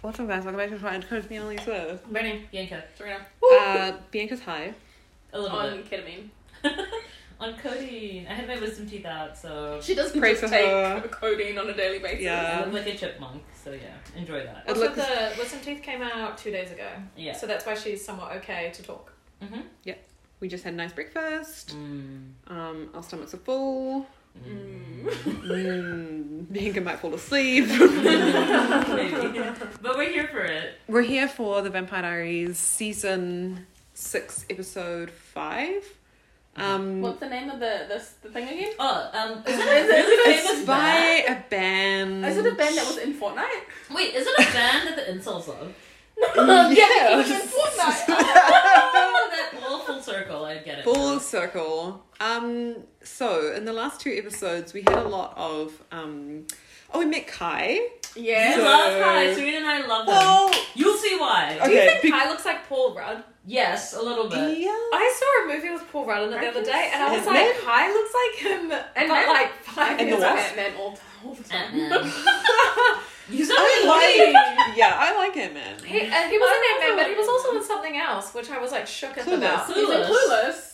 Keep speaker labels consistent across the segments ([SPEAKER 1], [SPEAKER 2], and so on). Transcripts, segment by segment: [SPEAKER 1] What's up, guys? Welcome back to Try and Coach Me Only Swift.
[SPEAKER 2] Brittany, Bianca, Serena,
[SPEAKER 1] Uh, Bianca's high.
[SPEAKER 2] a little
[SPEAKER 3] on ketamine.
[SPEAKER 2] bit. on codeine, I had my wisdom teeth out, so
[SPEAKER 3] She doesn't
[SPEAKER 1] Pray
[SPEAKER 3] just
[SPEAKER 1] for
[SPEAKER 3] take
[SPEAKER 1] her.
[SPEAKER 3] codeine on a daily basis.
[SPEAKER 1] Yeah.
[SPEAKER 2] I look like a chipmunk. So yeah, enjoy that.
[SPEAKER 1] I'd
[SPEAKER 3] Also,
[SPEAKER 1] like to-
[SPEAKER 3] the wisdom teeth came out two days ago,
[SPEAKER 2] Yeah.
[SPEAKER 3] so that's why she's somewhat okay to talk.
[SPEAKER 2] Mm-hmm.
[SPEAKER 1] We just had a nice breakfast.
[SPEAKER 2] Mm.
[SPEAKER 1] Um, our stomachs are full.
[SPEAKER 3] Mm.
[SPEAKER 1] Mm, Bianca might fall asleep.
[SPEAKER 2] Maybe. But we're here for it.
[SPEAKER 1] We're here for the Vampire Diaries season six, episode five. Um,
[SPEAKER 3] Mm. the name of the this the thing again?
[SPEAKER 2] Oh, um,
[SPEAKER 3] Is
[SPEAKER 2] is
[SPEAKER 3] it-
[SPEAKER 2] it
[SPEAKER 3] is it-
[SPEAKER 2] really
[SPEAKER 3] is it
[SPEAKER 2] famous
[SPEAKER 1] it's by a band.
[SPEAKER 3] in Fortnite?
[SPEAKER 2] band? Wait, is it a band that the insults love?
[SPEAKER 3] yeah, it was in
[SPEAKER 1] Yes.
[SPEAKER 3] Fortnite.
[SPEAKER 2] Oh, that all full circle. I get it.
[SPEAKER 1] Full circle. Um, so in the last two episodes, we had a lot of um. Oh, we met Kai.
[SPEAKER 2] I
[SPEAKER 3] yeah.
[SPEAKER 1] So-
[SPEAKER 2] love Kai. Serena and I love them.
[SPEAKER 1] Oh.
[SPEAKER 2] You'll see why.
[SPEAKER 3] Do you
[SPEAKER 1] Okay,
[SPEAKER 3] think
[SPEAKER 1] be-
[SPEAKER 3] Kai looks like Paul Rudd?
[SPEAKER 2] Yes, a little bit.
[SPEAKER 1] yeah.
[SPEAKER 3] I saw a movie with Paul Rudd in it the other day, and I was
[SPEAKER 1] His
[SPEAKER 3] like,
[SPEAKER 1] name?
[SPEAKER 3] Kai looks like him, and
[SPEAKER 2] Ant-Man?
[SPEAKER 3] but like five
[SPEAKER 1] And the
[SPEAKER 3] years old.
[SPEAKER 1] Wasp?
[SPEAKER 3] Ant-Man all, all the
[SPEAKER 2] Ant-Man. Uh-uh. You sound
[SPEAKER 1] I
[SPEAKER 2] like
[SPEAKER 1] like. yeah, I like him, man.
[SPEAKER 3] He, uh, he was
[SPEAKER 2] I
[SPEAKER 3] in Ant Man,
[SPEAKER 2] also-
[SPEAKER 3] but he was also in something else, which I was like shook at about.
[SPEAKER 2] Clueless. He was in
[SPEAKER 3] clueless.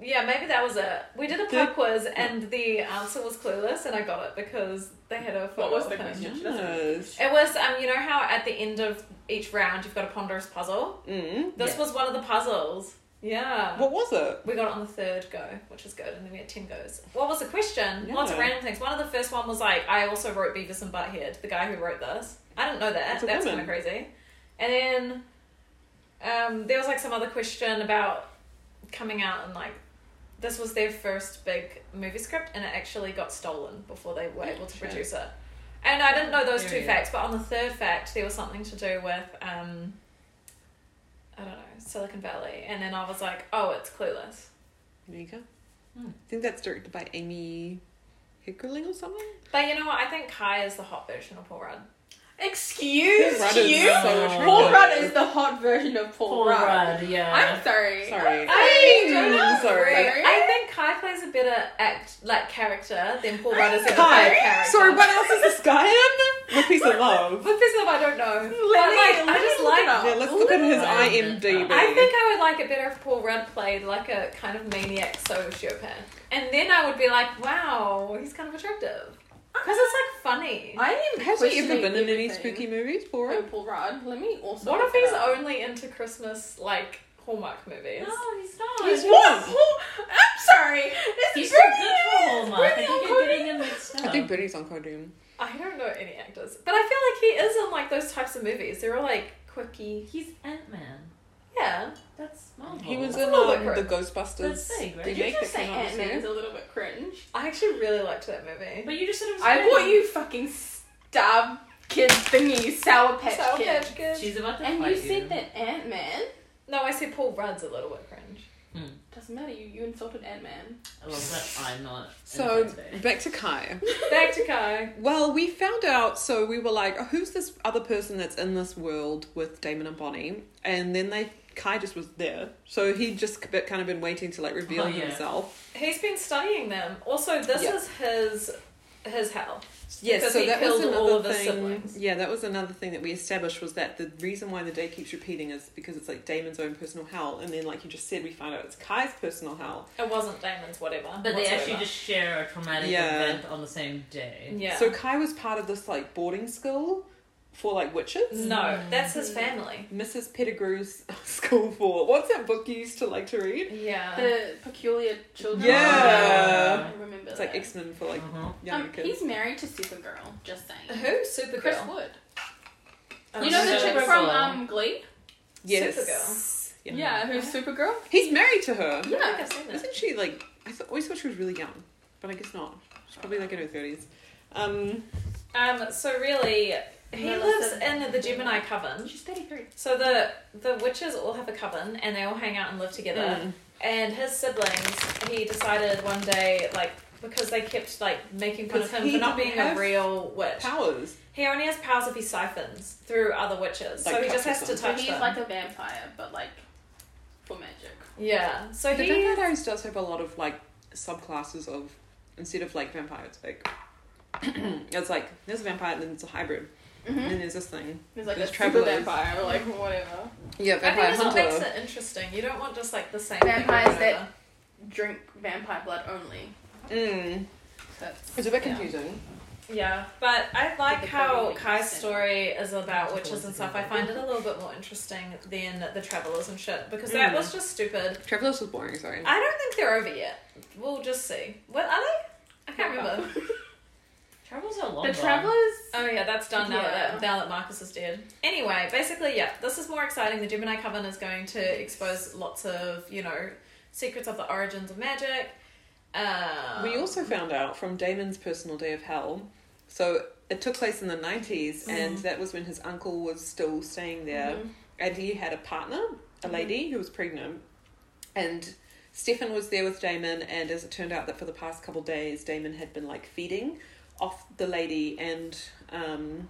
[SPEAKER 3] Yeah, maybe that was it. We did a pub
[SPEAKER 1] Did-
[SPEAKER 3] quiz, and the answer was clueless, and I got it because they had a. photo
[SPEAKER 4] was
[SPEAKER 3] of
[SPEAKER 4] the
[SPEAKER 3] him.
[SPEAKER 4] question?
[SPEAKER 1] Yes.
[SPEAKER 3] It was um, you know how at the end of each round you've got a ponderous puzzle.
[SPEAKER 1] Mm.
[SPEAKER 3] This
[SPEAKER 2] Yeah.
[SPEAKER 3] was one of the puzzles. Yeah.
[SPEAKER 1] What was it?
[SPEAKER 3] We got it on the third go, which is good, and then we had ten goes. What was the question? Lots of
[SPEAKER 1] Yeah.
[SPEAKER 3] random things. One of the first one was like, I also wrote Beavis and Butthead, the guy who wrote this. I didn't know that.
[SPEAKER 1] That's a
[SPEAKER 3] That's kind
[SPEAKER 1] woman.
[SPEAKER 3] of crazy. And then um, there was like some other question about coming out and like this was their first big movie script and it actually got stolen before they were able to
[SPEAKER 1] Sure.
[SPEAKER 3] produce it. And I didn't know those two
[SPEAKER 2] Period.
[SPEAKER 3] facts, but on the third fact, there was something to do with um, I don't know Silicon Valley, and then I was like, oh, it's Clueless.
[SPEAKER 1] There you go.
[SPEAKER 2] Hmm.
[SPEAKER 1] I think that's directed by Amy Hickerling or something.
[SPEAKER 3] But you know what? I think Kai is the hot version of Paul Rudd.
[SPEAKER 4] Excuse
[SPEAKER 1] Rudd is
[SPEAKER 4] you?
[SPEAKER 1] so much
[SPEAKER 4] Paul
[SPEAKER 1] better.
[SPEAKER 4] Rudd is the hot version of Paul,
[SPEAKER 2] Paul
[SPEAKER 4] Rudd.
[SPEAKER 2] Rudd. Yeah.
[SPEAKER 4] I'm sorry.
[SPEAKER 1] Sorry.
[SPEAKER 3] I
[SPEAKER 1] don't know.
[SPEAKER 3] Like,
[SPEAKER 1] Sorry.
[SPEAKER 3] I think Kai plays a better act like character than Paul Rudd is a
[SPEAKER 1] Kai.
[SPEAKER 3] character.
[SPEAKER 1] Sorry, what else is this guy in? With Peace and Love.
[SPEAKER 3] With this love, I don't know. But
[SPEAKER 4] Let me-
[SPEAKER 3] like, I
[SPEAKER 4] let me
[SPEAKER 3] just
[SPEAKER 4] look
[SPEAKER 3] like
[SPEAKER 4] it up.
[SPEAKER 1] Yeah, let's look at his
[SPEAKER 2] Ooh.
[SPEAKER 1] IMDb.
[SPEAKER 3] I think I would like it better if Paul Rudd played like a kind of maniac sociopath. And then I would be like, wow, he's kind of attractive. Because it's like funny.
[SPEAKER 4] I am
[SPEAKER 1] Has he ever
[SPEAKER 4] questioning
[SPEAKER 1] been in any
[SPEAKER 4] everything.
[SPEAKER 1] spooky movies for
[SPEAKER 4] Oh,
[SPEAKER 1] him?
[SPEAKER 4] Paul Rudd. Let me also.
[SPEAKER 3] What if
[SPEAKER 4] look
[SPEAKER 3] he's
[SPEAKER 4] it up.
[SPEAKER 3] only into Christmas like Hallmark movies?
[SPEAKER 2] No, he's not.
[SPEAKER 1] He's
[SPEAKER 4] What?
[SPEAKER 1] not.
[SPEAKER 4] Paul- I'm sorry. It's
[SPEAKER 2] He's so
[SPEAKER 4] Brittany.
[SPEAKER 2] good for Hallmark. I
[SPEAKER 4] Brittany
[SPEAKER 2] think you're
[SPEAKER 4] O'Connor.
[SPEAKER 2] getting him mixed up.
[SPEAKER 1] I think Bernie's on Codoom.
[SPEAKER 3] I don't know any actors. But I feel like he is in like those types of movies. They're all like quirky.
[SPEAKER 2] He's Ant Man.
[SPEAKER 3] Yeah.
[SPEAKER 2] That's Marvel.
[SPEAKER 1] He was
[SPEAKER 3] That's
[SPEAKER 1] in
[SPEAKER 3] a little
[SPEAKER 1] um,
[SPEAKER 3] bit
[SPEAKER 1] the
[SPEAKER 2] That's
[SPEAKER 1] Ghostbusters.
[SPEAKER 2] big, right?
[SPEAKER 1] They
[SPEAKER 2] Did
[SPEAKER 4] Did
[SPEAKER 1] make
[SPEAKER 4] you just
[SPEAKER 1] that
[SPEAKER 4] say
[SPEAKER 1] came out this
[SPEAKER 4] Ant Man's
[SPEAKER 1] year.
[SPEAKER 4] a little bit cringe?
[SPEAKER 3] I actually really liked that movie.
[SPEAKER 2] But you just sort of.
[SPEAKER 4] I
[SPEAKER 2] said-
[SPEAKER 4] bought you fucking stab kid thingy, sour patch
[SPEAKER 3] Sour
[SPEAKER 4] kid.
[SPEAKER 3] Patch Kids.
[SPEAKER 2] She's about to
[SPEAKER 4] And
[SPEAKER 2] fight
[SPEAKER 4] you said that Ant Man
[SPEAKER 3] No, I said Paul Rudd's a little bit cringe.
[SPEAKER 4] doesn't matter. You you insulted Ant Man.
[SPEAKER 2] I love that I'm not. in
[SPEAKER 1] So
[SPEAKER 2] the fight today.
[SPEAKER 1] back to Kai.
[SPEAKER 3] Back to Kai.
[SPEAKER 1] Well, we found out, so we were like, oh, who's this other person that's in this world with Damon and Bonnie? And then they, Kai just was there. So he'd just k- kind of been waiting to like reveal
[SPEAKER 2] Oh, yeah.
[SPEAKER 1] himself.
[SPEAKER 3] He's been studying them. Also, this
[SPEAKER 1] Yeah.
[SPEAKER 3] is his his hell.
[SPEAKER 1] Yes,
[SPEAKER 3] Because
[SPEAKER 1] so
[SPEAKER 3] he
[SPEAKER 1] that was
[SPEAKER 3] killed
[SPEAKER 1] another
[SPEAKER 3] all of his
[SPEAKER 1] thing.
[SPEAKER 3] siblings.
[SPEAKER 1] Yeah, that was another thing that we established was that the reason why the day keeps repeating is because it's like Damon's own personal hell, and then like you just said, we find out it's Kai's personal hell.
[SPEAKER 3] It wasn't Damon's whatever.
[SPEAKER 2] But they
[SPEAKER 3] whatsoever.
[SPEAKER 2] actually just share a traumatic
[SPEAKER 1] Yeah.
[SPEAKER 2] event on the same day.
[SPEAKER 3] yeah.
[SPEAKER 1] So Kai was part of this like boarding school for like witches.
[SPEAKER 3] no, that's his family.
[SPEAKER 1] Mrs. Pettigrew's school for what's that book you used to like to read?
[SPEAKER 3] Yeah.
[SPEAKER 4] The peculiar children.
[SPEAKER 1] Yeah.
[SPEAKER 4] I remember.
[SPEAKER 1] It's like
[SPEAKER 4] that.
[SPEAKER 1] X Men for
[SPEAKER 3] Oh.
[SPEAKER 1] like
[SPEAKER 2] Uh-huh.
[SPEAKER 1] younger
[SPEAKER 4] Um,
[SPEAKER 1] kids.
[SPEAKER 4] he's married to Supergirl. Just saying.
[SPEAKER 3] Who? Supergirl.
[SPEAKER 4] Chris Wood.
[SPEAKER 3] Oh,
[SPEAKER 4] You know the
[SPEAKER 2] Supergirl.
[SPEAKER 4] chick from um, Glee?
[SPEAKER 1] Yes. Yeah.
[SPEAKER 4] Yeah, who's Supergirl?
[SPEAKER 1] He's married to her.
[SPEAKER 3] I think I've seen that.
[SPEAKER 1] Isn't she like? I th- always thought she was really young, but I guess not. She's probably like in her thirties. Um,
[SPEAKER 3] Um. So really, he
[SPEAKER 4] Melissa.
[SPEAKER 3] lives in the Gemini coven.
[SPEAKER 4] She's 33.
[SPEAKER 3] So the the witches all have a coven, and they all hang out and live together.
[SPEAKER 1] mm.
[SPEAKER 3] And his siblings, he decided one day, like because they kept like making fun of
[SPEAKER 1] Because
[SPEAKER 3] him
[SPEAKER 1] he
[SPEAKER 3] for not being a
[SPEAKER 1] has
[SPEAKER 3] real witch.
[SPEAKER 1] powers.
[SPEAKER 3] He only has powers if he siphons through other witches,
[SPEAKER 1] Like
[SPEAKER 3] so he just
[SPEAKER 1] touches
[SPEAKER 3] has to
[SPEAKER 1] them.
[SPEAKER 4] So
[SPEAKER 3] touch
[SPEAKER 4] he's
[SPEAKER 3] them.
[SPEAKER 4] like a vampire, but like for magic.
[SPEAKER 3] yeah, so
[SPEAKER 1] the
[SPEAKER 3] he.
[SPEAKER 1] Vampire Diaries does have a lot of like subclasses of instead of like vampire, it's like it's like there's a vampire and then it's a hybrid. and
[SPEAKER 4] Mm-hmm.
[SPEAKER 3] Hmm?
[SPEAKER 1] then there's this thing.
[SPEAKER 4] There's like
[SPEAKER 1] There's
[SPEAKER 4] a travel
[SPEAKER 1] travelers.
[SPEAKER 4] vampire or like whatever.
[SPEAKER 1] Yeah,
[SPEAKER 3] I think
[SPEAKER 1] vampire
[SPEAKER 3] that's what makes
[SPEAKER 1] hunter.
[SPEAKER 3] it interesting. You don't want just like the same
[SPEAKER 4] Vampires
[SPEAKER 3] thing. over
[SPEAKER 4] that- Drink vampire blood only.
[SPEAKER 1] Mm.
[SPEAKER 4] That's
[SPEAKER 1] It's a bit
[SPEAKER 3] Yeah.
[SPEAKER 1] confusing.
[SPEAKER 3] and over. Yeah, but I like
[SPEAKER 4] the
[SPEAKER 3] how
[SPEAKER 4] traveling
[SPEAKER 3] Kai's
[SPEAKER 4] extent.
[SPEAKER 3] story is about
[SPEAKER 2] Yeah,
[SPEAKER 3] witches and
[SPEAKER 2] towards
[SPEAKER 3] stuff.
[SPEAKER 2] the
[SPEAKER 3] I
[SPEAKER 2] people.
[SPEAKER 3] find it a little bit more interesting than the travelers and shit because
[SPEAKER 1] Mm.
[SPEAKER 3] that was just stupid.
[SPEAKER 1] Travelers was boring. Sorry.
[SPEAKER 3] I don't think they're over yet. We'll just see. What are they? I can't remember.
[SPEAKER 2] Travels are long.
[SPEAKER 4] the
[SPEAKER 2] gone.
[SPEAKER 4] travelers.
[SPEAKER 3] Oh yeah, that's done now that
[SPEAKER 4] Yeah.
[SPEAKER 3] now that Marcus is dead. Anyway, basically, yeah, this is more exciting. The Gemini Coven is going to expose lots of you know secrets of the origins of magic. Um,
[SPEAKER 1] We also found out from Damon's personal day of hell. So it took place in the 90s, and that was when his uncle was still staying there.
[SPEAKER 4] Mhm.
[SPEAKER 1] And he had a partner, a lady who was pregnant. And Stefan was there with Damon, and as it turned out, that for the past couple days, Damon had been like feeding off the lady and. Um,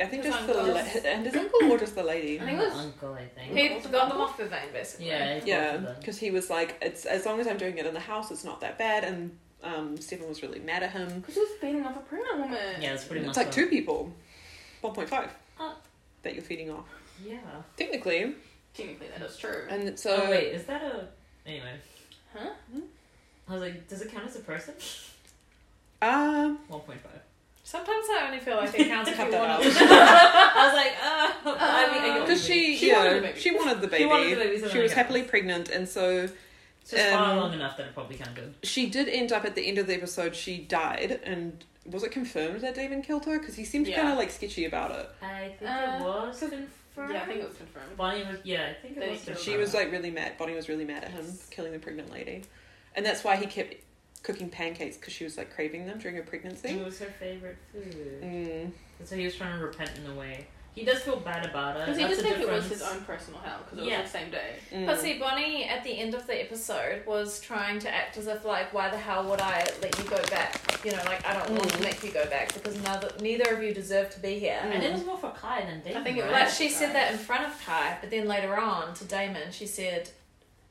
[SPEAKER 1] I think
[SPEAKER 3] His
[SPEAKER 1] just the
[SPEAKER 3] uncle.
[SPEAKER 1] la- and his uncle or just the lady.
[SPEAKER 4] I think it was-
[SPEAKER 2] uncle. I think.
[SPEAKER 3] he got them off the vein basically.
[SPEAKER 2] Yeah. it's
[SPEAKER 1] Yeah,
[SPEAKER 2] both of them.
[SPEAKER 1] because he was like, "It's as long as I'm doing it in the house, it's not that bad." And um, Stefan was really mad at him.
[SPEAKER 4] Because she was beating up a pregnant woman.
[SPEAKER 2] Yeah, it's pretty
[SPEAKER 1] It's
[SPEAKER 2] much.
[SPEAKER 1] like
[SPEAKER 2] what-
[SPEAKER 1] two people, one point five
[SPEAKER 2] Oh.
[SPEAKER 1] that you're feeding off
[SPEAKER 2] Yeah.
[SPEAKER 1] technically,
[SPEAKER 4] Technically, that is true.
[SPEAKER 1] and so
[SPEAKER 2] oh wait, is that a? Anyway,
[SPEAKER 4] Huh?
[SPEAKER 2] I was like, does it count as a person?
[SPEAKER 1] uh,
[SPEAKER 2] One point five.
[SPEAKER 3] Sometimes I only feel like it counts if
[SPEAKER 1] Cut
[SPEAKER 3] you
[SPEAKER 1] that
[SPEAKER 3] want
[SPEAKER 1] out.
[SPEAKER 3] it.
[SPEAKER 2] I was like, oh, I mean, I get what
[SPEAKER 1] because
[SPEAKER 2] you mean.
[SPEAKER 1] she,
[SPEAKER 4] Uh, She um,
[SPEAKER 1] yeah,
[SPEAKER 4] wanted the baby.
[SPEAKER 1] she wanted the baby,
[SPEAKER 2] She wanted the baby, so
[SPEAKER 1] She
[SPEAKER 2] there
[SPEAKER 1] was
[SPEAKER 2] you go.
[SPEAKER 1] happily pregnant, and so
[SPEAKER 2] It's just far
[SPEAKER 1] um,
[SPEAKER 2] long enough that it probably counted.
[SPEAKER 1] she did end up at the end of the episode. She died, and was it confirmed that Damon killed her? Because he seemed
[SPEAKER 4] Yeah.
[SPEAKER 1] kind of like sketchy about it.
[SPEAKER 2] I think
[SPEAKER 4] Uh,
[SPEAKER 2] it was confirmed.
[SPEAKER 4] yeah, I think it was confirmed.
[SPEAKER 2] Bonnie was. Yeah, I think it
[SPEAKER 4] They-
[SPEAKER 2] was.
[SPEAKER 1] She was like really mad. Bonnie was really mad at him
[SPEAKER 4] Yes.
[SPEAKER 1] killing the pregnant lady, and that's why he kept cooking pancakes because she was like craving them during her pregnancy.
[SPEAKER 2] It was her favorite food.
[SPEAKER 1] Mm.
[SPEAKER 2] And so he was trying to repent in a way. He does feel bad about it.
[SPEAKER 4] Because he
[SPEAKER 2] That's
[SPEAKER 4] did
[SPEAKER 2] the
[SPEAKER 4] think it was
[SPEAKER 2] difference.
[SPEAKER 4] his own personal hell. Because it
[SPEAKER 2] Yeah.
[SPEAKER 4] was the same day.
[SPEAKER 1] Mm.
[SPEAKER 3] But see, Bonnie at the end of the episode was trying to act as if like, why the hell would I let you go back? You know, like I don't want to
[SPEAKER 1] Mm.
[SPEAKER 3] make you go back because neither neither of you deserve to be here.
[SPEAKER 1] Mm.
[SPEAKER 2] And it was more for Kai than Damon.
[SPEAKER 4] I think it
[SPEAKER 2] right?
[SPEAKER 3] Like
[SPEAKER 4] was.
[SPEAKER 3] she said that in front of Kai, but then later on to Damon, she said,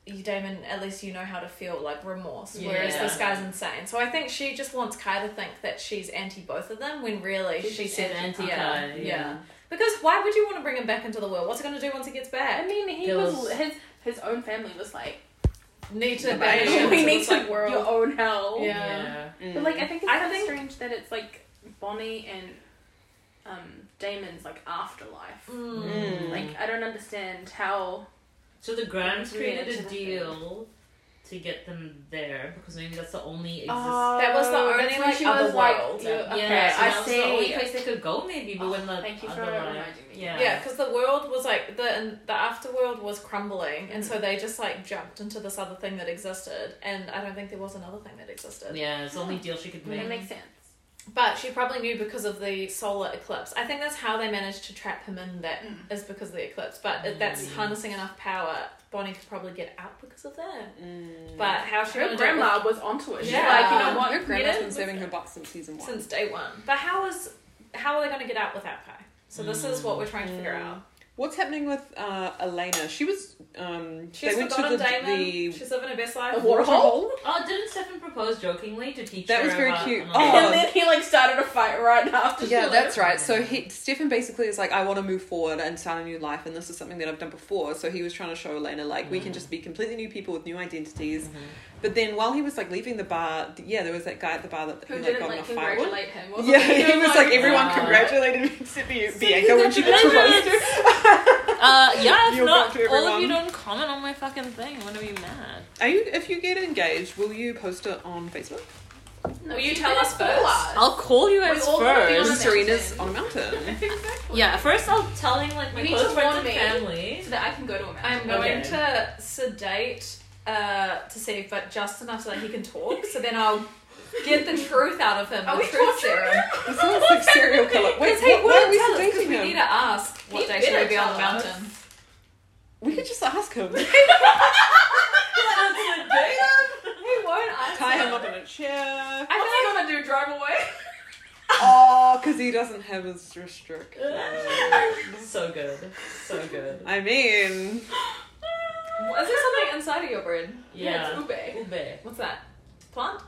[SPEAKER 3] "You Damon, at least you know how to feel like remorse." Whereas
[SPEAKER 2] Yeah.
[SPEAKER 3] this guy's insane. So I think she just wants Kai to think that she's anti both of them, when really
[SPEAKER 2] She's
[SPEAKER 3] she
[SPEAKER 2] just
[SPEAKER 3] said
[SPEAKER 2] anti-Kai,
[SPEAKER 3] Yeah,
[SPEAKER 1] Mm.
[SPEAKER 2] yeah.
[SPEAKER 3] Because why would you want to bring him back into the world? What's it going to do once he gets
[SPEAKER 4] I
[SPEAKER 3] back?
[SPEAKER 4] mean, he
[SPEAKER 2] There
[SPEAKER 4] was,
[SPEAKER 2] was-
[SPEAKER 4] his his own family was like,
[SPEAKER 3] Need to
[SPEAKER 1] We
[SPEAKER 3] banish
[SPEAKER 1] Yeah, need
[SPEAKER 3] him
[SPEAKER 4] we
[SPEAKER 3] to
[SPEAKER 4] need
[SPEAKER 3] this,
[SPEAKER 4] to
[SPEAKER 3] like, world.
[SPEAKER 4] your own hell.
[SPEAKER 3] Yeah.
[SPEAKER 1] Mm.
[SPEAKER 4] But like, I think it's
[SPEAKER 3] I
[SPEAKER 4] kind of
[SPEAKER 3] think-
[SPEAKER 4] strange that it's like Bonnie and um Damon's like afterlife.
[SPEAKER 3] Mm.
[SPEAKER 2] Mm.
[SPEAKER 4] Like, I don't understand how.
[SPEAKER 2] So the Grams
[SPEAKER 4] Yeah,
[SPEAKER 2] created a
[SPEAKER 4] it's
[SPEAKER 2] deal to get them there because maybe that's the only exist.
[SPEAKER 3] That was the
[SPEAKER 4] Oh,
[SPEAKER 3] only
[SPEAKER 4] that's when
[SPEAKER 3] like
[SPEAKER 4] she
[SPEAKER 3] other
[SPEAKER 4] was like,
[SPEAKER 3] world.
[SPEAKER 4] you- okay,
[SPEAKER 2] yeah, so
[SPEAKER 4] I
[SPEAKER 2] that was
[SPEAKER 4] see.
[SPEAKER 2] the only place they could go maybe. But when the
[SPEAKER 4] Thank you for
[SPEAKER 2] other life,
[SPEAKER 4] reminding me.
[SPEAKER 2] yeah,
[SPEAKER 3] Yeah, because the world was like the and the afterworld was crumbling, and so they just like jumped into this other thing that existed, and I don't think there was another thing that existed.
[SPEAKER 2] yeah, it's the only deal she could
[SPEAKER 4] That
[SPEAKER 2] make.
[SPEAKER 4] makes sense.
[SPEAKER 3] But she probably knew because of the solar eclipse. I think that's how they managed to trap him in. That is
[SPEAKER 4] Mm.
[SPEAKER 3] because of the eclipse. But if that's
[SPEAKER 2] Mm.
[SPEAKER 3] harnessing enough power, Bonnie could probably get out because of that.
[SPEAKER 1] Mm.
[SPEAKER 3] But how she
[SPEAKER 4] Her
[SPEAKER 3] gonna do it
[SPEAKER 4] grandma was onto it. She's
[SPEAKER 3] Yeah.
[SPEAKER 4] like, you know what?
[SPEAKER 1] Her grandma's
[SPEAKER 3] Yeah.
[SPEAKER 1] been serving her butt since season
[SPEAKER 3] with-
[SPEAKER 1] one.
[SPEAKER 3] since day one? But how is how are they going to get out without Kai? So this is what we're trying to figure
[SPEAKER 1] Mm.
[SPEAKER 3] out.
[SPEAKER 1] What's happening with uh, Elena? She was. Um,
[SPEAKER 3] She's
[SPEAKER 1] they went to
[SPEAKER 3] forgotten
[SPEAKER 1] the,
[SPEAKER 3] Damon.
[SPEAKER 1] the
[SPEAKER 3] She's living her best life.
[SPEAKER 4] The waterhole.
[SPEAKER 2] Oh, didn't Stefan propose jokingly to teach
[SPEAKER 1] That
[SPEAKER 2] her
[SPEAKER 1] was very
[SPEAKER 2] about
[SPEAKER 1] cute.
[SPEAKER 2] an
[SPEAKER 1] Oh.
[SPEAKER 2] idea?
[SPEAKER 4] And then he like started a fight right after. she
[SPEAKER 1] Yeah,
[SPEAKER 4] left.
[SPEAKER 1] that's right. So he, Stefan basically is like, I want to move forward and start a new life, and this is something that I've done before. So he was trying to show Elena like we can just be completely new people with new identities. But then while he was like leaving the bar, th- yeah, there was that guy at the bar that
[SPEAKER 4] Who
[SPEAKER 1] he, like
[SPEAKER 4] didn't
[SPEAKER 1] got in
[SPEAKER 4] like
[SPEAKER 1] a fight with.
[SPEAKER 4] congratulate him? or
[SPEAKER 1] Yeah,
[SPEAKER 4] something.
[SPEAKER 1] he was like everyone
[SPEAKER 2] "Wow."
[SPEAKER 1] congratulated me except you,
[SPEAKER 4] So
[SPEAKER 1] Bianca when she proposed.
[SPEAKER 2] congratulations. Uh, yeah, if
[SPEAKER 1] You'll
[SPEAKER 2] not,
[SPEAKER 1] go to
[SPEAKER 2] all of
[SPEAKER 1] everyone.
[SPEAKER 2] you don't comment on my fucking thing. When are you mad?
[SPEAKER 1] Are you? If you get engaged, will you post it on Facebook?
[SPEAKER 4] No,
[SPEAKER 3] Will you
[SPEAKER 4] she
[SPEAKER 3] tell
[SPEAKER 4] didn't
[SPEAKER 3] us
[SPEAKER 4] call
[SPEAKER 3] first?
[SPEAKER 2] I'll call you
[SPEAKER 4] Uh, We
[SPEAKER 2] guys
[SPEAKER 4] all gotta be on
[SPEAKER 2] first.
[SPEAKER 4] mountain.
[SPEAKER 1] Serena's on a mountain.
[SPEAKER 4] Exactly.
[SPEAKER 2] Yeah, first I'll telling like my
[SPEAKER 4] You need
[SPEAKER 2] close
[SPEAKER 4] to
[SPEAKER 2] friends
[SPEAKER 4] warn
[SPEAKER 2] and
[SPEAKER 4] me.
[SPEAKER 2] family.
[SPEAKER 4] So that I can go to a
[SPEAKER 3] I'm
[SPEAKER 4] mountain.
[SPEAKER 3] going
[SPEAKER 2] Okay.
[SPEAKER 3] to sedate uh, to see, but just enough so that he can talk. So then I'll get the truth out of him.
[SPEAKER 4] Are
[SPEAKER 3] the
[SPEAKER 4] we
[SPEAKER 3] truth
[SPEAKER 4] torturing
[SPEAKER 3] serum.
[SPEAKER 1] It sounds like serial killer. Wait,
[SPEAKER 3] Because he
[SPEAKER 1] what, why are
[SPEAKER 3] wouldn't
[SPEAKER 1] we
[SPEAKER 3] tell us.
[SPEAKER 1] sedating
[SPEAKER 3] Because we
[SPEAKER 1] him?
[SPEAKER 3] need to ask what
[SPEAKER 4] He
[SPEAKER 3] day should
[SPEAKER 4] better
[SPEAKER 3] we be on the
[SPEAKER 4] tell us.
[SPEAKER 3] mountain.
[SPEAKER 1] We could just ask him.
[SPEAKER 3] He won't answer.
[SPEAKER 1] Tie him up in a chair.
[SPEAKER 3] I feel like
[SPEAKER 4] What's he gonna do? Drive away?
[SPEAKER 1] Oh, because he doesn't have his restriction.
[SPEAKER 2] so good, so good.
[SPEAKER 1] I mean,
[SPEAKER 3] is there something inside of your brain?
[SPEAKER 2] Yeah,
[SPEAKER 4] it's ube.
[SPEAKER 2] ube.
[SPEAKER 3] What's that? Plant?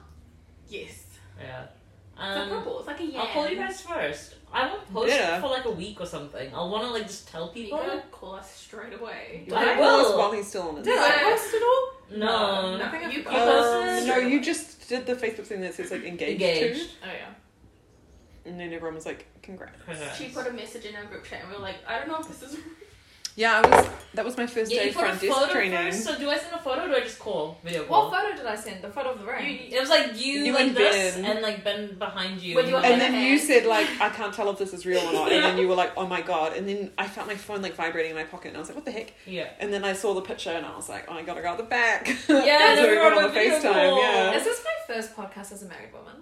[SPEAKER 4] Yes.
[SPEAKER 2] Yeah.
[SPEAKER 4] It's a
[SPEAKER 2] Um,
[SPEAKER 4] purple. It's like a yam.
[SPEAKER 2] I'll call Um, you guys first I won't post
[SPEAKER 1] Better.
[SPEAKER 2] for like a week or something. I'll want to like just tell
[SPEAKER 4] You
[SPEAKER 2] people.
[SPEAKER 4] gotta call us straight away.
[SPEAKER 2] I
[SPEAKER 1] Like,
[SPEAKER 2] will.
[SPEAKER 1] post while he's still on it.
[SPEAKER 3] Did I post it all?
[SPEAKER 2] No,
[SPEAKER 4] No.
[SPEAKER 3] Nothing.
[SPEAKER 4] You
[SPEAKER 3] You
[SPEAKER 2] post-
[SPEAKER 1] Uh,
[SPEAKER 2] Post-
[SPEAKER 1] no, you just did the Facebook thing that says like engaged, to,
[SPEAKER 2] engaged.
[SPEAKER 4] Oh yeah.
[SPEAKER 1] and then everyone was like, "Congrats."
[SPEAKER 2] Congrats.
[SPEAKER 4] She put a message in our group chat and we were like, I don't know if this is
[SPEAKER 1] Yeah, I was. That was my first
[SPEAKER 2] yeah,
[SPEAKER 1] day
[SPEAKER 2] you put a
[SPEAKER 1] front desk
[SPEAKER 2] photo
[SPEAKER 1] training.
[SPEAKER 2] first. So do I send a photo or do I just call video call?
[SPEAKER 3] What photo did I send? The photo of the ring.
[SPEAKER 4] You-
[SPEAKER 2] It was like you,
[SPEAKER 1] You
[SPEAKER 2] like
[SPEAKER 1] and
[SPEAKER 2] this
[SPEAKER 1] Ben.
[SPEAKER 2] and like Ben behind you.
[SPEAKER 4] With your
[SPEAKER 1] And
[SPEAKER 4] hand.
[SPEAKER 1] then you said like, I can't tell if this is real or not. And then you were like, oh my god. And then I felt my phone like vibrating in my pocket, and I was like, what the heck?
[SPEAKER 2] yeah.
[SPEAKER 1] And then I saw the picture, and I was like, oh, I gotta go out the back. Yeah,
[SPEAKER 2] and
[SPEAKER 1] so we
[SPEAKER 2] we
[SPEAKER 1] got
[SPEAKER 2] were
[SPEAKER 1] on
[SPEAKER 2] on
[SPEAKER 1] the
[SPEAKER 2] video
[SPEAKER 1] FaceTime.
[SPEAKER 2] call.
[SPEAKER 1] Yeah.
[SPEAKER 3] Is this my first podcast as a married woman?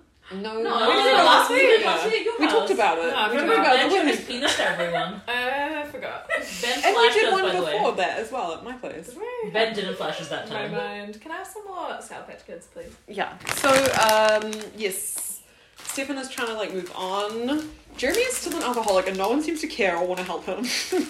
[SPEAKER 1] No,
[SPEAKER 4] No,
[SPEAKER 1] we
[SPEAKER 4] we
[SPEAKER 1] did
[SPEAKER 4] did
[SPEAKER 1] it
[SPEAKER 4] it
[SPEAKER 1] last
[SPEAKER 2] We did
[SPEAKER 1] week.
[SPEAKER 2] it last week.
[SPEAKER 1] We talked about it.
[SPEAKER 3] No,
[SPEAKER 1] we
[SPEAKER 3] we
[SPEAKER 1] talked
[SPEAKER 3] did
[SPEAKER 1] about
[SPEAKER 2] Ben
[SPEAKER 1] the
[SPEAKER 2] showed
[SPEAKER 1] women.
[SPEAKER 2] his penis to everyone.
[SPEAKER 3] Uh, I forgot.
[SPEAKER 2] Ben
[SPEAKER 1] And we
[SPEAKER 2] flashed
[SPEAKER 1] did
[SPEAKER 2] us
[SPEAKER 1] one
[SPEAKER 2] by the
[SPEAKER 1] before
[SPEAKER 2] way.
[SPEAKER 1] that as well at my place.
[SPEAKER 3] Did we?
[SPEAKER 2] Ben didn't flash us that
[SPEAKER 3] Never
[SPEAKER 2] time.
[SPEAKER 3] mind. Can I have some more Sour Patch Kids, please?
[SPEAKER 1] Yeah. So um, yes, Stefan is trying to like move on. Jeremy is still an alcoholic, and no one seems to care or want to help him.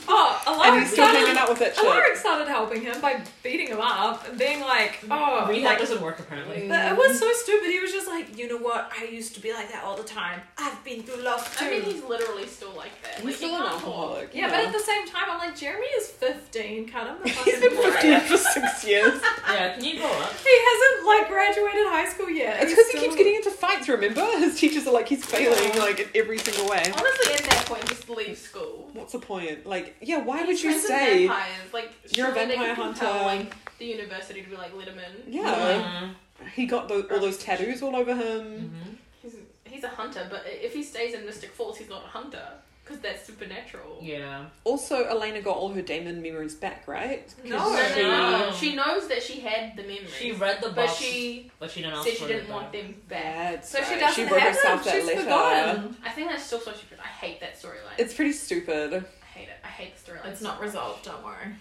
[SPEAKER 3] Oh,
[SPEAKER 1] and
[SPEAKER 3] Alaric
[SPEAKER 1] he's still hanging
[SPEAKER 3] started,
[SPEAKER 1] out with that chick.
[SPEAKER 3] Alaric started helping him by beating him up and being like, oh,
[SPEAKER 2] Rehab
[SPEAKER 3] like,
[SPEAKER 2] doesn't work apparently.
[SPEAKER 3] But it was so stupid. He was just like, you know what? I used to be like that all the time. I've been through love too.
[SPEAKER 4] I mean he's literally still like that.
[SPEAKER 1] He's
[SPEAKER 4] Like,
[SPEAKER 1] still
[SPEAKER 4] you
[SPEAKER 1] an
[SPEAKER 4] can't
[SPEAKER 1] alcoholic.
[SPEAKER 3] yeah, but at the same time, I'm like, Jeremy is 15. Cut him the
[SPEAKER 1] he's
[SPEAKER 3] fucking
[SPEAKER 1] been
[SPEAKER 3] break.
[SPEAKER 1] 15 for six years.
[SPEAKER 2] yeah, can you go up?
[SPEAKER 3] He hasn't like graduated high school yet.
[SPEAKER 1] It's
[SPEAKER 3] He's
[SPEAKER 1] because he
[SPEAKER 3] still-
[SPEAKER 1] keeps getting into fights, remember? His teachers are like, he's failing, like, in every single way.
[SPEAKER 4] talk. Honestly at that point just leave school.
[SPEAKER 1] What's the point? Like, yeah, why would
[SPEAKER 4] He's
[SPEAKER 1] you
[SPEAKER 4] friends with
[SPEAKER 1] stay?
[SPEAKER 4] vampires. Like
[SPEAKER 1] you're a
[SPEAKER 4] surely they
[SPEAKER 1] vampire
[SPEAKER 4] could
[SPEAKER 1] hunter?
[SPEAKER 4] Compel, like the university to be like Litterman.
[SPEAKER 1] Yeah.
[SPEAKER 2] Mhm.
[SPEAKER 1] He got tho- all those tattoos all over
[SPEAKER 3] Mm-hmm.
[SPEAKER 1] him.
[SPEAKER 2] Mhm.
[SPEAKER 4] He's he's a hunter, but i- if he stays in Mystic Falls, he's not a hunter because that's supernatural.
[SPEAKER 2] Yeah.
[SPEAKER 1] Also, Elena got all her Damon memories back, right? 'Cause
[SPEAKER 3] No.
[SPEAKER 4] No,
[SPEAKER 2] She-
[SPEAKER 4] no, no. She knows that she had the memories,
[SPEAKER 2] She read the book,
[SPEAKER 4] but
[SPEAKER 2] but she,
[SPEAKER 4] she
[SPEAKER 2] didn't ask
[SPEAKER 4] said she
[SPEAKER 2] for
[SPEAKER 4] didn't
[SPEAKER 2] it,
[SPEAKER 4] want them back.
[SPEAKER 1] Bad.
[SPEAKER 3] So she
[SPEAKER 1] right.
[SPEAKER 3] doesn't
[SPEAKER 1] She wrote
[SPEAKER 3] have
[SPEAKER 1] herself
[SPEAKER 3] him.
[SPEAKER 1] that
[SPEAKER 3] She's
[SPEAKER 1] letter.
[SPEAKER 3] forgotten.
[SPEAKER 4] I think that's still so stupid. I hate that storyline.
[SPEAKER 1] It's pretty stupid.
[SPEAKER 4] I hate it. I hate the storyline.
[SPEAKER 3] It's not resolved. Don't worry.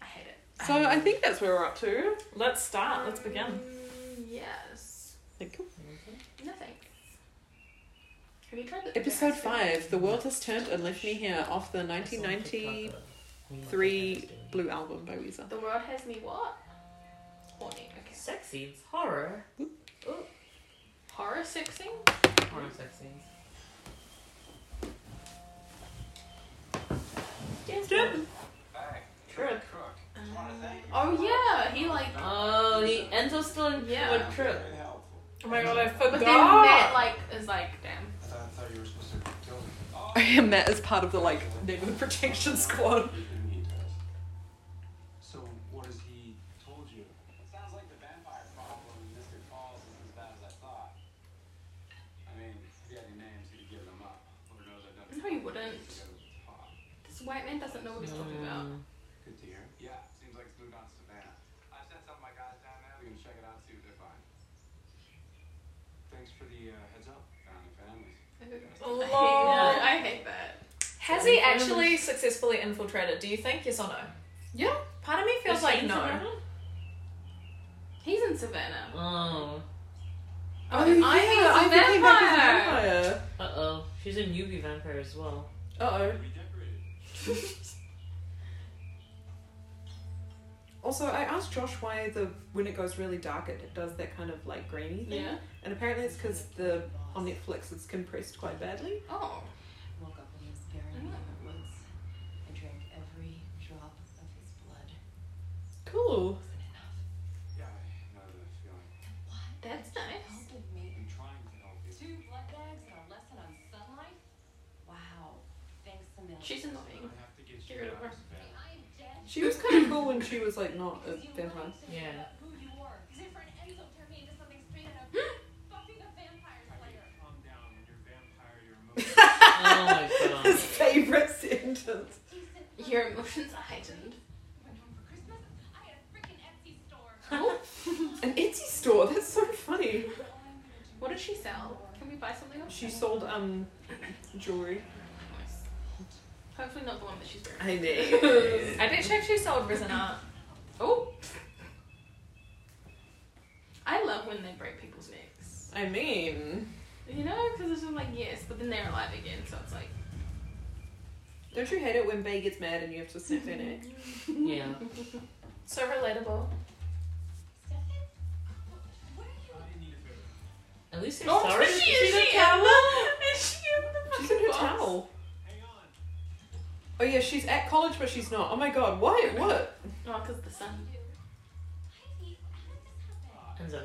[SPEAKER 4] I hate it.
[SPEAKER 1] So
[SPEAKER 3] Um,
[SPEAKER 1] I think that's where we're up to.
[SPEAKER 3] Let's start. Ah, Let's begin.
[SPEAKER 4] Um, yes.
[SPEAKER 1] Like,
[SPEAKER 4] No thanks. Have you tried the
[SPEAKER 1] episode
[SPEAKER 4] the-
[SPEAKER 1] 5 The World Has Turned and Left Me Here off the 1993 Blue Album by Weezer.
[SPEAKER 4] The world has me what? Horny. Okay.
[SPEAKER 2] Sex scenes, horror,
[SPEAKER 4] Horror sexing.
[SPEAKER 2] horror sex scenes.
[SPEAKER 4] Yes.
[SPEAKER 5] Hey,
[SPEAKER 4] Trip.
[SPEAKER 5] Crook.
[SPEAKER 4] Oh yeah, he like.
[SPEAKER 2] Oh, the Enzo's still in
[SPEAKER 4] Yeah.
[SPEAKER 2] with Trip.
[SPEAKER 5] Very helpful.
[SPEAKER 3] Oh my god, I
[SPEAKER 4] But
[SPEAKER 3] forgot.
[SPEAKER 4] then that like is like damn.
[SPEAKER 5] I thought, I thought you were supposed to kill me. Oh,
[SPEAKER 1] Matt is part of the like neighborhood protection squad.
[SPEAKER 5] He does. So, what has he told you? It sounds like the vampire problem in Mystic Falls is as bad as I thought. I mean, if he had any names, he'd give them up. Lord knows I've done
[SPEAKER 4] No, he wouldn't.
[SPEAKER 5] Talk.
[SPEAKER 4] This white man doesn't know what he's talking about.
[SPEAKER 2] Mm.
[SPEAKER 5] Good to hear. Yeah, seems like it's moved on to Savannah. I've sent some of my guys down there. We can check it out, see what they find. Thanks for the uh, heads up, founding families.
[SPEAKER 3] Oh.
[SPEAKER 4] I hate
[SPEAKER 3] Lol.
[SPEAKER 4] that. I hate that.
[SPEAKER 3] Has he actually successfully infiltrated? Do you think yes or no?
[SPEAKER 4] Yeah.
[SPEAKER 3] Part of me feels
[SPEAKER 2] Is
[SPEAKER 3] like
[SPEAKER 2] he in
[SPEAKER 3] no.
[SPEAKER 2] Savannah?
[SPEAKER 4] He's in Savannah.
[SPEAKER 2] Oh,
[SPEAKER 4] Oh, yeah, I
[SPEAKER 1] I
[SPEAKER 4] think he might be the
[SPEAKER 1] vampire.
[SPEAKER 2] uh oh, she's a newbie vampire as well.
[SPEAKER 1] Uh oh.
[SPEAKER 5] Redecorated.
[SPEAKER 1] Also, I asked Josh why the when it goes really dark, it does that kind of like grainy thing.
[SPEAKER 4] Yeah.
[SPEAKER 1] And apparently, it's because the on Netflix it's compressed quite badly.
[SPEAKER 4] Oh.
[SPEAKER 6] woke up in his barren apartment once. I drank every drop of his blood.
[SPEAKER 1] Cool.
[SPEAKER 6] Wasn't enough.
[SPEAKER 5] Yeah, I know the feeling.
[SPEAKER 6] Then what
[SPEAKER 4] That's nice.
[SPEAKER 6] help did me?
[SPEAKER 5] I'm trying to help you.
[SPEAKER 6] Two blood bags and a lesson on sunlight? Wow. Thanks a million.
[SPEAKER 4] She's annoying.
[SPEAKER 5] I have to get
[SPEAKER 4] Get rid of
[SPEAKER 5] you out
[SPEAKER 4] her.
[SPEAKER 5] of Savannah.
[SPEAKER 6] I'm dead.
[SPEAKER 1] She was kind of cool when she was like not a
[SPEAKER 6] because you
[SPEAKER 1] vampire.
[SPEAKER 6] lied to me
[SPEAKER 2] Yeah.
[SPEAKER 6] about Who you are. Is it for an Enzo turned me into something straight out of fucking a vampire slayer?
[SPEAKER 5] Calm down when you're vampire, you're emotional.
[SPEAKER 2] Oh my god.
[SPEAKER 1] His favorite sentence.
[SPEAKER 6] Decent
[SPEAKER 4] Your emotions are heightened.
[SPEAKER 6] Went home for Christmas. I had a freaking Etsy store.
[SPEAKER 1] An Etsy store. That's so funny.
[SPEAKER 4] What did she sell? Can we buy something else?
[SPEAKER 1] She sold um jewelry.
[SPEAKER 4] Hopefully not the one that she's wearing.
[SPEAKER 1] I know.
[SPEAKER 3] I bet she actually sold resin art.
[SPEAKER 4] Oh. I love when they break people's necks.
[SPEAKER 1] I mean,
[SPEAKER 4] You know, because it's just like yes, but then they're alive again, so it's like.
[SPEAKER 1] don't you hate it when Bay gets mad and you have to snap their neck?
[SPEAKER 2] Yeah.
[SPEAKER 3] So relatable.
[SPEAKER 6] Stefan? What are you
[SPEAKER 5] I need a favor.
[SPEAKER 2] At least you're
[SPEAKER 4] Oh,
[SPEAKER 2] sorry.
[SPEAKER 4] she is
[SPEAKER 2] She's
[SPEAKER 4] she
[SPEAKER 2] a
[SPEAKER 4] Ella? Is she Ella?
[SPEAKER 1] She's in her towel.
[SPEAKER 5] Hang on.
[SPEAKER 1] Oh yeah, she's at college, but she's not. Oh my god, why? What?
[SPEAKER 4] Oh, because the sun.
[SPEAKER 7] Heidi, how did this
[SPEAKER 2] Enzo.
[SPEAKER 7] happen?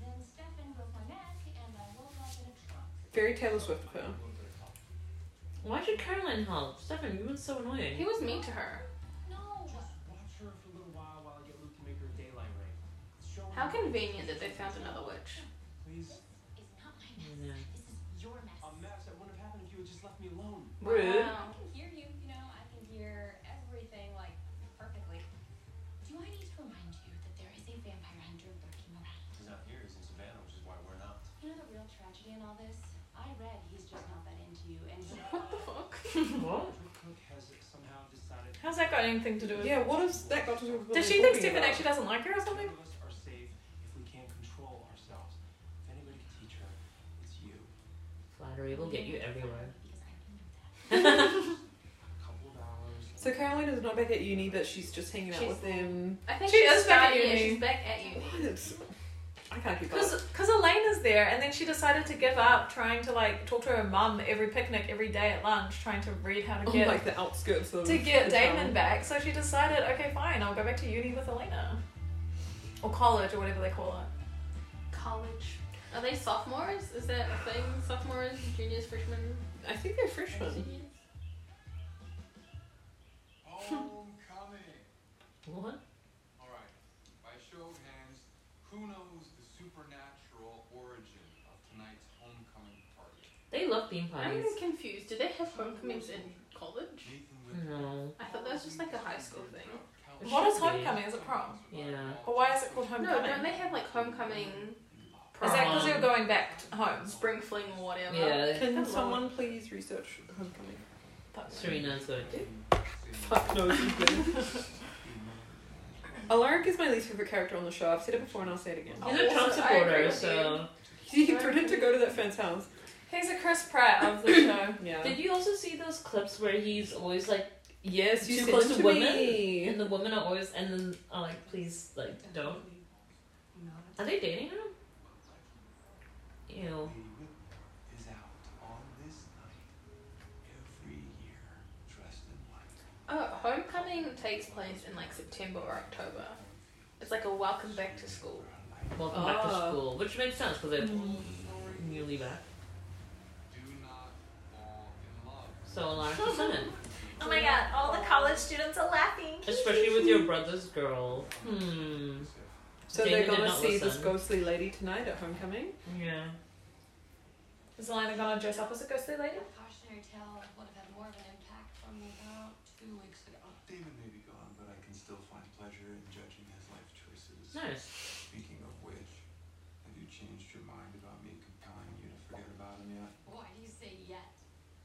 [SPEAKER 7] Then Stefan broke my neck and I rolled off in a trunk.
[SPEAKER 1] Very Taylor Swift of her.
[SPEAKER 2] Why should Caroline help? Stefan, you were so annoying.
[SPEAKER 4] He was mean to her.
[SPEAKER 7] No,
[SPEAKER 5] Watch her for a little while while I get Luke to make her daylight ring. Show her.
[SPEAKER 4] How convenient that they found another witch.
[SPEAKER 5] Please.
[SPEAKER 7] it's not my mess.
[SPEAKER 2] Yeah.
[SPEAKER 7] This is your mess.
[SPEAKER 5] A mess that wouldn't have happened if you had just left me alone.
[SPEAKER 2] Rude.
[SPEAKER 4] Wow.
[SPEAKER 7] I can hear you, you know, I can hear everything like perfectly. Do I need to remind you that there is a vampire hunter lurking around?
[SPEAKER 5] He's not here. He's in Savannah, which is why we're not.
[SPEAKER 7] You know the real tragedy in all this? I read he's just not that into you and he
[SPEAKER 4] What the fuck?
[SPEAKER 2] What?
[SPEAKER 5] Drew Cook has somehow decided.
[SPEAKER 3] How's that got anything to do with?
[SPEAKER 1] Yeah, what has that got to do with what
[SPEAKER 3] Does
[SPEAKER 1] they're
[SPEAKER 3] she think
[SPEAKER 1] talking
[SPEAKER 3] Stephen
[SPEAKER 1] about?
[SPEAKER 3] actually doesn't like her or
[SPEAKER 5] None
[SPEAKER 3] something?
[SPEAKER 5] of us are safe if we can't control ourselves. If anybody can teach her, it's you.
[SPEAKER 2] Flattery will get you everywhere.
[SPEAKER 7] because I knew that.
[SPEAKER 5] A couple of hours.
[SPEAKER 1] So Caroline is not back at uni, but she's just hanging out
[SPEAKER 4] She's-
[SPEAKER 1] with them.
[SPEAKER 4] I think
[SPEAKER 3] She
[SPEAKER 4] she
[SPEAKER 3] is
[SPEAKER 4] is
[SPEAKER 3] back
[SPEAKER 4] back
[SPEAKER 3] at
[SPEAKER 4] Yeah,
[SPEAKER 3] uni.
[SPEAKER 4] she's back at uni.
[SPEAKER 1] It's- I can't keep up.
[SPEAKER 3] Because Elaine is there, and then she decided to give up trying to like talk to her mum every picnic, every day at lunch, trying to read how to
[SPEAKER 1] On
[SPEAKER 3] get
[SPEAKER 1] like the outskirts of
[SPEAKER 3] to get
[SPEAKER 1] the
[SPEAKER 3] Damon
[SPEAKER 1] town.
[SPEAKER 3] back. So she decided, okay, fine, I'll go back to uni with Elena, or college, or whatever they call it.
[SPEAKER 4] College. Are they sophomores? Is that a thing? Sophomores, juniors, freshmen?
[SPEAKER 1] I think they're freshmen.
[SPEAKER 5] Homecoming.
[SPEAKER 2] What?
[SPEAKER 5] All right. By show of hands, who knows the supernatural origin of tonight's homecoming party?
[SPEAKER 2] They love bean parties.
[SPEAKER 4] I'm confused. Do they have homecomings in college?
[SPEAKER 5] Nathan
[SPEAKER 2] No.
[SPEAKER 4] I thought that was just like a high school thing.
[SPEAKER 3] What is
[SPEAKER 2] should be.
[SPEAKER 3] homecoming? Is it prom?
[SPEAKER 2] Yeah.
[SPEAKER 3] Or why is it called homecoming?
[SPEAKER 4] No, don't they have like homecoming,
[SPEAKER 3] Is that because
[SPEAKER 2] Prom.
[SPEAKER 3] you're going back to home?
[SPEAKER 4] spring fling, or whatever?
[SPEAKER 2] Yeah.
[SPEAKER 1] Can
[SPEAKER 4] Hello.
[SPEAKER 1] someone please research homecoming?
[SPEAKER 2] Serena's like.
[SPEAKER 1] Fuck no, she didn't. Alaric is my least favorite character on the show. I've said it before and I'll say it again.
[SPEAKER 2] He's a Trump
[SPEAKER 4] Also, Oh, I agree
[SPEAKER 2] supporter,
[SPEAKER 4] with
[SPEAKER 2] so.
[SPEAKER 1] He threatened to go to that friend's house.
[SPEAKER 3] He's a Chris Pratt of the show.
[SPEAKER 1] Yeah.
[SPEAKER 2] Did you also see those clips where he's always like,
[SPEAKER 1] Yes, you
[SPEAKER 2] Too
[SPEAKER 1] said
[SPEAKER 2] close
[SPEAKER 1] it
[SPEAKER 2] to
[SPEAKER 1] to
[SPEAKER 2] women?
[SPEAKER 1] me.
[SPEAKER 2] and the women are always, and then are like, please, like, don't. Are they dating him? Ew.
[SPEAKER 5] is out on this night every year, dressed in white.
[SPEAKER 4] Oh, homecoming takes place in like September or October. It's like a welcome back to school.
[SPEAKER 2] Welcome back to
[SPEAKER 1] Oh. Mm-hmm.
[SPEAKER 2] school, which makes sense because they're newly back.
[SPEAKER 5] Do not fall in love.
[SPEAKER 2] So a lot of percent,
[SPEAKER 3] Oh my god, all the college students are laughing.
[SPEAKER 2] especially with your brother's girl. Hmm.
[SPEAKER 1] So
[SPEAKER 2] Damon
[SPEAKER 1] they're
[SPEAKER 2] did
[SPEAKER 1] gonna
[SPEAKER 2] not
[SPEAKER 1] see this
[SPEAKER 2] listen.
[SPEAKER 1] ghostly lady tonight at homecoming.
[SPEAKER 2] Yeah.
[SPEAKER 3] Is Elena gonna dress up as a ghostly lady?
[SPEAKER 7] That cautionary tale would have had more of an impact on me about two weeks ago.
[SPEAKER 5] Damon may be gone, but I can still find pleasure in judging his life choices.
[SPEAKER 2] Nice.
[SPEAKER 5] Speaking of which, have you changed your mind about me compelling you to forget about him yet?
[SPEAKER 7] Why do you say yet?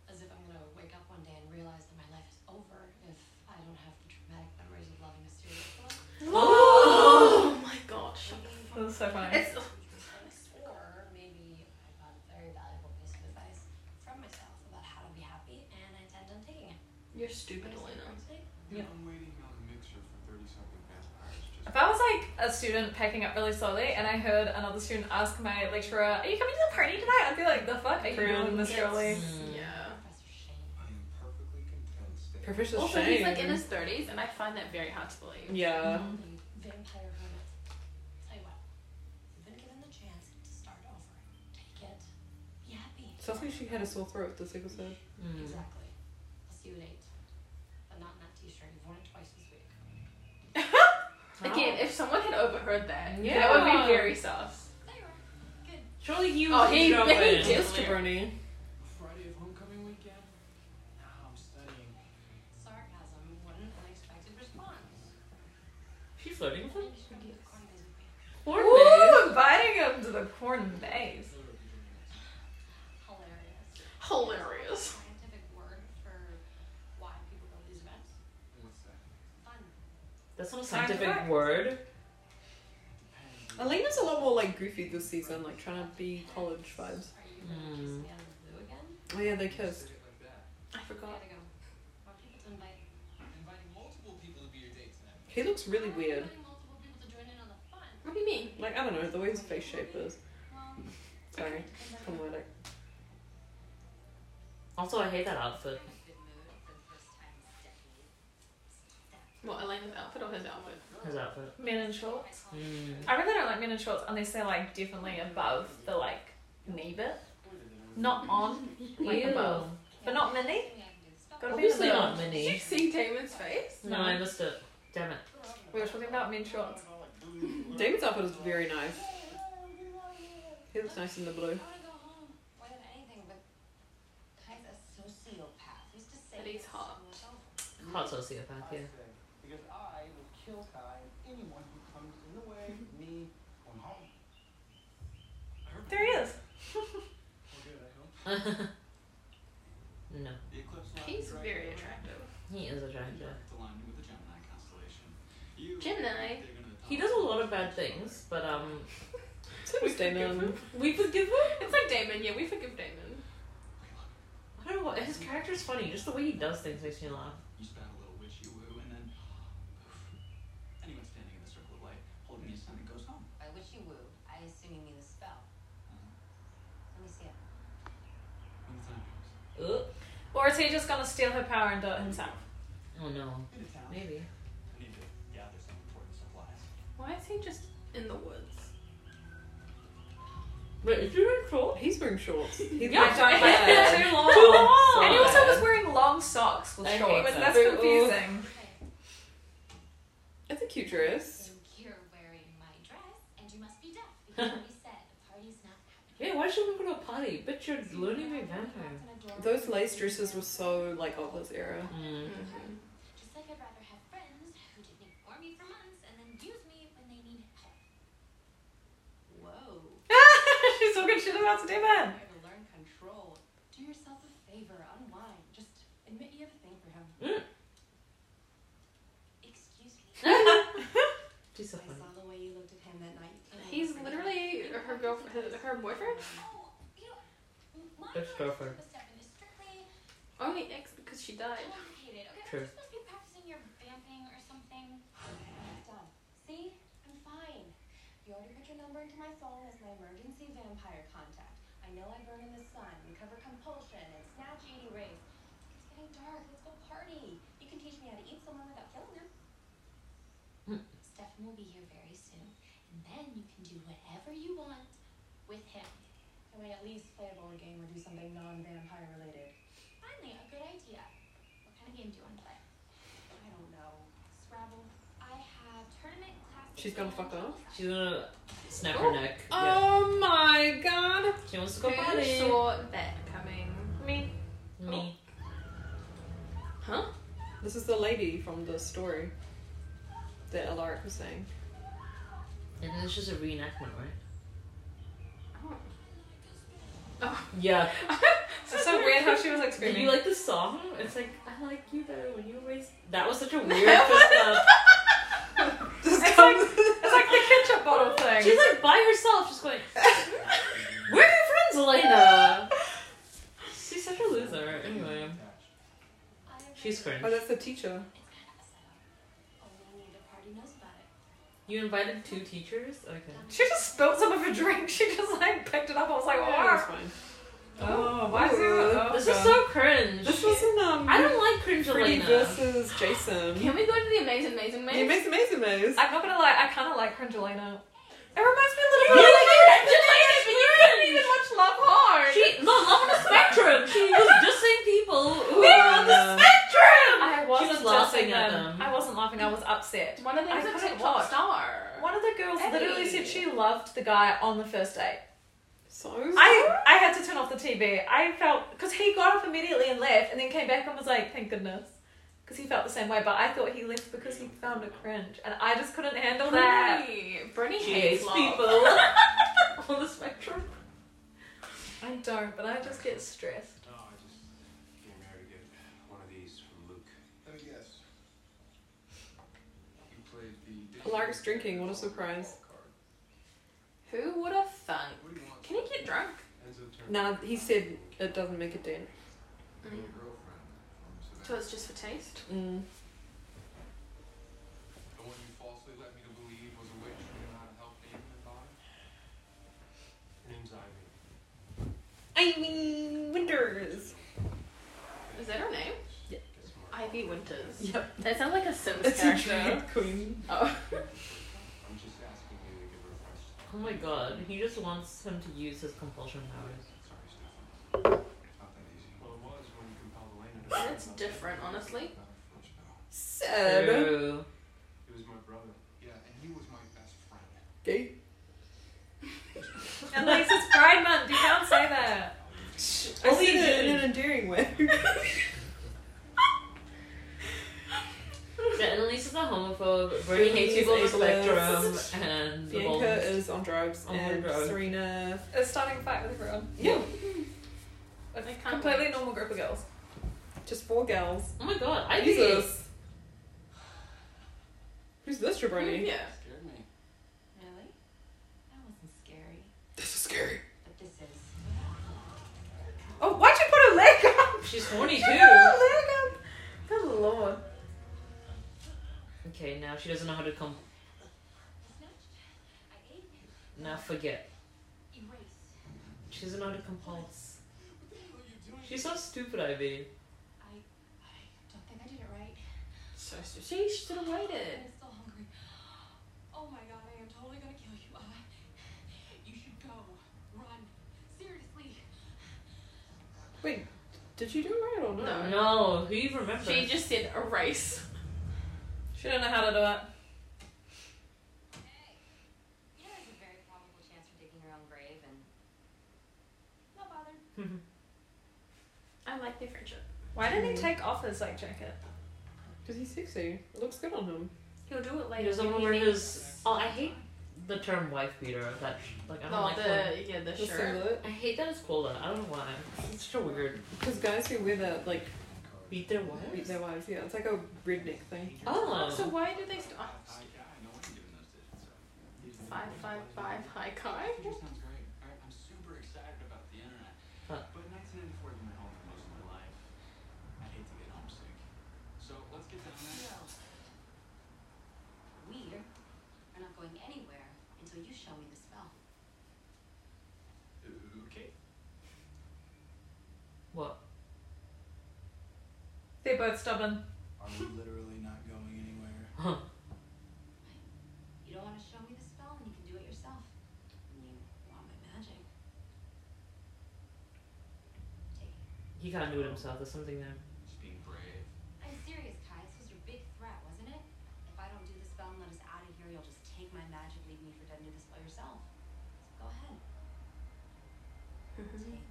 [SPEAKER 7] As if I'm gonna wake up one day and realize that my life is over if I don't have the traumatic memories of loving a serial killer.
[SPEAKER 4] Oh my gosh.
[SPEAKER 3] That's so funny.
[SPEAKER 4] It's
[SPEAKER 7] Or maybe I found a very valuable piece of advice from myself about how to be happy and I intend on taking it.
[SPEAKER 4] you're stupid, Elena.
[SPEAKER 5] You know, I'm waiting on the mixer for 30 second vampires. Just
[SPEAKER 3] If I was like a student packing up really slowly and I heard another student ask my lecturer, Are you coming to the party tonight? I'd be like, The fuck are you doing this early?
[SPEAKER 7] Mm.
[SPEAKER 4] Yeah.
[SPEAKER 7] Professor Shane.
[SPEAKER 5] I am perfectly content staying.
[SPEAKER 1] Professor
[SPEAKER 4] Also,
[SPEAKER 1] Shane.
[SPEAKER 4] he's like in his thirties, and I find that very hard to believe.
[SPEAKER 1] yeah.
[SPEAKER 7] the vampire hermit. Tell you what, you've been given the chance to start over. Take it. Be happy.
[SPEAKER 1] Sounds like she had a sore throat this episode.
[SPEAKER 2] Mm.
[SPEAKER 7] Exactly.
[SPEAKER 1] Mm-hmm.
[SPEAKER 7] I'll see you at eight. But not in that t-shirt. You've worn it twice this week.
[SPEAKER 4] Again, if someone had overheard that, that would
[SPEAKER 2] Yeah.
[SPEAKER 4] be very sus.
[SPEAKER 7] There you are. Good.
[SPEAKER 2] Surely he
[SPEAKER 4] Oh,
[SPEAKER 2] was
[SPEAKER 4] he-
[SPEAKER 2] in trouble.
[SPEAKER 4] he did.
[SPEAKER 1] Yes, Jabroni.
[SPEAKER 5] Friday of homecoming weekend? Nah, I'm studying.
[SPEAKER 7] Sarcasm. What an unexpected response.
[SPEAKER 2] She flirting with him?
[SPEAKER 7] Maybe she should be a corn maze with me.
[SPEAKER 2] Poor babe.
[SPEAKER 3] Ooh, inviting him to the corn maze.
[SPEAKER 7] Hilarious.
[SPEAKER 4] Hilarious.
[SPEAKER 7] Scientific word for why people go to these events.
[SPEAKER 5] What's that?
[SPEAKER 7] Fun.
[SPEAKER 2] That's not a
[SPEAKER 3] Science
[SPEAKER 2] scientific
[SPEAKER 3] fact.
[SPEAKER 2] word.
[SPEAKER 1] Elena's a lot more like goofy this season, like trying to be college vibes. Mm-hmm.
[SPEAKER 7] Are you gonna kiss
[SPEAKER 2] Mm.
[SPEAKER 7] me out of the blue again?
[SPEAKER 1] Oh yeah, they kissed.
[SPEAKER 5] Say it like
[SPEAKER 4] I
[SPEAKER 5] that.
[SPEAKER 7] I
[SPEAKER 4] forgot.
[SPEAKER 7] gotta go. I want people to invite.
[SPEAKER 5] Inviting multiple people to be your date tonight.
[SPEAKER 1] He looks really
[SPEAKER 7] I'm
[SPEAKER 1] weird.
[SPEAKER 7] inviting multiple people to join in on the fun.
[SPEAKER 4] What do you mean?
[SPEAKER 1] Like I don't know the way his face shape is.
[SPEAKER 7] Well,
[SPEAKER 1] Sorry, I'm like
[SPEAKER 2] Also, I hate that outfit.
[SPEAKER 4] What, Elena's outfit or his outfit?
[SPEAKER 2] His outfit.
[SPEAKER 3] Men in shorts.
[SPEAKER 2] Mm.
[SPEAKER 3] I really don't like men in shorts unless they're like definitely above the like knee bit. Not on, like
[SPEAKER 2] Ew.
[SPEAKER 3] above. But not mini. Gotta be in the
[SPEAKER 2] Obviously
[SPEAKER 3] middle.
[SPEAKER 2] not
[SPEAKER 4] Did you
[SPEAKER 2] mini.
[SPEAKER 4] see Damon's face?
[SPEAKER 2] No, I missed it. Damn it.
[SPEAKER 3] We were talking about men shorts.
[SPEAKER 1] Damon's outfit is very nice. He looks nice in the blue.
[SPEAKER 4] But he's hot.
[SPEAKER 2] Hot sociopath, yeah.
[SPEAKER 5] Because I will kill Kai and anyone who comes in the way of me from home.
[SPEAKER 3] There he is.
[SPEAKER 2] no,
[SPEAKER 5] The eclipse line
[SPEAKER 4] He's
[SPEAKER 5] is right
[SPEAKER 4] very
[SPEAKER 5] there.
[SPEAKER 4] attractive.
[SPEAKER 2] he is attractive.
[SPEAKER 5] Direct alignment with the Gemini constellation. You-
[SPEAKER 4] Gemini.
[SPEAKER 5] They're gonna
[SPEAKER 2] He does a lot of bad things, but um,
[SPEAKER 1] So is Damon.
[SPEAKER 2] we forgive him.
[SPEAKER 4] It's like Damon, yeah, we forgive Damon.
[SPEAKER 2] I don't know what his character's funny. Just the way he does things makes me laugh.
[SPEAKER 5] You spat a little witchy woo, and then anyone standing in the circle of light holding his son goes home.
[SPEAKER 6] By which you woo, I assume you mean the spell. Let me see it.
[SPEAKER 5] When the time comes.
[SPEAKER 2] Ugh.
[SPEAKER 3] Or is he just gonna steal her power and do it himself?
[SPEAKER 2] Oh no,
[SPEAKER 5] In a town.
[SPEAKER 2] maybe.
[SPEAKER 5] I need to gather some important supplies.
[SPEAKER 4] Why is he just in the woods?
[SPEAKER 2] Wait, is he wearing shorts?
[SPEAKER 1] He's wearing shorts. He's
[SPEAKER 2] Yeah.
[SPEAKER 1] yeah.
[SPEAKER 3] I don't like that. Too long.
[SPEAKER 2] Too long.
[SPEAKER 3] And he also was wearing long socks with
[SPEAKER 2] Oh. Okay,
[SPEAKER 3] shorts.
[SPEAKER 2] what's
[SPEAKER 3] That's
[SPEAKER 2] up?
[SPEAKER 3] confusing.
[SPEAKER 1] It's a cute dress.
[SPEAKER 7] You're wearing my dress, and you must be deaf because we said the party's not happening.
[SPEAKER 2] Yeah, why should we go to a party? Bitch, you're learning my vampire.
[SPEAKER 1] Those lace dresses were so like of this era.
[SPEAKER 2] Mm.
[SPEAKER 7] Just like I'd rather have friends who didn't ignore me for months and then use me when they need help.
[SPEAKER 6] Whoa.
[SPEAKER 3] She's talking shit about today, man.
[SPEAKER 6] Here to learn control. Do yourself a favor, unwind. Just admit you have a thing for him.
[SPEAKER 7] Excuse me.
[SPEAKER 2] She's so
[SPEAKER 6] I
[SPEAKER 2] funny.
[SPEAKER 6] saw the way you looked at him that night.
[SPEAKER 4] He's literally her girlfriend, her- her boyfriend?
[SPEAKER 7] Oh, you know, my
[SPEAKER 2] That's
[SPEAKER 7] practice
[SPEAKER 2] perfect.
[SPEAKER 7] with Stefan is strictly
[SPEAKER 4] Only ex because she died.
[SPEAKER 7] complicated, okay?
[SPEAKER 2] True.
[SPEAKER 7] You're supposed to be practicing your vamping or something.
[SPEAKER 6] Done. See? I'm fine. You already put your number into my phone as my emergency vampire contact. I know I burn in the sun, recover compulsion, and snatch 80 rays. It's getting dark. Let's go party. You can teach me how to eat someone without killing them.
[SPEAKER 2] Hmm.
[SPEAKER 7] Stefan will be here very soon, and then you can do whatever you want with him.
[SPEAKER 6] Can we at least play a board game or do something non-vampire related?
[SPEAKER 7] Finally, a good idea. What kind of game do you want to play?
[SPEAKER 6] I don't know.
[SPEAKER 7] Scrabble. I have tournament classes.
[SPEAKER 1] She's gonna
[SPEAKER 7] and
[SPEAKER 1] fuck off?
[SPEAKER 7] classes.
[SPEAKER 2] She's gonna snap her neck. Yeah.
[SPEAKER 1] Oh my god.
[SPEAKER 2] She wants to go
[SPEAKER 4] Who
[SPEAKER 2] party.
[SPEAKER 4] saw that coming?
[SPEAKER 3] Me.
[SPEAKER 2] Me.
[SPEAKER 4] Huh?
[SPEAKER 1] This is the lady from the story that Alaric was saying.
[SPEAKER 2] And then it's just a reenactment, right?
[SPEAKER 4] Oh.
[SPEAKER 2] Yeah.
[SPEAKER 3] It's so weird how she was like
[SPEAKER 2] Did
[SPEAKER 3] screaming.
[SPEAKER 2] you like the song? It's like I like you better when you raise. That was such a weird.
[SPEAKER 4] That was-
[SPEAKER 2] just, uh,
[SPEAKER 1] Just
[SPEAKER 3] It's
[SPEAKER 1] comes-
[SPEAKER 3] it's like the ketchup bottle thing.
[SPEAKER 2] She's like by herself, just going. Where are your friends, Elena? She's such a loser. Anyway, she's cringe.
[SPEAKER 1] oh, that's the teacher.
[SPEAKER 7] It's kind of a setup. Only Oh, the party knows about it.
[SPEAKER 2] You invited two teachers. Okay.
[SPEAKER 3] She just spilled some of her drink. She just like picked it up. I was like,
[SPEAKER 1] Yeah, that's
[SPEAKER 3] wow.
[SPEAKER 1] fine.
[SPEAKER 3] Oh, why is it? Oh,
[SPEAKER 2] This
[SPEAKER 3] God.
[SPEAKER 2] was so cringe.
[SPEAKER 1] This wasn't um.
[SPEAKER 2] uh, I don't like cringe,
[SPEAKER 1] Freddy
[SPEAKER 2] Elena.
[SPEAKER 1] versus Jason.
[SPEAKER 4] Can we go to the Amazing Amazing Maze?
[SPEAKER 1] The amazing, amazing maze.
[SPEAKER 3] I'm not gonna lie, I kind of like Cringelina. It reminds me a little
[SPEAKER 2] You
[SPEAKER 3] bit
[SPEAKER 2] like
[SPEAKER 3] of
[SPEAKER 2] Cringelina's
[SPEAKER 3] You didn't even watch Love Hard.
[SPEAKER 2] She no love on the spectrum. She was dissing people. Who
[SPEAKER 1] We're
[SPEAKER 2] are
[SPEAKER 1] on the
[SPEAKER 2] the
[SPEAKER 3] spectrum. I
[SPEAKER 2] was
[SPEAKER 3] wasn't
[SPEAKER 2] laughing
[SPEAKER 3] dissing
[SPEAKER 2] at
[SPEAKER 3] them.
[SPEAKER 2] them.
[SPEAKER 3] I wasn't laughing. I was upset.
[SPEAKER 4] One
[SPEAKER 3] I
[SPEAKER 4] of them's a
[SPEAKER 3] couldn't
[SPEAKER 4] TikTok
[SPEAKER 3] watch.
[SPEAKER 4] star.
[SPEAKER 3] One of the girls
[SPEAKER 4] Hey.
[SPEAKER 3] literally said she loved the guy on the first date.
[SPEAKER 1] So
[SPEAKER 3] I I had to turn off the TV. I felt because he got up immediately and left, and then came back and was like, "Thank goodness," because he felt the same way. But I thought he left because he found it cringe, and I just couldn't handle that.
[SPEAKER 4] Brittany. Brittany
[SPEAKER 2] She
[SPEAKER 4] hates
[SPEAKER 2] hates
[SPEAKER 4] love.
[SPEAKER 2] people on the spectrum.
[SPEAKER 3] I don't, but I just get stressed.
[SPEAKER 5] No, I just came here to get one of these from Luke. Let me guess. You played the.
[SPEAKER 1] Lark's drinking, what a surprise.
[SPEAKER 4] Who would have thunk?
[SPEAKER 5] What do you want?
[SPEAKER 4] Can he get drunk?
[SPEAKER 5] Enzo turned
[SPEAKER 1] Nah, he said
[SPEAKER 5] uh,
[SPEAKER 1] it doesn't make a dent.
[SPEAKER 5] to be a girlfriend. Um, so
[SPEAKER 4] So
[SPEAKER 5] that-
[SPEAKER 4] it's just for taste?
[SPEAKER 1] Mm.
[SPEAKER 5] The one you falsely led me to believe was a witch who knew how to help David and
[SPEAKER 1] I
[SPEAKER 5] Bonnie? Her name's Ivy.
[SPEAKER 1] mean, Winters.
[SPEAKER 4] Is that her name?
[SPEAKER 1] Yeah.
[SPEAKER 4] Ivy Winters.
[SPEAKER 1] Yep.
[SPEAKER 4] That sounds like a Sims
[SPEAKER 1] It's a
[SPEAKER 4] character.
[SPEAKER 1] drag queen.
[SPEAKER 4] Oh.
[SPEAKER 5] I'm just asking you to give her a question.
[SPEAKER 2] Oh my god, he just wants him to use his compulsion powers.
[SPEAKER 5] Sorry, Stefan. It's not that easy. Well, it was when you compelled Elena to.
[SPEAKER 4] That's different, honestly.
[SPEAKER 1] Sad.
[SPEAKER 2] Ew.
[SPEAKER 5] He was my brother. Yeah, and he was my best friend.
[SPEAKER 1] Gay.
[SPEAKER 3] And like it's Pride Month, you can't say that.
[SPEAKER 1] I
[SPEAKER 2] Only
[SPEAKER 1] said it in
[SPEAKER 2] you.
[SPEAKER 1] an endearing way.
[SPEAKER 2] Yeah, and Elise is a homophobe. Bernie hates people on the
[SPEAKER 1] ableist.
[SPEAKER 2] spectrum and the
[SPEAKER 1] Bianca
[SPEAKER 2] Boltons.
[SPEAKER 1] is on drugs,
[SPEAKER 2] On
[SPEAKER 1] and
[SPEAKER 2] drugs.
[SPEAKER 1] Serena.
[SPEAKER 3] It's starting a fight with everyone.
[SPEAKER 1] Yeah,
[SPEAKER 3] With
[SPEAKER 4] I can't
[SPEAKER 3] completely
[SPEAKER 4] wait.
[SPEAKER 3] normal group of girls.
[SPEAKER 1] just four gals.
[SPEAKER 2] Oh my god, I
[SPEAKER 1] Who's
[SPEAKER 2] do.
[SPEAKER 1] this? Who's this jabroni?
[SPEAKER 4] Yeah.
[SPEAKER 5] Scared me.
[SPEAKER 7] Really? That wasn't scary.
[SPEAKER 1] This is scary.
[SPEAKER 7] But this is.
[SPEAKER 1] Oh, why'd you put a leg up?
[SPEAKER 2] She's horny
[SPEAKER 1] You
[SPEAKER 2] too.
[SPEAKER 1] put a leg up. Good lord.
[SPEAKER 2] Okay, now she doesn't know how to come.
[SPEAKER 7] Snatched. I ate it.
[SPEAKER 2] Now forget.
[SPEAKER 7] Erased.
[SPEAKER 2] She doesn't know how to compulse. She's so stupid, Ivy.
[SPEAKER 7] I. I don't think I did it right.
[SPEAKER 4] So, so she should have waited.
[SPEAKER 7] I'm still hungry. Oh my god, I am totally gonna kill you. I. You should go. Run. Seriously.
[SPEAKER 1] Wait, did you do it right or no?
[SPEAKER 4] No.
[SPEAKER 2] No, who even remembers?
[SPEAKER 4] She just said erase.
[SPEAKER 3] She don't know how to do it.
[SPEAKER 7] You know, there's a very probable chance for digging your own grave and. Not bothered.
[SPEAKER 4] I like their friendship.
[SPEAKER 3] Why didn't he take off his like jacket?
[SPEAKER 1] Cause he's sexy. It looks good on him.
[SPEAKER 4] He'll do it
[SPEAKER 2] He
[SPEAKER 4] later.
[SPEAKER 2] doesn't
[SPEAKER 4] when he
[SPEAKER 2] remember
[SPEAKER 4] needs-
[SPEAKER 2] his. Oh, I hate the term wife beater. That sh- like I don't
[SPEAKER 4] Oh,
[SPEAKER 2] like that.
[SPEAKER 4] the yeah, the
[SPEAKER 1] The
[SPEAKER 4] shirt.
[SPEAKER 1] singlet.
[SPEAKER 2] I hate that it's called that. I don't know why. It's so weird.
[SPEAKER 1] Cause guys who wear that like
[SPEAKER 2] Beat their
[SPEAKER 1] beat
[SPEAKER 2] wives.
[SPEAKER 1] their wives. Yeah, it's like a redneck thing.
[SPEAKER 2] Oh.
[SPEAKER 4] So why did they? St- oh,
[SPEAKER 5] Hi, guy. No one giving those digits up.
[SPEAKER 4] five five five high kai.
[SPEAKER 5] Your sounds great. I, I'm super excited about the internet.
[SPEAKER 2] Huh.
[SPEAKER 5] But 1994 has been home for most of my life. I hate to get homesick. So let's get down there.
[SPEAKER 7] No. We are not going anywhere until you show me the spell.
[SPEAKER 5] Okay.
[SPEAKER 2] What?
[SPEAKER 3] They're both stubborn.
[SPEAKER 5] Are we literally not going anywhere?
[SPEAKER 2] Huh.
[SPEAKER 7] You don't want to show me the spell, and you can do it yourself. And you want my magic. Take it.
[SPEAKER 2] He can't do it himself. There's something there.
[SPEAKER 5] Just being brave.
[SPEAKER 7] I'm serious, Kai. This was your big threat, wasn't it? If I don't do the spell and let us out of here, you'll just take my magic, leave me for dead, and do the spell yourself. So go ahead. Take all of it.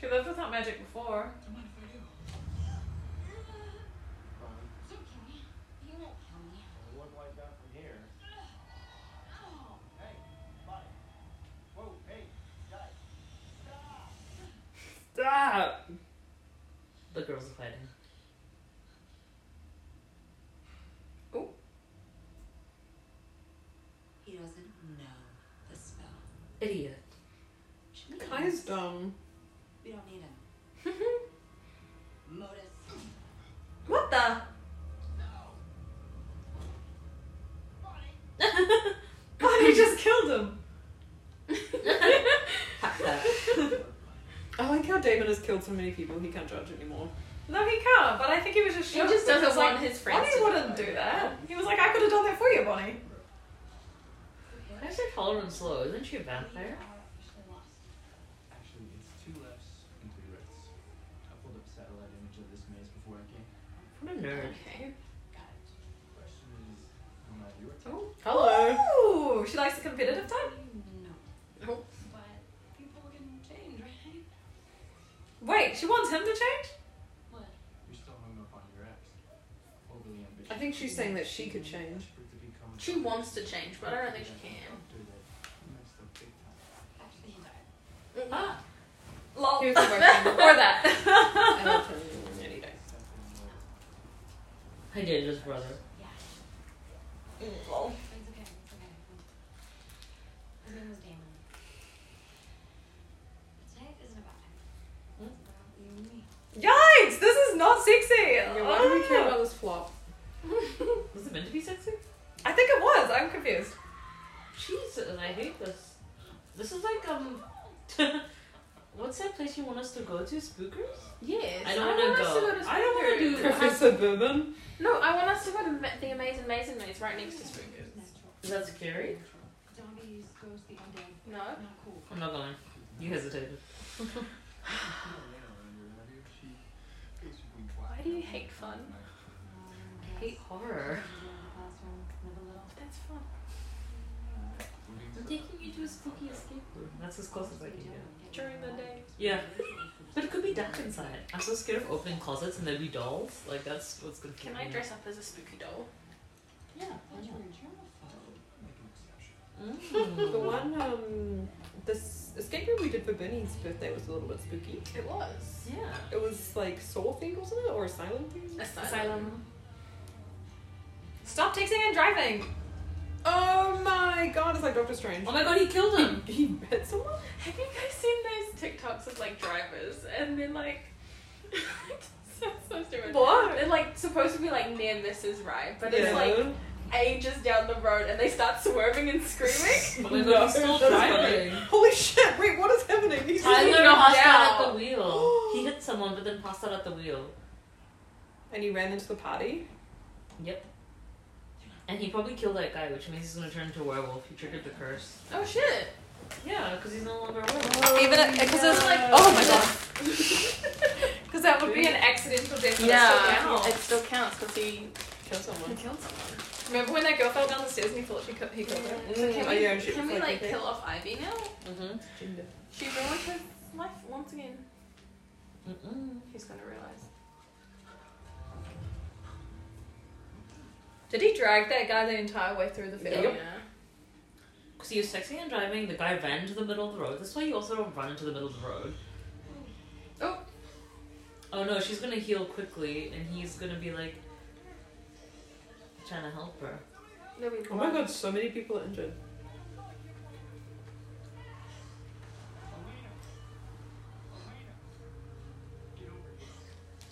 [SPEAKER 3] She lived without magic before.
[SPEAKER 5] Don't mind if I do.
[SPEAKER 7] It's okay. You won't kill me.
[SPEAKER 5] look like that from here.
[SPEAKER 7] No.
[SPEAKER 5] Hey, buddy. Whoa, hey, guys.
[SPEAKER 1] Stop.
[SPEAKER 2] The girls are fighting.
[SPEAKER 7] He doesn't know the spell.
[SPEAKER 2] Idiot.
[SPEAKER 7] Which means
[SPEAKER 1] Kai's dumb.
[SPEAKER 7] We don't need him. Modus.
[SPEAKER 3] What the? Bonnie just killed him.
[SPEAKER 2] Hack that.
[SPEAKER 1] I like how Damon has killed so many people. He can't judge anymore.
[SPEAKER 3] No, he can't. But I think he was just
[SPEAKER 4] He
[SPEAKER 3] shocked.
[SPEAKER 4] just doesn't
[SPEAKER 3] because,
[SPEAKER 4] want
[SPEAKER 3] like,
[SPEAKER 4] his friends.
[SPEAKER 3] Bonnie
[SPEAKER 4] to
[SPEAKER 3] wouldn't do that. He was like, I could have done that for you, Bonnie.
[SPEAKER 2] Why is her tolerance low? Isn't she a
[SPEAKER 7] We
[SPEAKER 2] vampire?
[SPEAKER 7] are officially lost.
[SPEAKER 5] Actually, it's two lefts and three rights. I pulled up satellite image of this maze before I came.
[SPEAKER 2] What a nerd.
[SPEAKER 4] Okay.
[SPEAKER 7] Got it.
[SPEAKER 5] Question is, am I your type?
[SPEAKER 1] Hello.
[SPEAKER 3] Ooh, she likes the competitive type.
[SPEAKER 7] No.
[SPEAKER 1] Oh.
[SPEAKER 7] But people can change, right?
[SPEAKER 3] Wait, she wants him to change?
[SPEAKER 7] What?
[SPEAKER 5] You're still hung up on your ex. Overly ambitious.
[SPEAKER 1] I think she's saying that she could change.
[SPEAKER 5] Desperate to become a
[SPEAKER 4] She
[SPEAKER 5] top-
[SPEAKER 4] wants to change, but I don't think she can.
[SPEAKER 5] Don't do that. You messed up big time.
[SPEAKER 7] Actually, he died.
[SPEAKER 2] Ah.
[SPEAKER 3] Lol.
[SPEAKER 1] He was my friend.
[SPEAKER 3] Or that.
[SPEAKER 1] I love him any day.
[SPEAKER 5] Stefan Lord.
[SPEAKER 2] I did his brother.
[SPEAKER 7] Yeah.
[SPEAKER 3] Lol.
[SPEAKER 7] It's okay. It's okay. His name was Damon. But tonight isn't about him.
[SPEAKER 2] Hmm?
[SPEAKER 7] It's about you and me.
[SPEAKER 3] Yikes! This is not sexy.
[SPEAKER 1] Yeah, why do we care
[SPEAKER 3] Ah.
[SPEAKER 1] about this flop?
[SPEAKER 2] Was it meant to be sexy?
[SPEAKER 3] Ah. I think it was. I'm confused.
[SPEAKER 2] Jesus, I hate this. This is like um What's that place you want us to go to? Spookers?
[SPEAKER 4] Yes.
[SPEAKER 2] I don't wanna
[SPEAKER 4] want us
[SPEAKER 2] go.
[SPEAKER 4] to
[SPEAKER 1] I don't want to do
[SPEAKER 4] Spookers.
[SPEAKER 1] Professor Bourbon.
[SPEAKER 4] No, I want us to go to Ma- the Amazing Mason Maze right next to Spookers.
[SPEAKER 7] Natural.
[SPEAKER 2] Is that scary?
[SPEAKER 7] Natural. Zombies, ghosts, the undead.
[SPEAKER 4] No.
[SPEAKER 7] Not cool.
[SPEAKER 2] I'm not going. You hesitated.
[SPEAKER 4] Why do you hate fun?
[SPEAKER 7] um,
[SPEAKER 2] I hate horror.
[SPEAKER 4] That's fun.
[SPEAKER 2] I'm taking you to a spooky escape room. That's as close as I can get.
[SPEAKER 4] During the day.
[SPEAKER 2] Yeah. But it could be dark inside. I'm so scared of opening closets and there'd be dolls. Like, that's what's good
[SPEAKER 4] Can I dress up as a spooky doll?
[SPEAKER 2] Yeah.
[SPEAKER 1] The
[SPEAKER 4] Mm-hmm.
[SPEAKER 2] Mm.
[SPEAKER 1] one, um, this escape room we did for Bernie's birthday was a little bit spooky.
[SPEAKER 4] It was.
[SPEAKER 2] yeah.
[SPEAKER 1] It was like Saw themed, wasn't it, or a silent thing?
[SPEAKER 4] Asylum.
[SPEAKER 3] Asylum. Stop texting and driving.
[SPEAKER 1] Oh my god! It's like Doctor Strange.
[SPEAKER 2] Oh my god, he killed him!
[SPEAKER 1] He hit someone.
[SPEAKER 4] Have you guys seen those TikToks of like drivers and then like so, so stupid.
[SPEAKER 1] What?
[SPEAKER 4] They're like supposed to be like near misses, right? But it's
[SPEAKER 1] Yeah.
[SPEAKER 4] like ages down the road and they start swerving and screaming.
[SPEAKER 2] Oh my god,
[SPEAKER 1] No,
[SPEAKER 2] he's still
[SPEAKER 1] that's
[SPEAKER 2] driving.
[SPEAKER 1] Holy shit! Wait, what is happening? He's
[SPEAKER 2] Tyler
[SPEAKER 4] knocked
[SPEAKER 2] passed out
[SPEAKER 4] out.
[SPEAKER 2] at the wheel. he hit someone, but then passed out at the wheel.
[SPEAKER 1] and he ran into the party.
[SPEAKER 2] Yep. And he probably killed that guy, which means he's gonna turn into a werewolf. He triggered the curse.
[SPEAKER 4] oh shit.
[SPEAKER 2] Yeah, because he's no longer a werewolf.
[SPEAKER 4] Oh.
[SPEAKER 3] Even because it's like
[SPEAKER 1] Oh my
[SPEAKER 3] because that would be an accidental death. but it's still down.
[SPEAKER 4] It still counts because he
[SPEAKER 1] Kill someone.
[SPEAKER 4] killed someone.
[SPEAKER 3] Remember when that girl fell down the stairs and he thought she co- he killed her?
[SPEAKER 1] Mm,
[SPEAKER 4] can
[SPEAKER 1] oh,
[SPEAKER 4] we,
[SPEAKER 1] yeah, she
[SPEAKER 4] can
[SPEAKER 1] was
[SPEAKER 4] we
[SPEAKER 1] like,
[SPEAKER 4] like
[SPEAKER 1] okay.
[SPEAKER 4] kill off Ivy now?
[SPEAKER 1] Mm-hmm. Gender.
[SPEAKER 4] She ruined his life once again.
[SPEAKER 2] Mm-mm.
[SPEAKER 4] He's gonna realize.
[SPEAKER 3] Did he drag that guy the entire way through the field?
[SPEAKER 2] Yep. Because he was texting and driving, the guy ran into the middle of the road. That's why you also don't run into the middle of the road.
[SPEAKER 4] Oh.
[SPEAKER 2] Oh no, she's gonna heal quickly, and he's gonna be like trying to help her.
[SPEAKER 4] No, we
[SPEAKER 1] Oh my god! So many people are injured.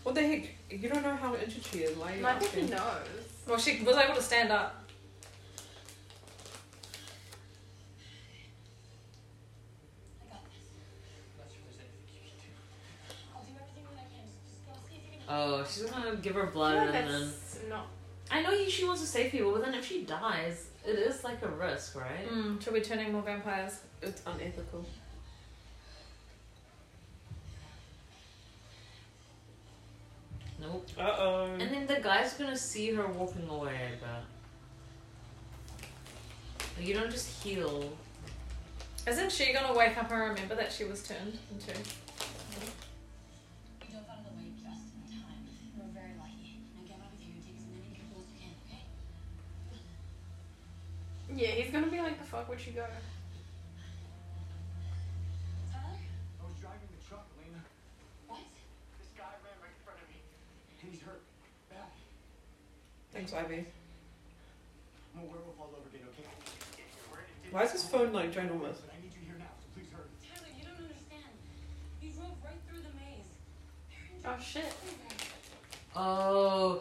[SPEAKER 1] What the heck? You don't know how injured she is. Why are you
[SPEAKER 4] No, I think
[SPEAKER 1] asking?
[SPEAKER 4] he knows.
[SPEAKER 3] Well, she was able to stand up.
[SPEAKER 2] Oh, she's gonna give her
[SPEAKER 4] I
[SPEAKER 2] blood,
[SPEAKER 4] feel like
[SPEAKER 2] and then
[SPEAKER 4] that's not.
[SPEAKER 2] I know he, she wants to save people, but then if she dies, it is like a risk, right?
[SPEAKER 3] Mm, she'll be turning more vampires.
[SPEAKER 1] It's unethical.
[SPEAKER 2] Nope.
[SPEAKER 1] Uh oh.
[SPEAKER 2] And then the guy's gonna see her walking away, but Like, you don't just heal.
[SPEAKER 3] Isn't she gonna wake up and remember that she was turned into?
[SPEAKER 7] We dove out of the way just in time. We were very lucky. Now get out of here and take as many people as you can, okay?
[SPEAKER 4] Yeah, he's gonna be like, the fuck would she go?
[SPEAKER 7] Tyler?
[SPEAKER 5] I was driving the truck, Lena.
[SPEAKER 7] What?
[SPEAKER 5] This guy ran right in front of me. And he's hurt. Bad.
[SPEAKER 1] Thanks, Ivy.
[SPEAKER 5] I'm a werewolf all over again, okay?
[SPEAKER 1] Why is his phone like ginormous?
[SPEAKER 5] But I need you here now, so please hurry.
[SPEAKER 7] Tyler, you don't understand. You drove right through the maze.
[SPEAKER 4] Oh shit.
[SPEAKER 2] Oh,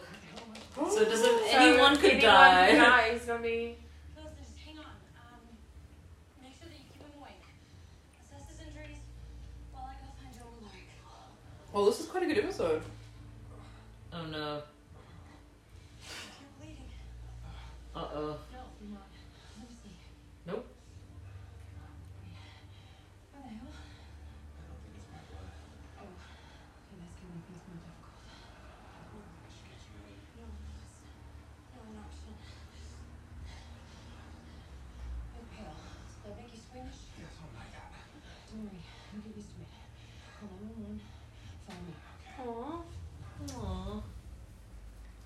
[SPEAKER 2] so does
[SPEAKER 4] Oh, So
[SPEAKER 2] it, anyone
[SPEAKER 4] if
[SPEAKER 2] could
[SPEAKER 4] anyone
[SPEAKER 2] die?
[SPEAKER 4] Could die. He's gonna be.
[SPEAKER 7] Phyllis, just hang on. Um, make sure that you keep him awake. Assess his injuries while I go find Joe Mallory.
[SPEAKER 1] Well, Oh, this is quite a good episode.
[SPEAKER 2] Oh no.
[SPEAKER 7] You're bleeding.
[SPEAKER 2] Uh oh.
[SPEAKER 7] No, I'm not. Let me see.
[SPEAKER 2] Nope.
[SPEAKER 7] What the hell? I don't think it's my blood. Oh, okay, that's gonna make things more difficult. No, it's not an option. You're pale. Does that make you squeamish?
[SPEAKER 5] Yes, oh my god.
[SPEAKER 7] Don't worry, I'll get used to it. Call 911. Follow me.
[SPEAKER 4] Aww.
[SPEAKER 2] Aww.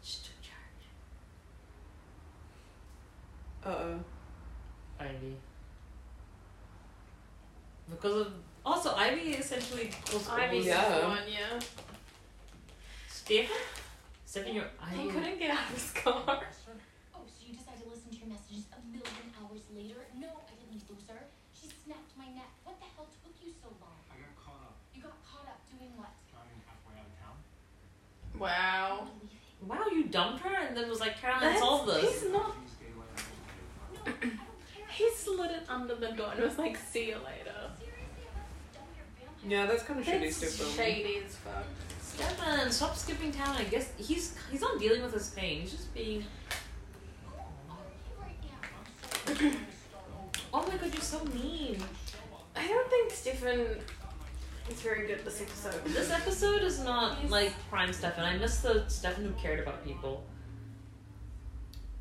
[SPEAKER 2] She took charge.
[SPEAKER 1] Uh oh.
[SPEAKER 2] Ivy. Because of also Ivy essentially calls
[SPEAKER 4] Ivy's
[SPEAKER 1] Yeah.
[SPEAKER 4] yeah. one, yeah.
[SPEAKER 2] Stefan. Stefan, you're
[SPEAKER 4] He
[SPEAKER 2] Ivy.
[SPEAKER 4] couldn't get out of his car.
[SPEAKER 7] Oh, so you decide to listen to your messages a million hours later? No, I didn't, loser. She snapped my neck. What the hell took you so long?
[SPEAKER 5] I got caught up
[SPEAKER 7] You got caught up doing what?
[SPEAKER 5] driving halfway out of town.
[SPEAKER 4] Wow.
[SPEAKER 2] Wow, you dumped her and then was like, Caroline,
[SPEAKER 4] That's-
[SPEAKER 2] solve this.
[SPEAKER 4] He's not.
[SPEAKER 5] Please stay away.
[SPEAKER 7] No, I don't care.
[SPEAKER 4] He slid it under the door and was like, see you later.
[SPEAKER 7] Seriously, I must have done your vampire
[SPEAKER 1] Yeah, that's kind of shitty
[SPEAKER 2] That's
[SPEAKER 1] stuff. though.
[SPEAKER 4] Shady as fuck.
[SPEAKER 2] Stefan, stop skipping town. I guess he's he's not dealing with his pain. He's just being. Oh my god, you're so mean.
[SPEAKER 4] I don't think Stefan is very good this episode.
[SPEAKER 2] This episode is not like prime Stefan. I miss the Stefan who cared about people.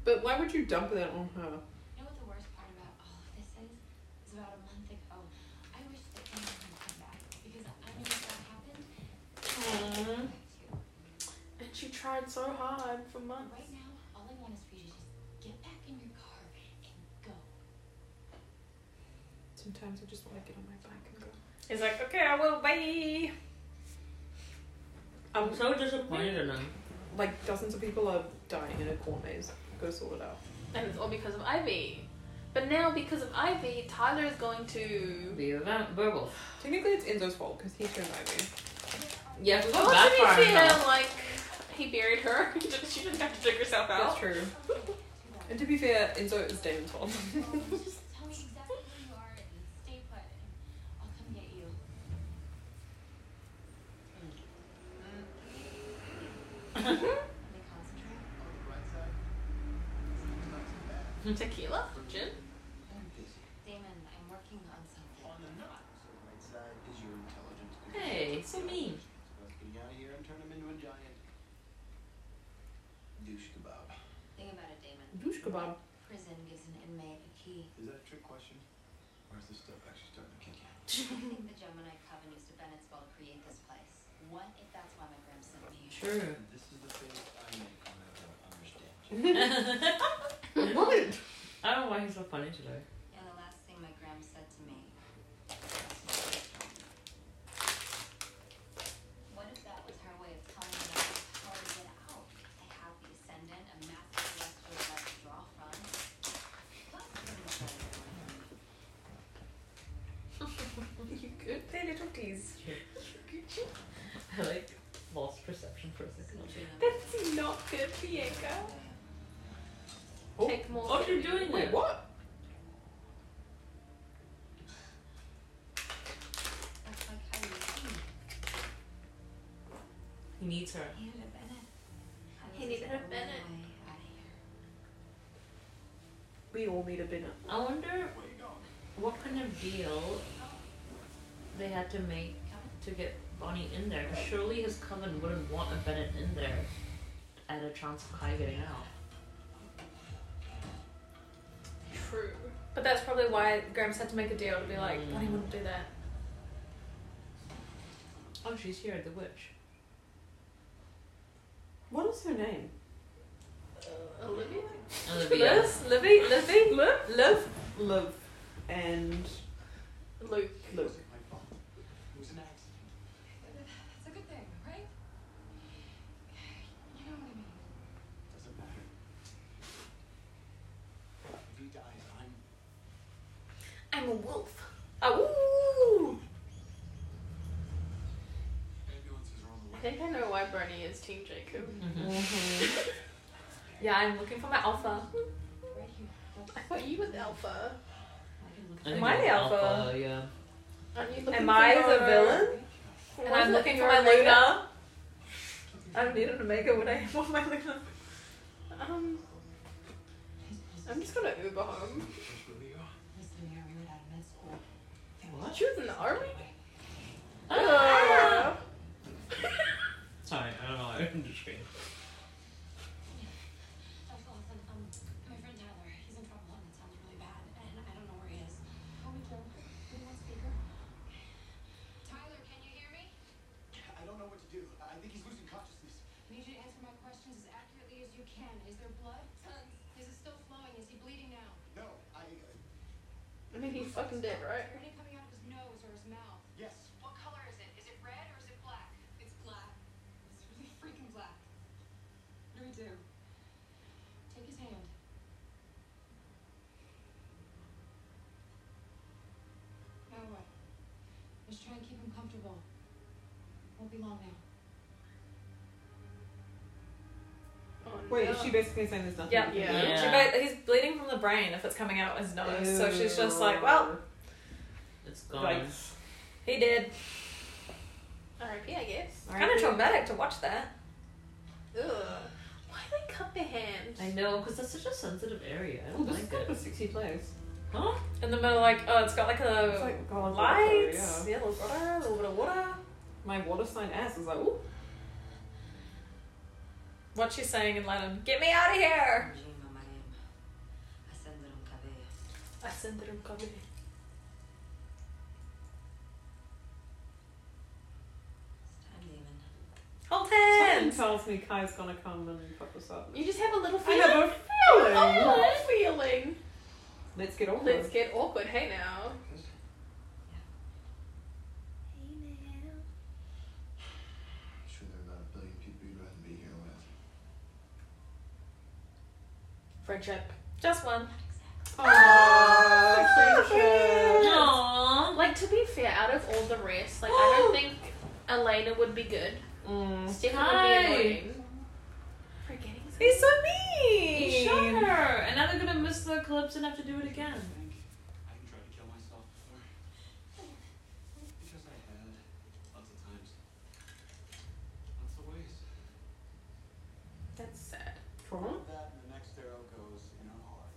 [SPEAKER 1] But why would you dump that on her?
[SPEAKER 7] You know what the worst part about all of this is? Is about a month ago. I wish that anyone would come back because I know if that happened.
[SPEAKER 2] Aww.
[SPEAKER 4] And she tried so hard for
[SPEAKER 7] But
[SPEAKER 4] months.
[SPEAKER 7] right now, all I want is for you to just get back in your car and go.
[SPEAKER 1] Sometimes I just want to get on my bike and go.
[SPEAKER 4] He's like, okay, I will, bye.
[SPEAKER 2] I'm so disappointed in him.
[SPEAKER 1] Um, Like dozens of people are dying in a corn maze. Go sort it out.
[SPEAKER 4] And it's all because of Ivy. But now, because of Ivy, Tyler is going to.
[SPEAKER 2] The event werewolf.
[SPEAKER 1] Technically, it's Enzo's fault because he turned Ivy.
[SPEAKER 2] Yeah, if we got
[SPEAKER 4] Well,
[SPEAKER 2] that
[SPEAKER 4] to
[SPEAKER 2] far
[SPEAKER 4] be fair,
[SPEAKER 2] enough.
[SPEAKER 4] like, he buried her. she didn't have to dig herself
[SPEAKER 1] That's
[SPEAKER 4] out.
[SPEAKER 1] true. And to be fair, Enzo is Damon's fault.
[SPEAKER 7] Just tell me exactly where you are and stay put, and I'll come get you. Let me concentrate.
[SPEAKER 4] Tequila? Gin?
[SPEAKER 7] Damon, I'm working on something.
[SPEAKER 2] Hey, so mean.
[SPEAKER 5] Let's get out of here and turn him into a giant douche kebab.
[SPEAKER 7] Think about it, Damon.
[SPEAKER 1] Douche kebab.
[SPEAKER 7] Prison gives an inmate a key.
[SPEAKER 5] Is that a trick question? Or is this stuff actually starting to kick in?
[SPEAKER 7] I think the Gemini Coven used a Bennett'sville to create this place. What if that's why my gram sent me? here?
[SPEAKER 2] True.
[SPEAKER 5] And this is the face I make when I don't understand you.
[SPEAKER 1] What?
[SPEAKER 2] I don't know why he's so funny today.
[SPEAKER 7] And the last thing my gram said to me. What if that was her way of telling me how to get out? I have the ascendant, a massive celestial light to draw from. Plus, I'm gonna try to learn.
[SPEAKER 4] You good there, little geese?
[SPEAKER 2] I like lost perception for a second.
[SPEAKER 4] That's not good, Diego.
[SPEAKER 1] Oh.
[SPEAKER 4] Take more.
[SPEAKER 2] What are you doing
[SPEAKER 1] Wait,
[SPEAKER 2] there?
[SPEAKER 1] what?
[SPEAKER 7] That's like how you see me.
[SPEAKER 2] He needs her.
[SPEAKER 7] He needed a Bennett. I
[SPEAKER 4] He
[SPEAKER 7] was
[SPEAKER 4] needed
[SPEAKER 7] the
[SPEAKER 4] a
[SPEAKER 7] only
[SPEAKER 4] Bennett.
[SPEAKER 7] way out of here.
[SPEAKER 1] We all need a Bennett.
[SPEAKER 2] I wonder what kind of deal they had to make to get Bonnie in there. Surely his coven wouldn't want a Bennett in there at a chance of Kai getting out.
[SPEAKER 4] True. But that's probably why Graham's had to make a deal to be like,
[SPEAKER 2] Mm.
[SPEAKER 4] Bonnie wouldn't do that.
[SPEAKER 2] Oh, she's here, the witch.
[SPEAKER 1] What is her name?
[SPEAKER 4] Uh, Olivia?
[SPEAKER 2] Olivia.
[SPEAKER 4] Liz? Livy? Livy? Liv? Liv?
[SPEAKER 1] Liv and
[SPEAKER 4] Luke.
[SPEAKER 1] Luke.
[SPEAKER 5] My fault. It was an accident.
[SPEAKER 7] That's a good thing, right? You know what I mean.
[SPEAKER 5] Doesn't matter. If he dies, I'm
[SPEAKER 4] I'm a wolf. Oh, woo!
[SPEAKER 5] ambulances are on
[SPEAKER 4] I
[SPEAKER 5] the way.
[SPEAKER 4] think I know why Brony is Team Jacob.
[SPEAKER 2] Mhm.
[SPEAKER 4] Yeah, I'm looking for my alpha.
[SPEAKER 7] Right here.
[SPEAKER 4] I thought you was alpha.
[SPEAKER 2] I think
[SPEAKER 4] Am I the
[SPEAKER 2] it's
[SPEAKER 4] alpha?
[SPEAKER 2] Yeah.
[SPEAKER 4] Aren't you looking
[SPEAKER 1] Am
[SPEAKER 4] for
[SPEAKER 1] I
[SPEAKER 4] your-
[SPEAKER 1] the villain?
[SPEAKER 4] And I'm looking for my Luna. I don't need an Omega when I want my Luna. Um, I'm just gonna Uber home.
[SPEAKER 7] Miss Amir, we were out of med school.
[SPEAKER 2] What?
[SPEAKER 4] She was in the army.
[SPEAKER 2] Ah! Sorry, I don't know. I am just screamed.
[SPEAKER 7] I've lost an, um, my friend Tyler. He's in trouble and it sounds really bad. And I don't know where he is. Oh, we don't. We don't speaker. Tyler, can you hear me?
[SPEAKER 5] I don't know what to do. I think he's losing consciousness.
[SPEAKER 7] I need you to answer my questions as accurately as you can. Is there blood? Tons. Is it still flowing? Is he bleeding now?
[SPEAKER 5] No, I. Uh,
[SPEAKER 4] I mean, he's fucking dead, right?
[SPEAKER 7] Is it coming out of his nose or his mouth?
[SPEAKER 5] yes.
[SPEAKER 7] What color is it? Is it red or is it black? It's black. It's really freaking black. What do we do? Take his hand. Now what? Let's try and keep him comfortable. Won't be long now.
[SPEAKER 4] Oh,
[SPEAKER 1] Wait,
[SPEAKER 4] no.
[SPEAKER 1] is she basically saying there's nothing?
[SPEAKER 4] Yeah,
[SPEAKER 1] we can
[SPEAKER 4] yeah.
[SPEAKER 1] do?
[SPEAKER 2] Yeah.
[SPEAKER 4] She ba- he's bleeding from the brain if it's coming out his nose. So she's just like, well,
[SPEAKER 2] It's
[SPEAKER 1] Like,
[SPEAKER 2] gone.
[SPEAKER 4] he did. R.I.P. I guess.
[SPEAKER 3] Kind of traumatic to watch that.
[SPEAKER 4] Ugh. Why they cut their hands?
[SPEAKER 2] I know, because that's such a sensitive area. I
[SPEAKER 1] Oh,
[SPEAKER 2] don't
[SPEAKER 1] this is
[SPEAKER 2] like
[SPEAKER 1] kind of
[SPEAKER 2] it.
[SPEAKER 1] a sexy place.
[SPEAKER 2] Huh?
[SPEAKER 3] In the middle, like, oh, it's got like a
[SPEAKER 1] It's like gone
[SPEAKER 3] lights,
[SPEAKER 1] water, yeah.
[SPEAKER 3] yeah, a little water, a little bit of water.
[SPEAKER 1] My water sign ass is like, ooh.
[SPEAKER 3] What's she saying in Latin? Get me out of here! Hold
[SPEAKER 1] Something
[SPEAKER 3] hands!
[SPEAKER 1] tells me Kai's gonna come and fuck us up.
[SPEAKER 4] You just have a little
[SPEAKER 1] I
[SPEAKER 4] feeling.
[SPEAKER 1] have a
[SPEAKER 4] I have
[SPEAKER 1] feeling.
[SPEAKER 4] a feeling.
[SPEAKER 1] Let's get on
[SPEAKER 4] Let's
[SPEAKER 1] with it.
[SPEAKER 4] get awkward. Hey now.
[SPEAKER 8] I'm sure there are about a billion people you'd rather be here with.
[SPEAKER 4] Friendship.
[SPEAKER 3] Just one.
[SPEAKER 1] Aww, friendship.
[SPEAKER 4] Aww. Like to be fair, out of all the rest, like I don't think Elena would be good.
[SPEAKER 1] Mm.
[SPEAKER 4] Stefan
[SPEAKER 2] Hi.
[SPEAKER 4] would be annoying. Forgetting
[SPEAKER 3] He's so mean!
[SPEAKER 2] You shot her, and now they're gonna miss the eclipse and have to do it again.
[SPEAKER 5] think I can try to kill myself before. Because I had lots of times. Lots of ways.
[SPEAKER 4] That's sad.
[SPEAKER 1] Trauma?
[SPEAKER 5] That and the next arrow goes in her heart.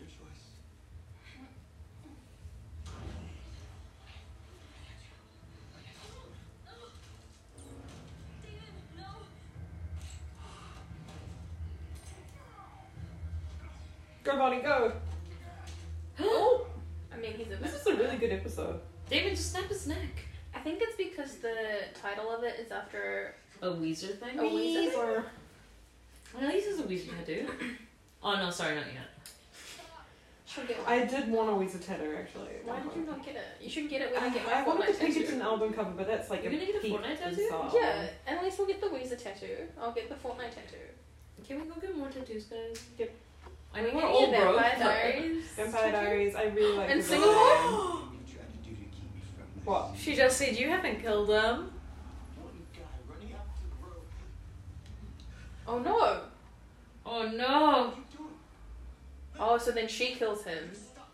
[SPEAKER 5] Your choice.
[SPEAKER 1] Go, Bonnie, go.
[SPEAKER 4] oh, I mean, he's a
[SPEAKER 1] This is a really good episode.
[SPEAKER 2] David, just snap his neck.
[SPEAKER 4] I think it's because the title of it is after
[SPEAKER 2] A Weezer thing?
[SPEAKER 4] a Weezer. thing.
[SPEAKER 2] Well, at least it's a Weezer tattoo. Oh no, sorry, not yet.
[SPEAKER 4] She'll get one.
[SPEAKER 1] I did want a Weezer tattoo actually. at
[SPEAKER 4] Why
[SPEAKER 1] one
[SPEAKER 4] did you
[SPEAKER 1] point.
[SPEAKER 4] not get it? You should get it when
[SPEAKER 1] I,
[SPEAKER 4] you get
[SPEAKER 1] I
[SPEAKER 4] my
[SPEAKER 1] wanted to
[SPEAKER 4] Fortnite
[SPEAKER 1] think it's
[SPEAKER 4] tattoo.
[SPEAKER 1] an album cover, but that's like
[SPEAKER 2] You're
[SPEAKER 1] a
[SPEAKER 2] gonna get a
[SPEAKER 1] peak
[SPEAKER 2] Fortnite
[SPEAKER 1] in
[SPEAKER 2] tattoo?
[SPEAKER 1] style.
[SPEAKER 4] Yeah, and at least we'll get the Weezer tattoo. I'll get the Fortnite tattoo.
[SPEAKER 2] Can we go get more tattoos, guys?
[SPEAKER 1] Yep.
[SPEAKER 2] I mean,
[SPEAKER 4] Can
[SPEAKER 2] we're
[SPEAKER 4] you
[SPEAKER 2] all
[SPEAKER 4] get
[SPEAKER 2] broke.
[SPEAKER 4] Vampire
[SPEAKER 2] but-
[SPEAKER 4] Diaries.
[SPEAKER 1] Vampire
[SPEAKER 4] tattoo?
[SPEAKER 1] Diaries. I really like.
[SPEAKER 4] In
[SPEAKER 1] the
[SPEAKER 4] Singapore?
[SPEAKER 1] Vampire Diaries.
[SPEAKER 5] You tried to do to keep me from this.
[SPEAKER 1] What?
[SPEAKER 3] She just said, You haven't killed them.
[SPEAKER 5] One guy running up to the road.
[SPEAKER 4] Oh no!
[SPEAKER 2] Oh no!
[SPEAKER 5] What are you doing?
[SPEAKER 4] Oh, so then she kills him.
[SPEAKER 5] Stop.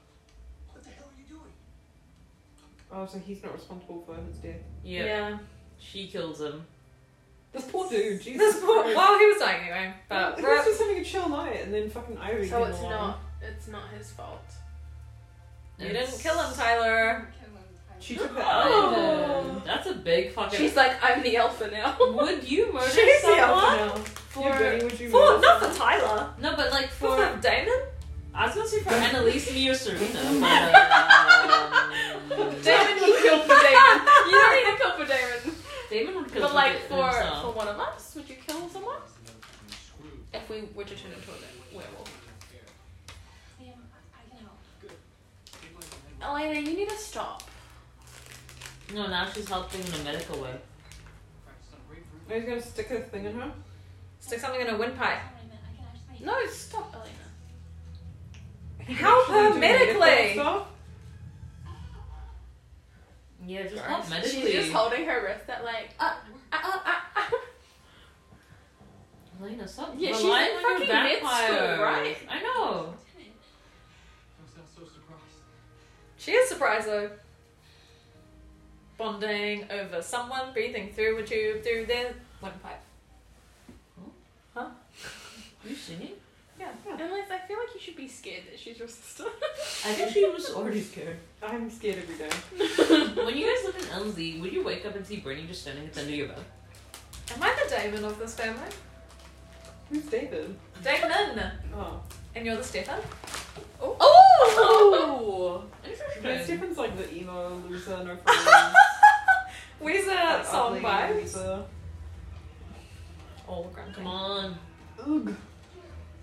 [SPEAKER 5] What the hell are you doing?
[SPEAKER 1] Oh, so he's not responsible for his death.
[SPEAKER 2] Yeah. She kills him.
[SPEAKER 1] This poor dude. Jesus.
[SPEAKER 3] This poor,
[SPEAKER 1] Christ.
[SPEAKER 3] well, he was dying anyway. But
[SPEAKER 1] he
[SPEAKER 3] we're
[SPEAKER 1] was just having a chill night, and then fucking Ivy.
[SPEAKER 4] So
[SPEAKER 1] came
[SPEAKER 4] it's
[SPEAKER 1] along.
[SPEAKER 4] not. It's not his fault.
[SPEAKER 3] you didn't kill him, Tyler.
[SPEAKER 1] She took the
[SPEAKER 2] Oh, that's a big fucking.
[SPEAKER 4] She's like, I'm the alpha now.
[SPEAKER 2] would you murder
[SPEAKER 3] She's the
[SPEAKER 2] someone?
[SPEAKER 1] album.
[SPEAKER 2] For
[SPEAKER 1] For Benny, would you
[SPEAKER 3] For,
[SPEAKER 1] murder
[SPEAKER 3] not
[SPEAKER 1] someone?
[SPEAKER 3] for Tyler.
[SPEAKER 2] no, but like
[SPEAKER 3] For,
[SPEAKER 2] for
[SPEAKER 3] Damon?
[SPEAKER 2] I was gonna say for Annalise, me or Serena. But, um,
[SPEAKER 4] Damon would kill for Damon. You don't need to kill for Damon.
[SPEAKER 2] Damon would kill
[SPEAKER 4] But like
[SPEAKER 2] him
[SPEAKER 4] for
[SPEAKER 2] himself.
[SPEAKER 4] for one of us, would you kill someone?
[SPEAKER 5] That's another fucking screw.
[SPEAKER 4] If we were to turn into a werewolf.
[SPEAKER 7] Sam, I can help.
[SPEAKER 5] People like that.
[SPEAKER 4] Elena, you need to stop.
[SPEAKER 2] No, now she's helping in a medical way.
[SPEAKER 5] Practice on grapefruit.
[SPEAKER 1] Are you gonna stick a thing in her?
[SPEAKER 3] Stick something in a windpipe.
[SPEAKER 7] That's what I meant. I can actually
[SPEAKER 4] No, stop, Elena.
[SPEAKER 3] Help her
[SPEAKER 1] Actually do medical
[SPEAKER 3] medically.
[SPEAKER 1] stuff?
[SPEAKER 2] Yeah, just not medically.
[SPEAKER 4] She's just holding her wrist that like uh, uh, uh, uh, uh.
[SPEAKER 2] Elena, stop.
[SPEAKER 4] Yeah, she's
[SPEAKER 2] relying
[SPEAKER 4] in
[SPEAKER 2] on your
[SPEAKER 4] fucking med school,
[SPEAKER 2] vampires.
[SPEAKER 4] right?
[SPEAKER 2] I know.
[SPEAKER 5] I was not so surprised.
[SPEAKER 3] She is surprised though. Bonding over someone, breathing through a tube, through their windpipe.
[SPEAKER 2] Are you singing?
[SPEAKER 4] Unless I feel like you should be scared that she's resistant.
[SPEAKER 2] I think she was already scared.
[SPEAKER 1] I'm scared every day.
[SPEAKER 2] When you guys live in Elmsey, would you wake up and see Brittany just standing at the end of your bed?
[SPEAKER 3] Am I the Damon of this family?
[SPEAKER 1] Who's David?
[SPEAKER 3] Damon!
[SPEAKER 1] Oh.
[SPEAKER 3] And you're the Stefan?
[SPEAKER 4] Oh.
[SPEAKER 3] Oh!
[SPEAKER 1] But
[SPEAKER 2] Interesting.
[SPEAKER 1] Stephen's like the emo loser, no problem.
[SPEAKER 3] Where's the song
[SPEAKER 1] Ugly
[SPEAKER 3] vibes?
[SPEAKER 1] loser.
[SPEAKER 3] All grunting.
[SPEAKER 2] Come on.
[SPEAKER 1] Ugh.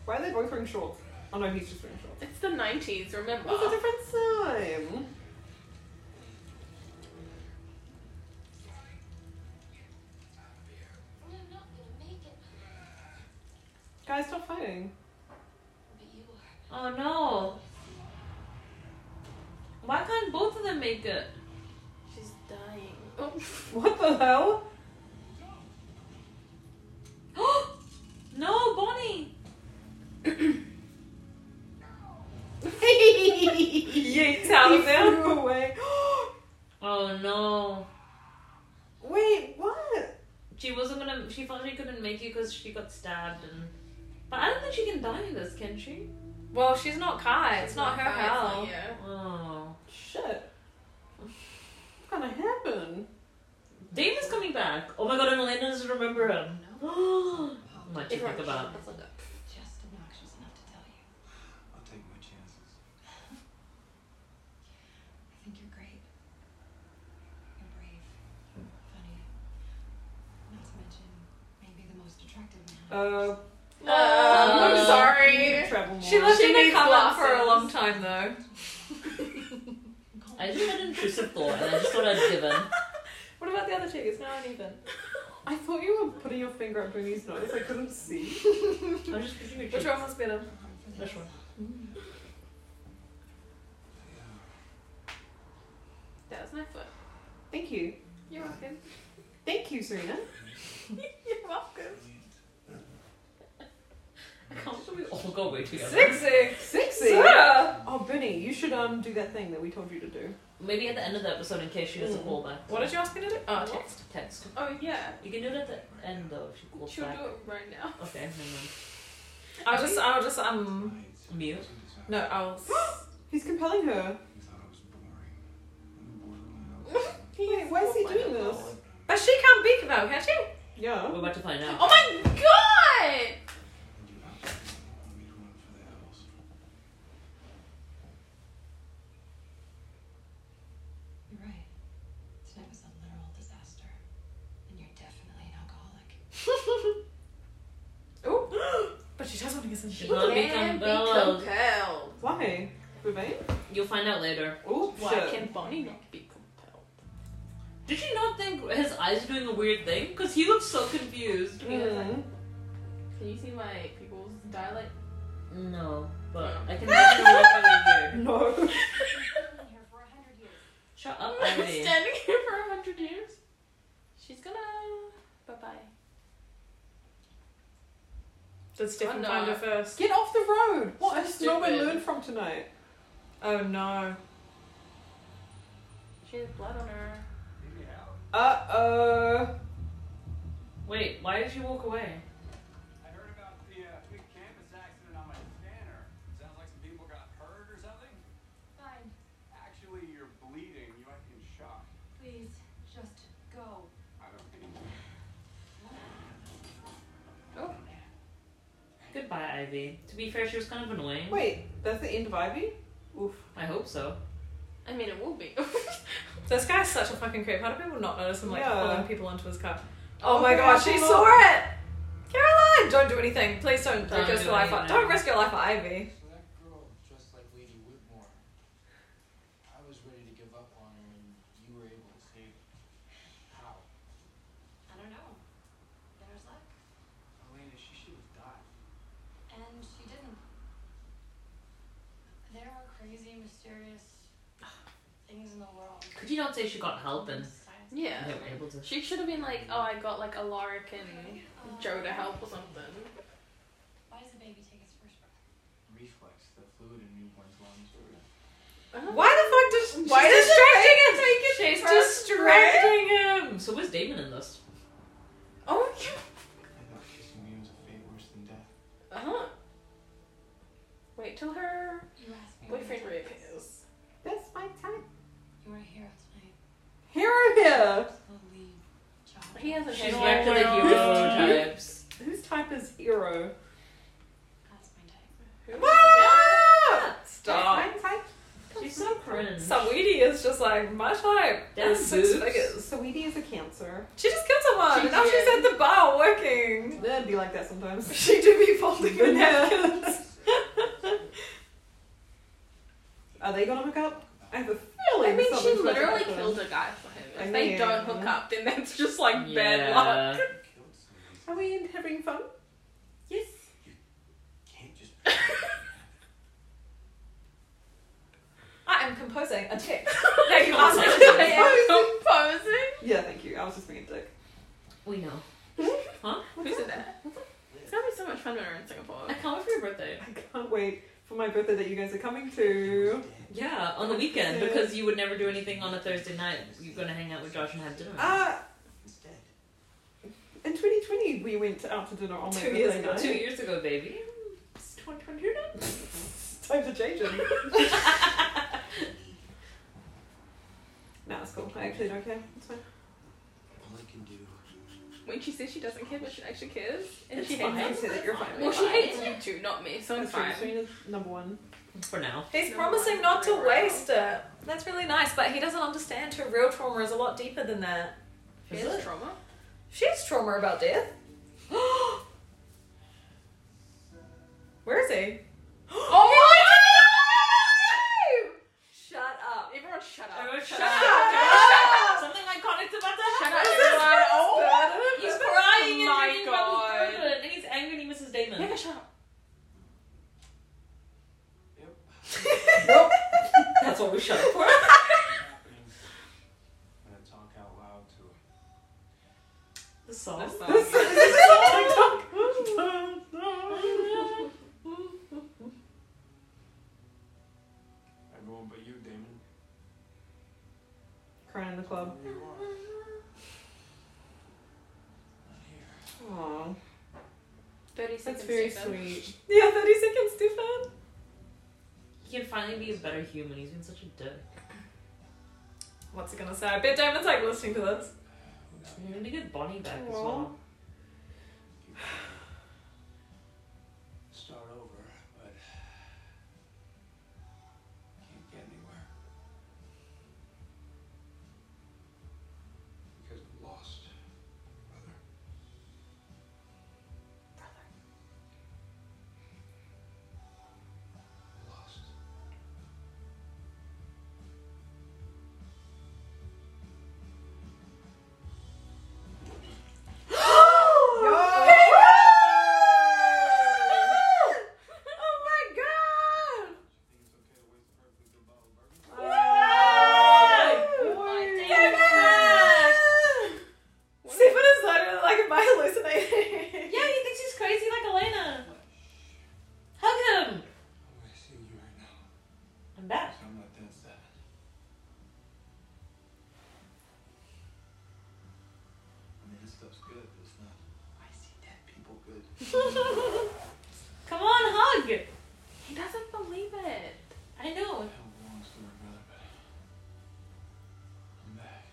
[SPEAKER 1] Why are they both wearing shorts? Oh no, he's just wearing shorts.
[SPEAKER 4] It's the nineties, remember?
[SPEAKER 1] What's the different time?
[SPEAKER 7] I'm not gonna make it.
[SPEAKER 1] Guys, stop fighting.
[SPEAKER 7] But you are.
[SPEAKER 2] Oh no. Why can't both of them make it?
[SPEAKER 4] She's dying. Oh.
[SPEAKER 1] What the hell?
[SPEAKER 2] no, Bonnie!
[SPEAKER 1] Yeets out
[SPEAKER 3] of there.
[SPEAKER 1] away.
[SPEAKER 2] Oh no.
[SPEAKER 1] Wait,
[SPEAKER 2] she thought she couldn't make it because she got stabbed and. But I don't think she can die in this, can she?
[SPEAKER 3] Well, she's not Kai. It's
[SPEAKER 4] She's
[SPEAKER 3] not, her
[SPEAKER 4] Kai, it's not-
[SPEAKER 3] hell.
[SPEAKER 4] Yeah.
[SPEAKER 2] Oh.
[SPEAKER 1] Shit. What's gonna happen?
[SPEAKER 2] Damon's coming back. Oh my god, and Elena doesn't remember him. Much to think about.
[SPEAKER 7] Just obnoxious enough to tell you.
[SPEAKER 5] I'll take my chances.
[SPEAKER 7] I think you're great. You're brave,
[SPEAKER 5] Hmm.
[SPEAKER 7] funny. Not to mention, maybe the most attractive
[SPEAKER 1] Uh,
[SPEAKER 7] man.
[SPEAKER 3] Oh, I'm
[SPEAKER 4] sorry.
[SPEAKER 1] travel
[SPEAKER 3] She
[SPEAKER 1] more.
[SPEAKER 3] lived
[SPEAKER 4] She
[SPEAKER 3] in a
[SPEAKER 4] needs
[SPEAKER 3] cupboard for a
[SPEAKER 4] glasses.
[SPEAKER 3] long time, though.
[SPEAKER 2] I just had an intrusive thought and I just thought I'd give in.
[SPEAKER 3] What about the other two? It's not uneven.
[SPEAKER 1] I thought you were putting your finger up Mooney's nose. I couldn't see.
[SPEAKER 2] I was just pushing your
[SPEAKER 3] Which
[SPEAKER 2] cheek.
[SPEAKER 3] one was better?
[SPEAKER 2] This one.
[SPEAKER 4] That was my foot.
[SPEAKER 1] Thank you.
[SPEAKER 4] You're welcome.
[SPEAKER 1] Thank you, Serena.
[SPEAKER 3] You're welcome.
[SPEAKER 2] I can't believe we all got way together.
[SPEAKER 3] Sexy.
[SPEAKER 1] Sexy.
[SPEAKER 3] Sarah.
[SPEAKER 1] Oh, Bernie, you should um do that thing that we told you to do.
[SPEAKER 2] Maybe at the end of the episode in case she does a
[SPEAKER 1] Mm.
[SPEAKER 2] callback. Ah,
[SPEAKER 3] What did you ask me to do? Oh, text.
[SPEAKER 2] Text.
[SPEAKER 4] Oh yeah.
[SPEAKER 2] You can do it at the end though if she calls
[SPEAKER 4] She'll
[SPEAKER 2] back.
[SPEAKER 4] do it right now.
[SPEAKER 2] Okay, never mind.
[SPEAKER 3] I'll just, I'll just, um,
[SPEAKER 2] Mute.
[SPEAKER 3] no, I'll. s-
[SPEAKER 1] He's compelling her.
[SPEAKER 5] You thought I was boring. I'm borderline.
[SPEAKER 1] Wait, why is he doing this?
[SPEAKER 3] But she can't be Cavell, can she?
[SPEAKER 2] We're
[SPEAKER 1] Yeah.
[SPEAKER 2] about to find out.
[SPEAKER 4] Oh my god!
[SPEAKER 5] And you absolutely want me to run for the hills.
[SPEAKER 7] You're right. Tonight was a literal disaster. And you're definitely an alcoholic.
[SPEAKER 3] Oh, but she does want to get some
[SPEAKER 2] She
[SPEAKER 3] shit.
[SPEAKER 2] can't become Bella.
[SPEAKER 4] compelled.
[SPEAKER 1] Why? Remain?
[SPEAKER 2] You'll find out later.
[SPEAKER 1] Oh,
[SPEAKER 4] Why
[SPEAKER 1] shit.
[SPEAKER 4] can Bonnie not be compelled?
[SPEAKER 2] Did you not think his eyes are doing a weird thing? Because he looks so confused.
[SPEAKER 1] Mm.
[SPEAKER 4] Can you see my people's dialect?
[SPEAKER 2] No, but I can imagine what really weird.
[SPEAKER 1] Mm, No.
[SPEAKER 6] I've been here for a hundred years.
[SPEAKER 2] Shut up,
[SPEAKER 4] I've been
[SPEAKER 2] Ivy.
[SPEAKER 4] standing here for a hundred years. She's gonna. Bye bye.
[SPEAKER 3] Did Stefan
[SPEAKER 4] no.
[SPEAKER 3] find her first?
[SPEAKER 1] Get off the road. What? I just know we
[SPEAKER 4] Stupid.
[SPEAKER 1] learned from tonight.
[SPEAKER 3] Oh no.
[SPEAKER 4] She has blood on her.
[SPEAKER 5] Leave me out.
[SPEAKER 1] Uh oh.
[SPEAKER 2] Wait, why did she walk away?
[SPEAKER 5] I heard about the uh, big campus accident on my scanner. Sounds like some people got hurt or something.
[SPEAKER 6] Fine.
[SPEAKER 5] Actually, you're bleeding. You might be in shock.
[SPEAKER 6] Please, just go.
[SPEAKER 5] I don't think.
[SPEAKER 2] Goodbye, Ivy. To be fair, she was kind of annoying.
[SPEAKER 1] Wait, that's the end of Ivy? Oof.
[SPEAKER 2] I hope so.
[SPEAKER 4] I mean, it will be.
[SPEAKER 3] This guy's such a fucking creep. How do people not notice him like
[SPEAKER 1] Yeah.
[SPEAKER 3] pulling people into his car? Oh,
[SPEAKER 1] Oh,
[SPEAKER 3] my
[SPEAKER 1] yeah,
[SPEAKER 3] god, she
[SPEAKER 1] come
[SPEAKER 3] saw
[SPEAKER 1] on.
[SPEAKER 3] it! Caroline! Don't do anything. Please don't,
[SPEAKER 2] Don't
[SPEAKER 3] risk
[SPEAKER 2] do
[SPEAKER 3] your life for
[SPEAKER 2] anything.
[SPEAKER 3] Don't risk your life for Ivy.
[SPEAKER 8] So that girl dressed like Lady Whitmore. I was ready to give up on her, and you were able to save her. How?
[SPEAKER 7] I don't know. There's luck.
[SPEAKER 8] Elena, she should have died.
[SPEAKER 7] And she didn't. There are crazy, mysterious things in the world.
[SPEAKER 2] Could you not say she got help and
[SPEAKER 7] Besides-
[SPEAKER 4] yeah.
[SPEAKER 2] they were able to?
[SPEAKER 4] She should have been like, oh, I got like Alaric and
[SPEAKER 7] Uh,
[SPEAKER 4] Joe to help or something.
[SPEAKER 7] Why does a baby take its first breath?
[SPEAKER 8] Reflex, the fluid in newborn's lungs.
[SPEAKER 1] Uh-huh.
[SPEAKER 3] Why the fuck does
[SPEAKER 1] Why
[SPEAKER 3] she's
[SPEAKER 1] does
[SPEAKER 3] distracting him? She's
[SPEAKER 1] first
[SPEAKER 3] distracting him.
[SPEAKER 2] So where's Damon in this?
[SPEAKER 3] Oh my god.
[SPEAKER 8] I thought kissing me was a fate worse than death.
[SPEAKER 4] Uh huh. Wait till her
[SPEAKER 7] You asked me.
[SPEAKER 4] boyfriend
[SPEAKER 7] why it
[SPEAKER 4] reappears.
[SPEAKER 1] That's my time.
[SPEAKER 7] You were a hero tonight.
[SPEAKER 1] Hero here.
[SPEAKER 7] The lead child.
[SPEAKER 4] He has a
[SPEAKER 2] She's
[SPEAKER 4] halo.
[SPEAKER 2] back to the hero types.
[SPEAKER 1] Whose type is hero?
[SPEAKER 7] That's my type.
[SPEAKER 1] Ah!
[SPEAKER 3] Stop.
[SPEAKER 1] That's my type.
[SPEAKER 2] She's so cringe.
[SPEAKER 3] Saweetie is just like, my type.
[SPEAKER 2] That's
[SPEAKER 3] That's six
[SPEAKER 2] boobs.
[SPEAKER 3] figures.
[SPEAKER 1] Sweetie is a cancer.
[SPEAKER 3] She just killed someone.
[SPEAKER 4] She
[SPEAKER 3] and now she's
[SPEAKER 4] did.
[SPEAKER 3] at the bar working.
[SPEAKER 1] They'd be like that sometimes.
[SPEAKER 3] She do be folding her napkins.
[SPEAKER 1] Are they gonna hook up? I have a feeling.
[SPEAKER 4] I mean, she
[SPEAKER 1] something's about to
[SPEAKER 4] literally
[SPEAKER 1] happen.
[SPEAKER 4] killed a guy for him. If
[SPEAKER 1] I
[SPEAKER 4] they
[SPEAKER 1] mean-
[SPEAKER 4] don't hook up, then that's just like bad luck.
[SPEAKER 2] yeah.
[SPEAKER 5] Killed
[SPEAKER 1] Are
[SPEAKER 5] someone.
[SPEAKER 1] we having fun?
[SPEAKER 4] Yes.
[SPEAKER 5] Can't just.
[SPEAKER 3] I am composing a text. no, you asked me to do it.
[SPEAKER 4] I am composing.
[SPEAKER 1] Yeah, thank you. I was just being a dick.
[SPEAKER 2] We know. huh?
[SPEAKER 4] Who said that? It's gonna be so much fun when we're in Singapore.
[SPEAKER 2] I can't wait for your birthday.
[SPEAKER 1] I can't wait for my birthday that you guys are coming to.
[SPEAKER 2] Yeah, on the weekend
[SPEAKER 1] Yeah.
[SPEAKER 2] because you would never do Ah, anything on a Thursday night. You're gonna hang out with Josh and have dinner.
[SPEAKER 1] Uh,
[SPEAKER 8] Instead.
[SPEAKER 1] in 20 2020 we went out to dinner on my
[SPEAKER 3] Two years
[SPEAKER 1] birthday
[SPEAKER 3] ago.
[SPEAKER 1] night.
[SPEAKER 2] Two years ago, baby. It's 2020 now.
[SPEAKER 1] It's time for change it. no, it's cool. I actually don't care. It's fine.
[SPEAKER 9] All I can do.
[SPEAKER 4] When she says she doesn't care, but she actually cares, and
[SPEAKER 1] It's
[SPEAKER 4] she
[SPEAKER 1] fine.
[SPEAKER 4] hates
[SPEAKER 1] You said that you're fine.
[SPEAKER 4] it. Well, she hates you too, not me, so it's
[SPEAKER 1] That's true.
[SPEAKER 4] fine.
[SPEAKER 1] Serena's number one.
[SPEAKER 2] For now.
[SPEAKER 3] He's
[SPEAKER 4] No,
[SPEAKER 3] promising
[SPEAKER 4] I'm
[SPEAKER 3] not to
[SPEAKER 4] very
[SPEAKER 3] waste it. That's really nice, but he doesn't understand her real trauma is a lot deeper than that.
[SPEAKER 4] She has trauma.
[SPEAKER 3] She has trauma about death. Where is he?
[SPEAKER 4] Oh my
[SPEAKER 3] Shut up.
[SPEAKER 4] Everyone, shut
[SPEAKER 1] Oh,
[SPEAKER 4] up.
[SPEAKER 2] Everyone shut up.
[SPEAKER 4] Shut
[SPEAKER 3] up.
[SPEAKER 2] Something iconic's about to
[SPEAKER 4] Shut
[SPEAKER 2] happen.
[SPEAKER 4] up, everyone. Oh,
[SPEAKER 2] He's crying and
[SPEAKER 4] my
[SPEAKER 2] drinking
[SPEAKER 4] God.
[SPEAKER 2] bubble soda, and he's angry and he misses Damon.
[SPEAKER 4] Becca, shut up.
[SPEAKER 2] That's what we shut up for.
[SPEAKER 5] happening when I talk out loud to her.
[SPEAKER 2] The song.
[SPEAKER 4] That's not.
[SPEAKER 5] Everyone but you, Damon.
[SPEAKER 1] Crying in the club.
[SPEAKER 5] There you are. Not here.
[SPEAKER 1] Aww.
[SPEAKER 4] Thirty seconds.
[SPEAKER 1] That's very
[SPEAKER 4] Stefan.
[SPEAKER 1] sweet.
[SPEAKER 3] Yeah, 30 seconds, Stefan.
[SPEAKER 2] He can finally be a better human. He's been such a dick.
[SPEAKER 3] What's he gonna say? I bet Damon's like listening to this.
[SPEAKER 2] I'm gonna get Bonnie back as
[SPEAKER 1] Aw.
[SPEAKER 2] well.
[SPEAKER 5] You can Start over, but can't get anywhere. Because we lost, brother. Brother. Lost.
[SPEAKER 3] Oh
[SPEAKER 5] Do you think it's okay to waste a perfectly good bottle of bourbon?
[SPEAKER 3] my god! Stefan! Stefan is like, like, am I hallucinating?
[SPEAKER 2] Yeah, he thinks he's crazy like Elena. Hug him.
[SPEAKER 5] I'm gonna see you right now.
[SPEAKER 2] I'm back.
[SPEAKER 5] So I'm not that sad.
[SPEAKER 9] I mean, this stuff's good, but it's not. I see dead people good.
[SPEAKER 2] Come on, hug.
[SPEAKER 4] He doesn't believe it.
[SPEAKER 2] I know.
[SPEAKER 5] Hell of a long story, brother, but I'm back.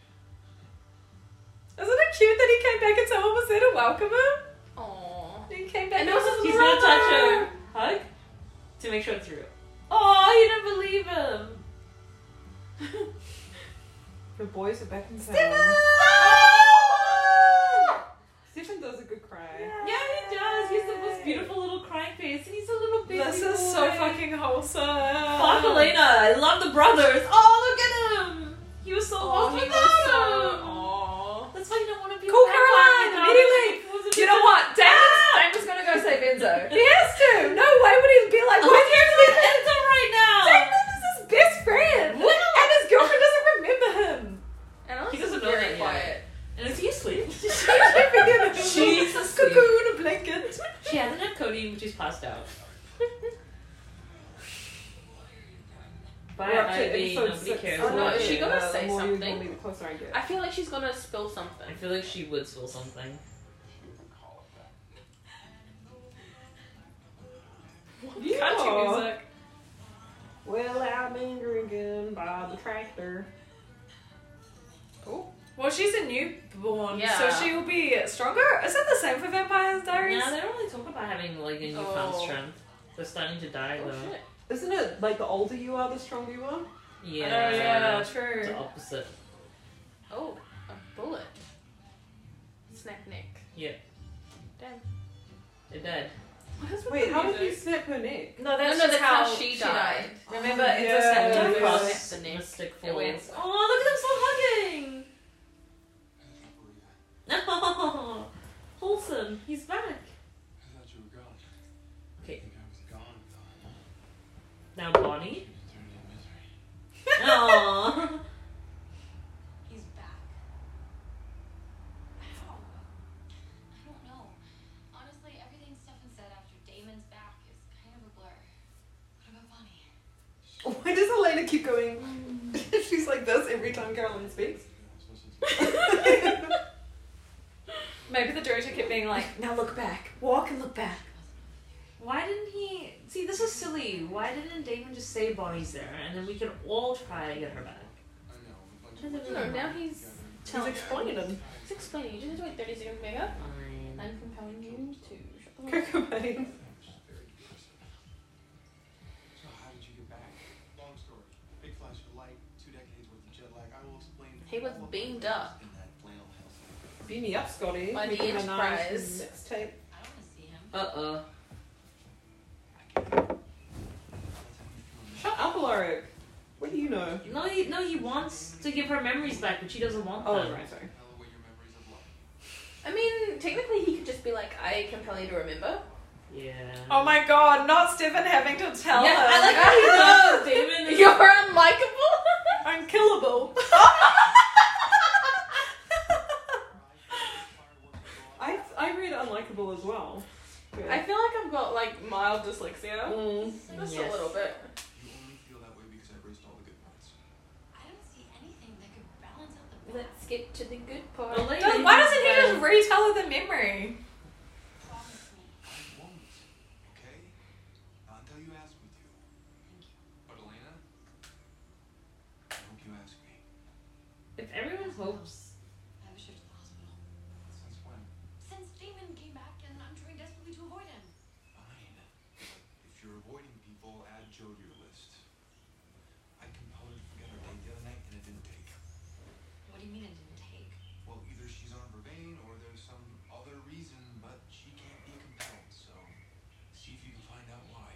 [SPEAKER 3] Isn't it cute that he came back and someone was there to welcome him?
[SPEAKER 4] Aww.
[SPEAKER 3] He came back
[SPEAKER 4] And
[SPEAKER 3] and was
[SPEAKER 4] also
[SPEAKER 3] his
[SPEAKER 2] He's
[SPEAKER 3] brother.
[SPEAKER 2] gonna touch him. Hug to make sure it's real. Oh, you didn't believe him.
[SPEAKER 1] The boys are back in town. Stefan does a good cry.
[SPEAKER 2] Yeah, he does. He has the most beautiful little crying face, and he's a little baby.
[SPEAKER 3] This is so
[SPEAKER 2] boy.
[SPEAKER 3] fucking wholesome.
[SPEAKER 2] Fuck Elena. I love the brothers. Oh, look at him. He was so lost without him. That's why you don't want to be. a
[SPEAKER 3] Call
[SPEAKER 2] vampire
[SPEAKER 3] Caroline
[SPEAKER 2] without
[SPEAKER 3] immediately.
[SPEAKER 2] him. He was a
[SPEAKER 3] You know
[SPEAKER 2] vampire.
[SPEAKER 3] what? Damon's, Damon's gonna go save Enzo. He has to! No way would he be like,
[SPEAKER 2] Who
[SPEAKER 3] "Where's
[SPEAKER 2] cares
[SPEAKER 3] Enzo?"
[SPEAKER 2] about Enzo right now?
[SPEAKER 3] Damon is his best friend!
[SPEAKER 2] Wow.
[SPEAKER 3] And his girlfriend doesn't remember him!
[SPEAKER 4] And I'm
[SPEAKER 2] He doesn't know
[SPEAKER 4] very
[SPEAKER 2] that yet.
[SPEAKER 4] quiet.
[SPEAKER 2] And is he asleep?
[SPEAKER 3] She's
[SPEAKER 2] She's
[SPEAKER 3] a
[SPEAKER 2] asleep.
[SPEAKER 3] cocoon, a blanket.
[SPEAKER 2] She hasn't had codeine, but she's passed out. Bye,
[SPEAKER 1] We're up to
[SPEAKER 2] Ivy.
[SPEAKER 1] episode
[SPEAKER 2] Nobody
[SPEAKER 1] six.
[SPEAKER 2] cares.
[SPEAKER 1] I
[SPEAKER 3] Oh,
[SPEAKER 1] don't
[SPEAKER 4] No,
[SPEAKER 1] know,
[SPEAKER 4] is she
[SPEAKER 1] yeah,
[SPEAKER 4] gonna
[SPEAKER 1] the
[SPEAKER 4] say
[SPEAKER 1] more you
[SPEAKER 4] something?
[SPEAKER 1] believe, The closer I get.
[SPEAKER 4] I feel like she's gonna spill something.
[SPEAKER 2] I feel like she would spill something.
[SPEAKER 5] You can call it that.
[SPEAKER 3] Country
[SPEAKER 1] Yeah.
[SPEAKER 3] music.
[SPEAKER 1] Well, I've been drinking by the tractor.
[SPEAKER 3] Well, she's a newborn,
[SPEAKER 4] Yeah.
[SPEAKER 3] so she will be stronger. Is that the same for Vampire Diaries?
[SPEAKER 2] Nah, they don't really talk about having like a newfound
[SPEAKER 4] Oh.
[SPEAKER 2] strength. They're starting to die
[SPEAKER 4] Oh
[SPEAKER 2] though.
[SPEAKER 4] shit.
[SPEAKER 1] Isn't it like the older you are, the stronger you are?
[SPEAKER 2] Yeah,
[SPEAKER 3] Oh, yeah,
[SPEAKER 2] It's
[SPEAKER 3] true.
[SPEAKER 2] the opposite.
[SPEAKER 4] Oh, a bullet. Snap neck.
[SPEAKER 2] Yeah.
[SPEAKER 4] Damn.
[SPEAKER 2] They're dead.
[SPEAKER 4] What is with
[SPEAKER 1] Wait,
[SPEAKER 4] the
[SPEAKER 1] how did
[SPEAKER 4] music?
[SPEAKER 1] you snap her neck?
[SPEAKER 3] No,
[SPEAKER 4] No,
[SPEAKER 3] that's
[SPEAKER 4] no,
[SPEAKER 3] just
[SPEAKER 4] that's
[SPEAKER 3] how,
[SPEAKER 4] how, she, died.
[SPEAKER 3] Remember,
[SPEAKER 1] Oh,
[SPEAKER 3] it's
[SPEAKER 1] yeah.
[SPEAKER 3] a
[SPEAKER 1] Yeah,
[SPEAKER 3] standard
[SPEAKER 4] Don't
[SPEAKER 1] it
[SPEAKER 3] cross.
[SPEAKER 4] cross
[SPEAKER 1] was-
[SPEAKER 4] the neck.
[SPEAKER 2] Mystic
[SPEAKER 4] It went-
[SPEAKER 2] falls. Oh, look at them
[SPEAKER 5] I can't
[SPEAKER 2] still
[SPEAKER 5] believe it.
[SPEAKER 2] hugging. Wholesome. He's back.
[SPEAKER 5] I thought you were gone.
[SPEAKER 2] Okay.
[SPEAKER 5] I think I was gone, gone.
[SPEAKER 2] Now Bonnie.
[SPEAKER 5] Eternity of misery.
[SPEAKER 2] Aww.
[SPEAKER 10] He's back. How?
[SPEAKER 7] I don't know. Honestly, everything Stefan said after Damon's back is kind of a blur.
[SPEAKER 10] What about Bonnie?
[SPEAKER 1] Why does Elena keep going? She's like this every time Caroline speaks.
[SPEAKER 5] You know, I'm supposed to-
[SPEAKER 3] Maybe the director kept being like, now look back, walk and look back.
[SPEAKER 2] Why didn't he? See, this is silly. Why didn't Damon just say Bonnie's there, and then we can all try to get her back?
[SPEAKER 8] I know. a bunch
[SPEAKER 4] Doesn't
[SPEAKER 8] of woods
[SPEAKER 4] really
[SPEAKER 8] around
[SPEAKER 4] matter. Oh. He's-
[SPEAKER 8] together.
[SPEAKER 4] Tell me.
[SPEAKER 1] him.
[SPEAKER 4] It's explaining. You just have to wait 30 seconds to make up.
[SPEAKER 2] Fine.
[SPEAKER 4] I'm compelling you to shut the door.
[SPEAKER 1] Coco Bay.
[SPEAKER 8] She's very aggressive. So how did you get back?
[SPEAKER 5] Long story. Big flash of light, two decades worth of jet lag. I will explain.
[SPEAKER 4] He was
[SPEAKER 5] all of my
[SPEAKER 4] beamed
[SPEAKER 5] life
[SPEAKER 4] up.
[SPEAKER 5] in that flannel health.
[SPEAKER 1] Beam me up, Scotty.
[SPEAKER 3] By the
[SPEAKER 1] Nicki Minaj's
[SPEAKER 3] Enterprise.
[SPEAKER 1] Mixtape.
[SPEAKER 7] I don't want to see him.
[SPEAKER 2] Uh oh.
[SPEAKER 1] Shut up, Alaric. What do you know?
[SPEAKER 2] No, he, no, he wants to give her memories back, but she doesn't want
[SPEAKER 1] Oh,
[SPEAKER 2] them.
[SPEAKER 1] right, sorry.
[SPEAKER 8] Hell away your memories of life.
[SPEAKER 4] I mean, technically, he could just be like, I compel you to remember.
[SPEAKER 2] Yeah.
[SPEAKER 3] Oh my god, not Stefan having to tell
[SPEAKER 2] Yeah,
[SPEAKER 3] her.
[SPEAKER 2] I like how he knows Damon is.
[SPEAKER 4] You're unlikable.
[SPEAKER 3] unkillable.
[SPEAKER 1] I, I read Unlikable as well.
[SPEAKER 4] I feel like I've got like mild dyslexia.
[SPEAKER 1] Mm.
[SPEAKER 4] Just
[SPEAKER 2] Yes.
[SPEAKER 4] a little bit.
[SPEAKER 8] You only feel that way because I erased all the good parts.
[SPEAKER 7] I don't see anything that could balance out the
[SPEAKER 4] Let's get to the good part.
[SPEAKER 2] The lady
[SPEAKER 3] Does- why
[SPEAKER 2] who's
[SPEAKER 3] doesn't he
[SPEAKER 2] been-
[SPEAKER 3] just retell her the memory?
[SPEAKER 7] Promise me.
[SPEAKER 8] I won't. Okay? Not until you ask me to.
[SPEAKER 7] Thank you.
[SPEAKER 8] But Elena, I hope you ask me.
[SPEAKER 2] If everyone hopes.
[SPEAKER 7] I was sure to the hospital.
[SPEAKER 8] Since when?
[SPEAKER 7] Since Damon came back and I'm trying desperately to avoid him.
[SPEAKER 8] Fine. But if you're avoiding people, add Joe to your list. I compelled her to forget her date the other night and it didn't take.
[SPEAKER 7] What do you mean it didn't take?
[SPEAKER 8] Well, either she's on Vervain or there's some other reason, but she can't be compelled, so see if you can find out why.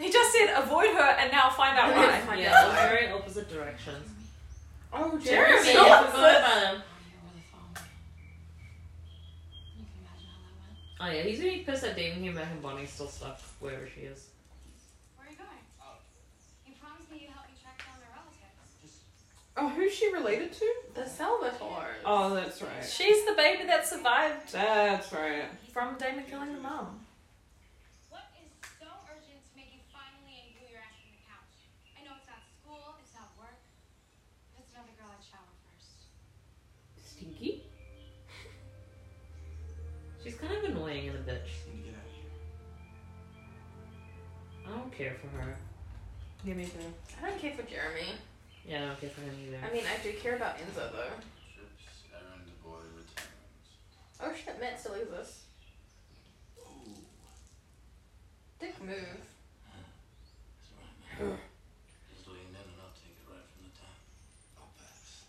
[SPEAKER 3] He just said avoid her and now find out why.
[SPEAKER 4] Find
[SPEAKER 2] Yeah,
[SPEAKER 4] out.
[SPEAKER 2] they're very opposite directions.
[SPEAKER 1] Oh,
[SPEAKER 3] Jeremy.
[SPEAKER 1] Jeremy.
[SPEAKER 3] Jeremy.
[SPEAKER 2] I forgot about him.
[SPEAKER 7] Oh, you're really following me. You can imagine how that went.
[SPEAKER 2] Oh yeah, he's really pissed that Damon came back and Bonnie's still stuck wherever she is.
[SPEAKER 7] Where are you going?
[SPEAKER 8] Out.
[SPEAKER 7] You promised me you'd help me track down their relatives.
[SPEAKER 1] Oh, who's she related to?
[SPEAKER 4] The Salvatore.
[SPEAKER 1] Oh, that's right.
[SPEAKER 3] She's the baby that survived
[SPEAKER 1] That's right.
[SPEAKER 3] from Damon killing the mom.
[SPEAKER 7] What is so urgent to make you finally glue your ass from the couch? I know it's not school, it's not work. If it's another girl, I'd shower first.
[SPEAKER 2] Stinky? She's kind of annoying and a bitch.
[SPEAKER 8] Need to get out of here.
[SPEAKER 2] I don't care for her.
[SPEAKER 1] Give me the.
[SPEAKER 4] I don't care for Jeremy.
[SPEAKER 2] Yeah, I don't care for him either.
[SPEAKER 4] I mean, I do care about Enzo though.
[SPEAKER 5] Trips, errand boy returns.
[SPEAKER 4] Oh shit, Matt still exists.
[SPEAKER 5] Ooh,
[SPEAKER 4] Dick move.
[SPEAKER 5] that's right, man. Just lean in and I'll take it right from the top. I'll pass.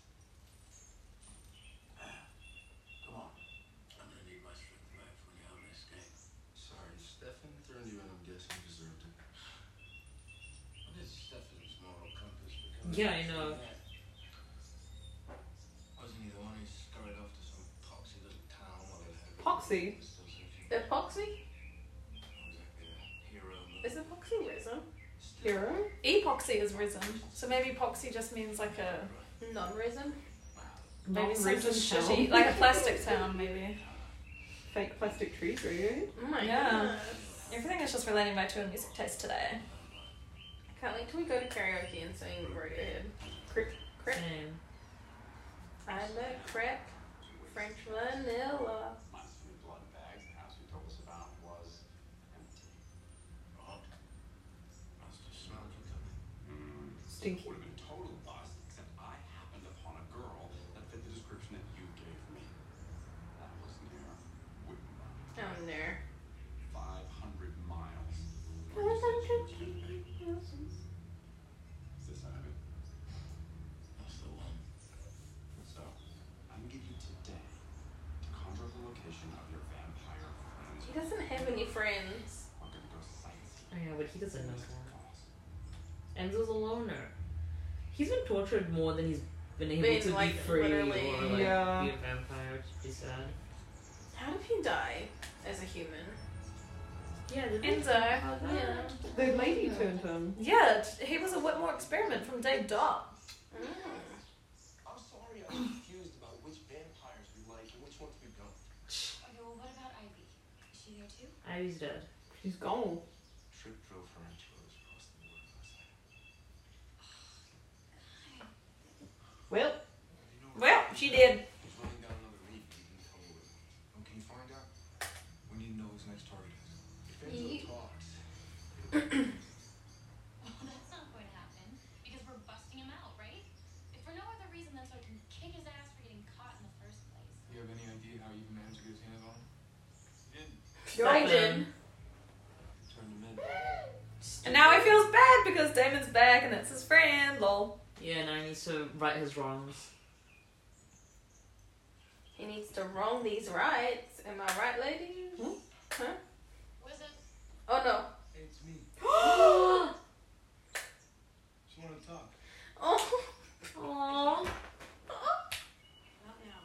[SPEAKER 5] Ah, Come on. I'm gonna need my strength back from the holiday escape.
[SPEAKER 8] Sorry, Stefan threatened you and I'm guessing you deserved it.
[SPEAKER 5] What is Stefan's moral compass becoming?
[SPEAKER 2] Yeah, I know.
[SPEAKER 5] Wasn't he the one who scurried off to some poxy little town while it had
[SPEAKER 1] Poxy?
[SPEAKER 4] The Epoxy?
[SPEAKER 5] Exactly a hero.
[SPEAKER 4] Is Epoxy resin?
[SPEAKER 1] Hero?
[SPEAKER 3] Epoxy is resin. So maybe epoxy just means like a
[SPEAKER 4] Non-resin?
[SPEAKER 3] maybe
[SPEAKER 1] Not
[SPEAKER 3] something
[SPEAKER 1] resin
[SPEAKER 3] shitty.
[SPEAKER 1] town.
[SPEAKER 3] Like a plastic town maybe.
[SPEAKER 1] Fake plastic tree tree.
[SPEAKER 4] Oh my
[SPEAKER 3] Yeah.
[SPEAKER 4] goodness.
[SPEAKER 3] Everything is just relating back to a music taste today.
[SPEAKER 4] Can't wait till we go to karaoke and sing Radiohead. Crip, crip.
[SPEAKER 2] Same.
[SPEAKER 4] I love crip. French vanilla.
[SPEAKER 5] Minus three blood bags, the house you told us about was empty. Rot. Must have smelled you coming.
[SPEAKER 1] Stinky.
[SPEAKER 5] Mm. Would have been total loss, except I happened upon a girl that fit the description that you gave me. That was near Whitmore.
[SPEAKER 4] Oh no.
[SPEAKER 5] 500 miles. Is this Ivan? That's the one. So, I'm gonna give you today to conjure the location of your vampire friends.
[SPEAKER 4] He doesn't have any friends.
[SPEAKER 5] We're gonna go sightsee.
[SPEAKER 2] I know, but he doesn't know that.
[SPEAKER 5] Falls.
[SPEAKER 2] Enzo's a loner. He's been tortured more than he's been able
[SPEAKER 4] Been,
[SPEAKER 2] to
[SPEAKER 4] like,
[SPEAKER 2] be free
[SPEAKER 4] literally,
[SPEAKER 2] or like
[SPEAKER 1] yeah.
[SPEAKER 2] be a vampire, which is pretty sad.
[SPEAKER 4] How did he die as a human?
[SPEAKER 2] Yeah, the
[SPEAKER 3] Enzo.
[SPEAKER 4] Yeah.
[SPEAKER 1] The lady turned him.
[SPEAKER 3] Yeah, t- he was a Whitmore experiment from day dot.
[SPEAKER 8] I'm sorry I was confused about which vampires we like and which ones we don't.
[SPEAKER 7] Okay, well, Oh, what about Ivy? Is she there too?
[SPEAKER 2] Ivy's dead.
[SPEAKER 1] She's gone.
[SPEAKER 8] Trip drove her and two others across the moor last night.
[SPEAKER 1] Well,
[SPEAKER 8] You know,
[SPEAKER 3] Well, she did.
[SPEAKER 5] Oh,
[SPEAKER 8] He's running down another league. You can tell me where. Um, can you find out?
[SPEAKER 7] Well, Oh, that's not going to happen because we're busting him out, right? If for no other reason than so I can kick his ass for getting caught in the first place.
[SPEAKER 5] You have any idea how you managed to get his hands on him? Didn't.
[SPEAKER 4] Mm.
[SPEAKER 3] I did.
[SPEAKER 5] Turned him in.
[SPEAKER 3] And now he feels bad because Damon's back and it's his friend. Lol.
[SPEAKER 2] Yeah, and I need to right his wrongs.
[SPEAKER 4] He needs to wrong these rights. Am I right, ladies?
[SPEAKER 3] Hmm?
[SPEAKER 4] Huh?
[SPEAKER 7] Was it?
[SPEAKER 4] Oh no.
[SPEAKER 5] Hey, it's me.
[SPEAKER 4] oh.
[SPEAKER 5] Just wanted to talk.
[SPEAKER 4] Oh. Aww.
[SPEAKER 7] Not now.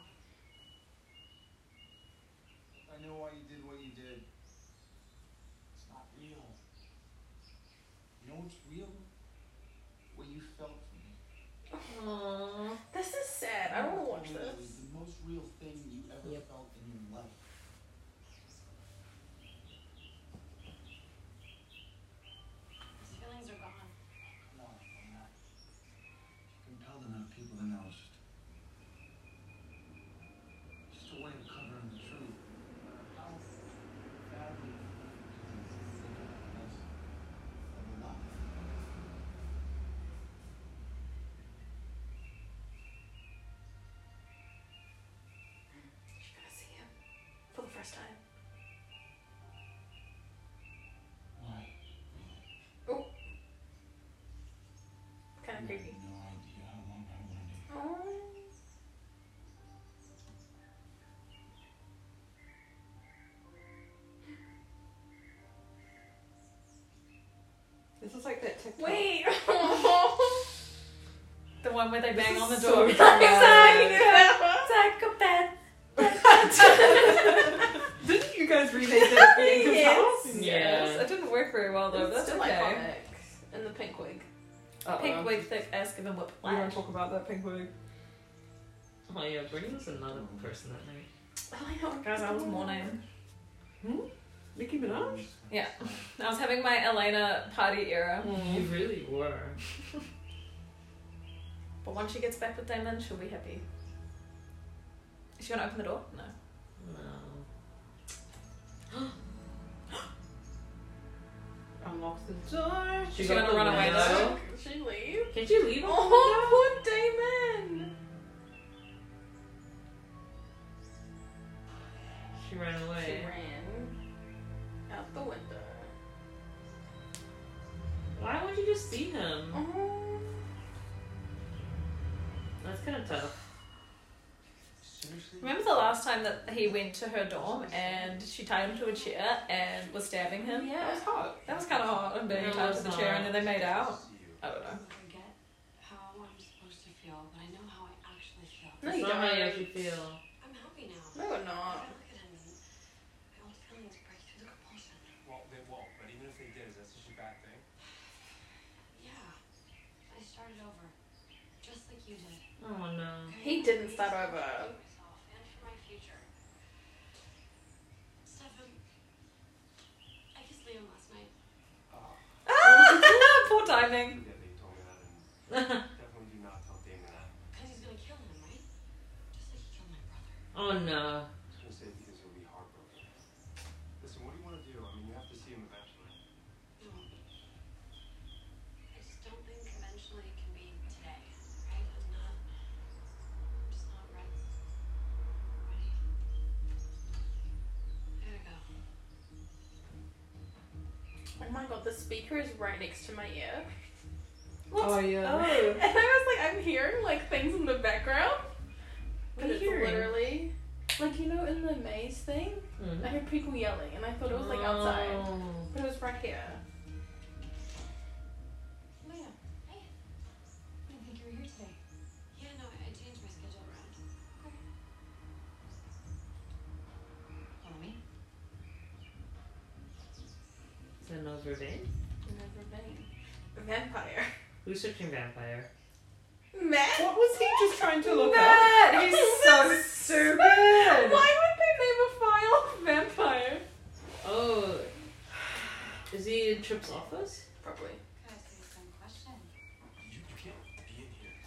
[SPEAKER 5] I know why you did what you did. It's not real. You know what's real? What you felt for me.
[SPEAKER 2] Aww.
[SPEAKER 4] This is sad. I don't want to watch
[SPEAKER 5] It was
[SPEAKER 4] this.
[SPEAKER 5] the most real thing you ever
[SPEAKER 2] Yep.
[SPEAKER 5] felt in your life.
[SPEAKER 7] His feelings are gone.
[SPEAKER 5] No, I'm not. You compelled enough people to know. It's just, just a way of covering the truth. How badly does it think of us and the love?
[SPEAKER 4] She's gonna see him for the first time.
[SPEAKER 5] Why?
[SPEAKER 4] Kind of
[SPEAKER 5] You have
[SPEAKER 4] creepy.
[SPEAKER 5] no idea how long I wanted it.
[SPEAKER 4] Aww.
[SPEAKER 3] Oh.
[SPEAKER 1] This is like that TikTok.
[SPEAKER 4] Wait.
[SPEAKER 3] The one where they bang
[SPEAKER 1] is
[SPEAKER 3] on the
[SPEAKER 1] so
[SPEAKER 3] door.
[SPEAKER 1] bad.
[SPEAKER 3] Psychopath. Psychopath.
[SPEAKER 1] Didn't you guys read that?
[SPEAKER 4] Yes.
[SPEAKER 2] Yeah.
[SPEAKER 3] Yes. It didn't work very well though.
[SPEAKER 4] It's
[SPEAKER 3] That's
[SPEAKER 4] still
[SPEAKER 3] okay.
[SPEAKER 4] iconic. And the pink wig.
[SPEAKER 3] Pink wig, thick ass, given whip.
[SPEAKER 1] We want to talk about that pink wig.
[SPEAKER 2] Oh yeah, Brittany was another person that night.
[SPEAKER 4] Oh, I know.
[SPEAKER 3] Guys, I was mourning.
[SPEAKER 1] Nicki Minaj.
[SPEAKER 3] Yeah. I was having my Elena party era.
[SPEAKER 2] You really were.
[SPEAKER 3] But once she gets back with Damon, she'll be happy. Is she gonna open the door? No.
[SPEAKER 2] No.
[SPEAKER 1] Unlock the door.
[SPEAKER 3] She's gonna
[SPEAKER 2] the
[SPEAKER 3] run away
[SPEAKER 2] window.
[SPEAKER 3] though.
[SPEAKER 4] She leave?
[SPEAKER 2] Can't you leave him?
[SPEAKER 4] Oh, poor Damon.
[SPEAKER 2] She ran away.
[SPEAKER 4] She ran out the window.
[SPEAKER 2] Why would you just see him?
[SPEAKER 4] Oh.
[SPEAKER 2] That's kind of tough.
[SPEAKER 5] Seriously?
[SPEAKER 3] Remember the last time that he went to her dorm and she tied him to a chair and was stabbing him?
[SPEAKER 4] Yeah.
[SPEAKER 3] That was hot. That was kind of hot. And being
[SPEAKER 2] No,
[SPEAKER 3] tied
[SPEAKER 2] it
[SPEAKER 3] to the
[SPEAKER 2] was
[SPEAKER 3] chair
[SPEAKER 2] not.
[SPEAKER 3] and then they made out.
[SPEAKER 5] See you.
[SPEAKER 3] I don't know.
[SPEAKER 7] I forget how I'm supposed to feel, but I know how I actually feel.
[SPEAKER 4] No,
[SPEAKER 2] It's not
[SPEAKER 4] you
[SPEAKER 2] how you
[SPEAKER 4] don't.
[SPEAKER 2] actually feel.
[SPEAKER 7] I'm happy now.
[SPEAKER 4] No, we're
[SPEAKER 7] I
[SPEAKER 4] not.
[SPEAKER 7] look at him and my old feelings break through the compulsion.
[SPEAKER 5] Well, they won't, but even if they did, is that such a bad thing?
[SPEAKER 7] Yeah. I started over. Just like you did.
[SPEAKER 2] Oh no.
[SPEAKER 4] He didn't start over.
[SPEAKER 7] myself and for my future. Stefan, I kissed Liam last night.
[SPEAKER 5] Ah,
[SPEAKER 3] Ah, poor timing.
[SPEAKER 5] forget that you told me that, and definitely do not tell Damon that.
[SPEAKER 7] Because he's going to kill him, right? Just like he killed my brother.
[SPEAKER 2] oh no.
[SPEAKER 5] I was gonna say because he'll be heartbroken. Listen, what do you want to do? I mean, you have to see him eventually.
[SPEAKER 7] No. I just don't think eventually it can be today, right? I'm not. I'm just not ready. Ready. I gotta go.
[SPEAKER 4] Oh my god, the speaker is right next to my ear.
[SPEAKER 1] Oh yeah.
[SPEAKER 4] And I was like, I'm hearing like things in the background.
[SPEAKER 2] What
[SPEAKER 4] But
[SPEAKER 2] are you
[SPEAKER 4] it's
[SPEAKER 2] hearing?
[SPEAKER 4] literally like you know in the maze thing, I heard people yelling and I thought it Hmm. was like outside.
[SPEAKER 2] Oh.
[SPEAKER 4] But it was right here.
[SPEAKER 7] Leah, hey. I didn't think you were here today. Yeah, no, I I changed my schedule around. Okay. Follow me.
[SPEAKER 2] Is that another revenge?
[SPEAKER 4] Never been. Vampire.
[SPEAKER 2] Who's searching vampire?
[SPEAKER 4] Matt?
[SPEAKER 1] What was he just trying to look at?
[SPEAKER 3] Matt, he's so
[SPEAKER 1] Stupid.
[SPEAKER 3] stupid. Why would they name a file vampire?
[SPEAKER 2] Oh. Is he in Trip's office?
[SPEAKER 4] Probably.
[SPEAKER 7] Could I ask you some question?
[SPEAKER 5] You, you can't be in here.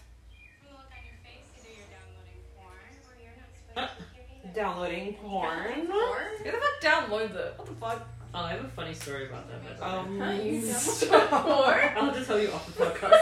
[SPEAKER 7] From the look on your face, either you're downloading porn or you're not Oh.
[SPEAKER 1] Downloading porn.
[SPEAKER 4] Or
[SPEAKER 3] Who the fuck downloads it? What the fuck?
[SPEAKER 2] Oh, I have a funny story about that. But
[SPEAKER 1] Um,
[SPEAKER 11] Huh? You done
[SPEAKER 1] s-
[SPEAKER 11] before?
[SPEAKER 2] I'll just tell you off the podcast.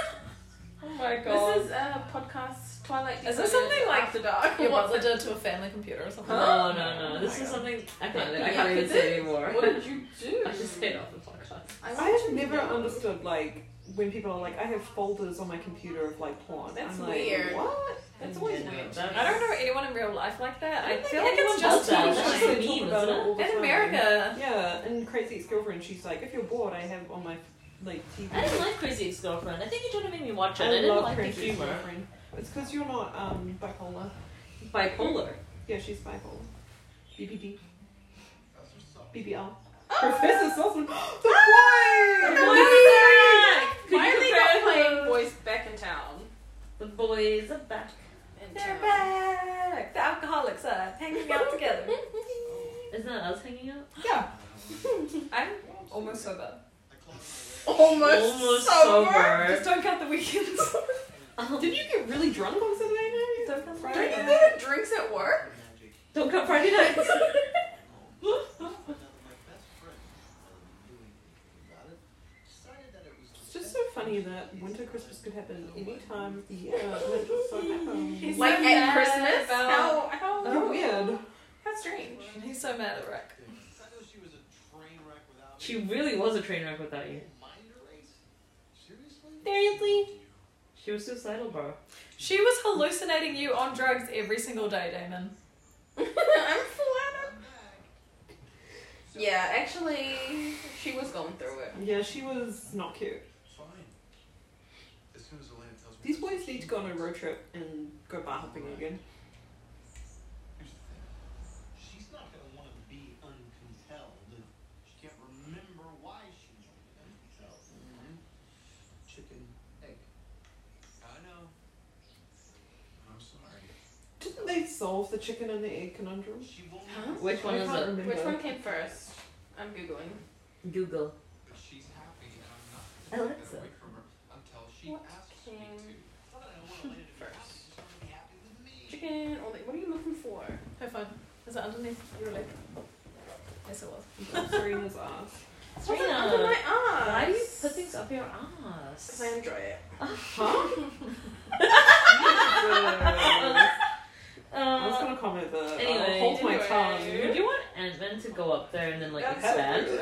[SPEAKER 3] Oh my
[SPEAKER 11] This is a podcast Twilight.
[SPEAKER 3] Is
[SPEAKER 11] Decoded
[SPEAKER 3] this something like
[SPEAKER 11] After Dark?
[SPEAKER 3] your
[SPEAKER 11] What's
[SPEAKER 3] brother did to a family computer or something?
[SPEAKER 2] No, no, no.
[SPEAKER 3] Oh
[SPEAKER 2] This
[SPEAKER 3] my
[SPEAKER 2] is
[SPEAKER 3] God.
[SPEAKER 2] something I can't. I
[SPEAKER 11] Yeah,
[SPEAKER 2] can't even
[SPEAKER 11] is
[SPEAKER 2] say
[SPEAKER 11] it?
[SPEAKER 2] anymore.
[SPEAKER 11] What did you do?
[SPEAKER 2] I just say it off the podcast.
[SPEAKER 11] I
[SPEAKER 1] I
[SPEAKER 11] want
[SPEAKER 1] have
[SPEAKER 11] to
[SPEAKER 1] never
[SPEAKER 11] know.
[SPEAKER 1] understood like when people are like, I have folders on my computer of like porn.
[SPEAKER 11] That's
[SPEAKER 1] I'm like,
[SPEAKER 11] weird.
[SPEAKER 1] What?
[SPEAKER 7] Oh,
[SPEAKER 1] That's always
[SPEAKER 2] Yeah,
[SPEAKER 1] weird.
[SPEAKER 2] that's-
[SPEAKER 3] I don't know anyone in real life like that. I,
[SPEAKER 1] don't
[SPEAKER 3] feel like
[SPEAKER 1] think
[SPEAKER 3] it's
[SPEAKER 1] anyone
[SPEAKER 3] just
[SPEAKER 1] does that.
[SPEAKER 2] us.
[SPEAKER 1] It's
[SPEAKER 3] us.
[SPEAKER 1] just
[SPEAKER 2] That's
[SPEAKER 1] they
[SPEAKER 2] a
[SPEAKER 1] talk
[SPEAKER 2] meme,
[SPEAKER 1] about it
[SPEAKER 2] isn't it?
[SPEAKER 1] all the
[SPEAKER 3] In
[SPEAKER 1] time.
[SPEAKER 3] America,
[SPEAKER 1] Yeah, and Crazy Ex-Girlfriend, she's like, if you're bored, I have on my like TV.
[SPEAKER 2] I didn't like Crazy Ex-Girlfriend. I think you tried to make me watch it.
[SPEAKER 1] I
[SPEAKER 2] I, didn't
[SPEAKER 1] love
[SPEAKER 2] like the
[SPEAKER 1] Crazy
[SPEAKER 2] humor.
[SPEAKER 1] Ex-Girlfriend. It's because you're not um bipolar.
[SPEAKER 2] Bipolar.
[SPEAKER 1] Yeah, she's bipolar. BBD. BBL. Professor Sultan. the boy.
[SPEAKER 2] Boys are back! Could
[SPEAKER 4] Why
[SPEAKER 2] you
[SPEAKER 4] are they
[SPEAKER 2] compare
[SPEAKER 4] not playing
[SPEAKER 2] them?
[SPEAKER 4] boys back in town?
[SPEAKER 2] The boys are back.
[SPEAKER 4] In
[SPEAKER 3] they're
[SPEAKER 4] town.
[SPEAKER 3] back. The alcoholics are hanging out together.
[SPEAKER 2] Isn't that us hanging out?
[SPEAKER 1] Yeah.
[SPEAKER 3] I'm almost sober.
[SPEAKER 11] Almost,
[SPEAKER 2] Almost Um,
[SPEAKER 11] sober.
[SPEAKER 3] Just don't count the weekends.
[SPEAKER 1] Did you get really drunk on Saturday night?
[SPEAKER 3] Don't count
[SPEAKER 1] Friday
[SPEAKER 11] Don't you
[SPEAKER 1] night?
[SPEAKER 11] go to drinks at work?
[SPEAKER 2] Don't come Friday nights.
[SPEAKER 1] It's just so funny that winter Christmas could happen any time of the year. and it just so happens.
[SPEAKER 11] Like
[SPEAKER 3] so
[SPEAKER 11] at
[SPEAKER 3] mad
[SPEAKER 11] Christmas?
[SPEAKER 3] about- Oh,
[SPEAKER 11] How how
[SPEAKER 1] So Oh, weird.
[SPEAKER 11] how strange.
[SPEAKER 3] He's so mad at Rick.
[SPEAKER 2] she really was a train wreck without you.
[SPEAKER 3] Seriously?
[SPEAKER 2] She was suicidal, bro.
[SPEAKER 3] She was hallucinating you on drugs every single day, Damon.
[SPEAKER 11] I'm flattered. Yeah, actually, she was going through it.
[SPEAKER 1] Yeah, she was not cute.
[SPEAKER 8] Fine. As soon as Elena tells me.
[SPEAKER 1] These boys need to go on a road trip and go bar hopping again.
[SPEAKER 5] She's not gonna want to be uncompelled. She can't remember why she was uncompelled.
[SPEAKER 8] Chicken, egg. I know. I'm sorry.
[SPEAKER 1] Didn't they solve the chicken and the egg conundrum?
[SPEAKER 5] She won't.
[SPEAKER 11] Huh?
[SPEAKER 2] Which one
[SPEAKER 1] I
[SPEAKER 2] is
[SPEAKER 1] can't
[SPEAKER 2] it?
[SPEAKER 1] remember.
[SPEAKER 11] Which one came first? I'm googling.
[SPEAKER 2] Google.
[SPEAKER 8] But she's happy, and I'm not. gonna
[SPEAKER 2] Alexa.
[SPEAKER 8] get away from her until she
[SPEAKER 11] What
[SPEAKER 8] asks
[SPEAKER 11] came
[SPEAKER 8] me to.
[SPEAKER 5] It's not that I don't want Elena to be happy. She's already happy with me.
[SPEAKER 11] Chicken. Or the, what are you looking for?
[SPEAKER 3] Have fun. Is it underneath your leg? Yes, it was.
[SPEAKER 1] Serena's ass.
[SPEAKER 11] Wasn't under my
[SPEAKER 2] Serena, Um,
[SPEAKER 11] arm.
[SPEAKER 2] why do you put things up your ass?
[SPEAKER 11] Because I enjoy it.
[SPEAKER 1] Uh, I was
[SPEAKER 2] Uh,
[SPEAKER 1] gonna comment that.
[SPEAKER 2] anyway,
[SPEAKER 1] I'll hold my
[SPEAKER 11] anyway.
[SPEAKER 1] tongue.
[SPEAKER 2] would you want Edmund to go up there and then like
[SPEAKER 1] That's
[SPEAKER 2] expand?
[SPEAKER 1] so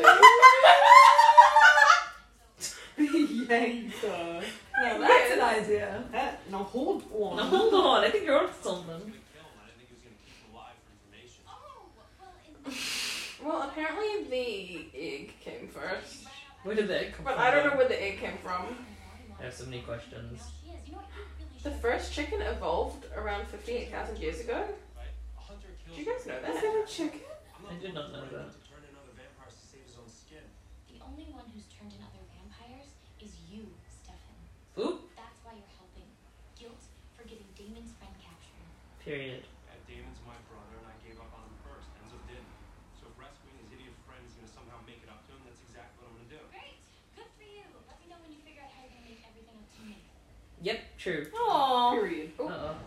[SPEAKER 1] rude. Yanks, uh,
[SPEAKER 3] No, that's an
[SPEAKER 1] idea. That, now hold on.
[SPEAKER 2] No, hold on. Oh I think you're onto something.
[SPEAKER 5] Gonna kill him. I didn't think he was gonna keep him alive for information.
[SPEAKER 7] Oh, well, in
[SPEAKER 11] Well, apparently the egg came first.
[SPEAKER 2] Where did that come
[SPEAKER 11] But
[SPEAKER 2] from?
[SPEAKER 11] I don't know where the egg came from.
[SPEAKER 2] I have so many questions.
[SPEAKER 7] she is. You know what? You really
[SPEAKER 11] The
[SPEAKER 7] should.
[SPEAKER 11] first chicken evolved around 58,000 years ago.
[SPEAKER 5] A hunter kills.
[SPEAKER 11] Did you guys know
[SPEAKER 1] Is
[SPEAKER 11] that?
[SPEAKER 1] that a chicken?
[SPEAKER 5] I'm
[SPEAKER 2] I did not know
[SPEAKER 5] looking for
[SPEAKER 2] that.
[SPEAKER 5] anyone To turn another vampire to save his own skin.
[SPEAKER 7] The only one who's turned in other vampires is you, Stefan.
[SPEAKER 2] Oop.
[SPEAKER 7] That's why you're helping. Guilt for getting Damon's friend captured.
[SPEAKER 2] Period.
[SPEAKER 5] And Uh, Damon's my brother, and I gave up on him first. Enzo didn't. So if rescuing his idiot friend is gonna somehow make it up to him, that's exactly what I'm gonna do.
[SPEAKER 7] Great! Good for you! Let me know when you figure out how you're gonna make everything up to me.
[SPEAKER 2] Yep. True.
[SPEAKER 3] Aww.
[SPEAKER 1] Period.
[SPEAKER 2] Uh oh.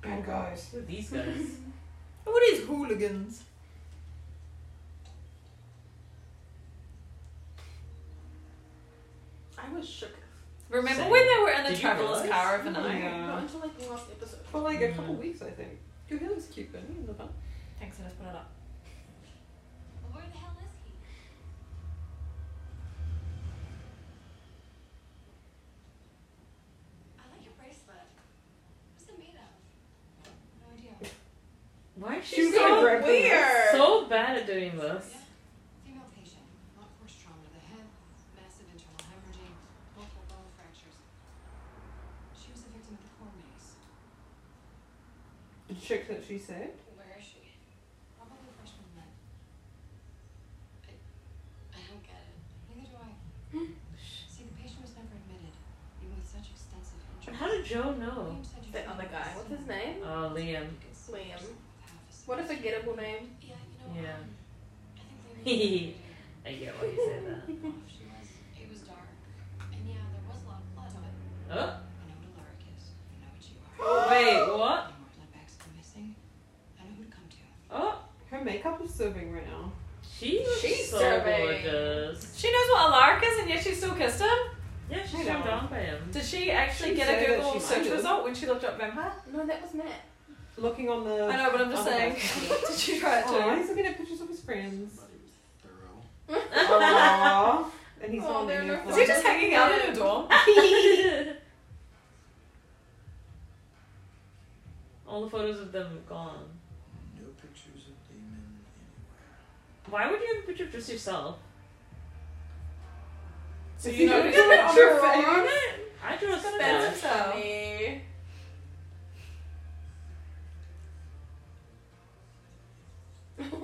[SPEAKER 1] Bad guys.
[SPEAKER 2] Who are these guys?
[SPEAKER 3] What is hooligans?
[SPEAKER 11] I was shook.
[SPEAKER 3] Remember
[SPEAKER 2] Same.
[SPEAKER 3] when they were in the
[SPEAKER 2] Did you
[SPEAKER 3] traveler's
[SPEAKER 2] realise?
[SPEAKER 3] car overnight?
[SPEAKER 11] Not
[SPEAKER 1] Yeah.
[SPEAKER 11] until like the last episode.
[SPEAKER 1] For like a
[SPEAKER 2] Mm.
[SPEAKER 1] couple weeks, I think. Your hair looks cute, Benny, in the back.
[SPEAKER 3] Thanks, I just put it up.
[SPEAKER 7] Well, where the hell is he? I like your bracelet. What's it made of? No idea.
[SPEAKER 2] Why is she
[SPEAKER 1] She's
[SPEAKER 2] so
[SPEAKER 1] gonna grab the-
[SPEAKER 11] weird.
[SPEAKER 2] so bad at doing this?
[SPEAKER 7] Female patient. Lot force trauma to the head, massive internal hemorrhaging, multiple bone fractures. She was a victim of the corn maze.
[SPEAKER 1] The chick that she said.
[SPEAKER 7] Where is she? Probably freshman med. I, I don't get it. Neither do I.
[SPEAKER 11] Hmm?
[SPEAKER 7] See, the patient was never admitted, even with such extensive
[SPEAKER 2] And
[SPEAKER 7] injuries.
[SPEAKER 2] how did Joe know?
[SPEAKER 7] Liam said
[SPEAKER 11] Oh,
[SPEAKER 7] you
[SPEAKER 11] The
[SPEAKER 7] should
[SPEAKER 11] other
[SPEAKER 7] be
[SPEAKER 11] guy.
[SPEAKER 7] seen.
[SPEAKER 11] What's his name?
[SPEAKER 2] Oh, Liam.
[SPEAKER 7] You could see
[SPEAKER 11] Liam.
[SPEAKER 7] yourself with half a
[SPEAKER 11] What a
[SPEAKER 7] second.
[SPEAKER 11] forgettable name.
[SPEAKER 7] Yeah, you know.
[SPEAKER 2] Yeah.
[SPEAKER 7] um, I think they really figured
[SPEAKER 2] I
[SPEAKER 7] it
[SPEAKER 2] get why you say that.
[SPEAKER 7] out. Off she was. It was dark, and yeah, there was a lot of blood,
[SPEAKER 2] Oh,
[SPEAKER 7] but I know what a lark is. I know what you are.
[SPEAKER 2] wait, what?
[SPEAKER 7] No more blood bags go missing. I know who to come to.
[SPEAKER 1] makeup is serving right now.
[SPEAKER 2] She was
[SPEAKER 3] She's
[SPEAKER 2] Oh. so
[SPEAKER 3] serving.
[SPEAKER 2] gorgeous.
[SPEAKER 3] She knows what Alaric is, and yet she still kissed him.
[SPEAKER 2] Yeah, she's
[SPEAKER 1] Hang
[SPEAKER 2] jumped
[SPEAKER 1] on.
[SPEAKER 2] on by him.
[SPEAKER 3] Did she actually
[SPEAKER 1] She
[SPEAKER 3] get a
[SPEAKER 1] said that
[SPEAKER 3] Google
[SPEAKER 1] she
[SPEAKER 3] search
[SPEAKER 1] minded.
[SPEAKER 3] result when she looked up vampire?
[SPEAKER 4] No, that was Matt.
[SPEAKER 1] Looking on the.
[SPEAKER 3] I know, but I'm just
[SPEAKER 1] Oh,
[SPEAKER 3] saying.
[SPEAKER 1] okay.
[SPEAKER 3] Did she try it too?
[SPEAKER 1] Oh, he's looking at pictures of his friends.
[SPEAKER 8] But it was thorough.
[SPEAKER 1] Aww. And he's
[SPEAKER 4] Aw,
[SPEAKER 1] on
[SPEAKER 4] Oh,
[SPEAKER 11] Oh,
[SPEAKER 4] they're
[SPEAKER 1] there.
[SPEAKER 4] no
[SPEAKER 3] Is he just hanging out in her door?
[SPEAKER 2] All the photos of them are gone.
[SPEAKER 8] No pictures of Damon anywhere.
[SPEAKER 2] Why would you have a picture of just yourself?
[SPEAKER 3] So
[SPEAKER 1] Is
[SPEAKER 3] you
[SPEAKER 1] he
[SPEAKER 3] know
[SPEAKER 1] gonna
[SPEAKER 3] who's
[SPEAKER 1] get a
[SPEAKER 3] on
[SPEAKER 1] picture
[SPEAKER 3] her
[SPEAKER 1] of
[SPEAKER 3] own?
[SPEAKER 1] Faye?
[SPEAKER 2] I drew a
[SPEAKER 3] That's
[SPEAKER 2] sketch.
[SPEAKER 3] himself.
[SPEAKER 4] Funny.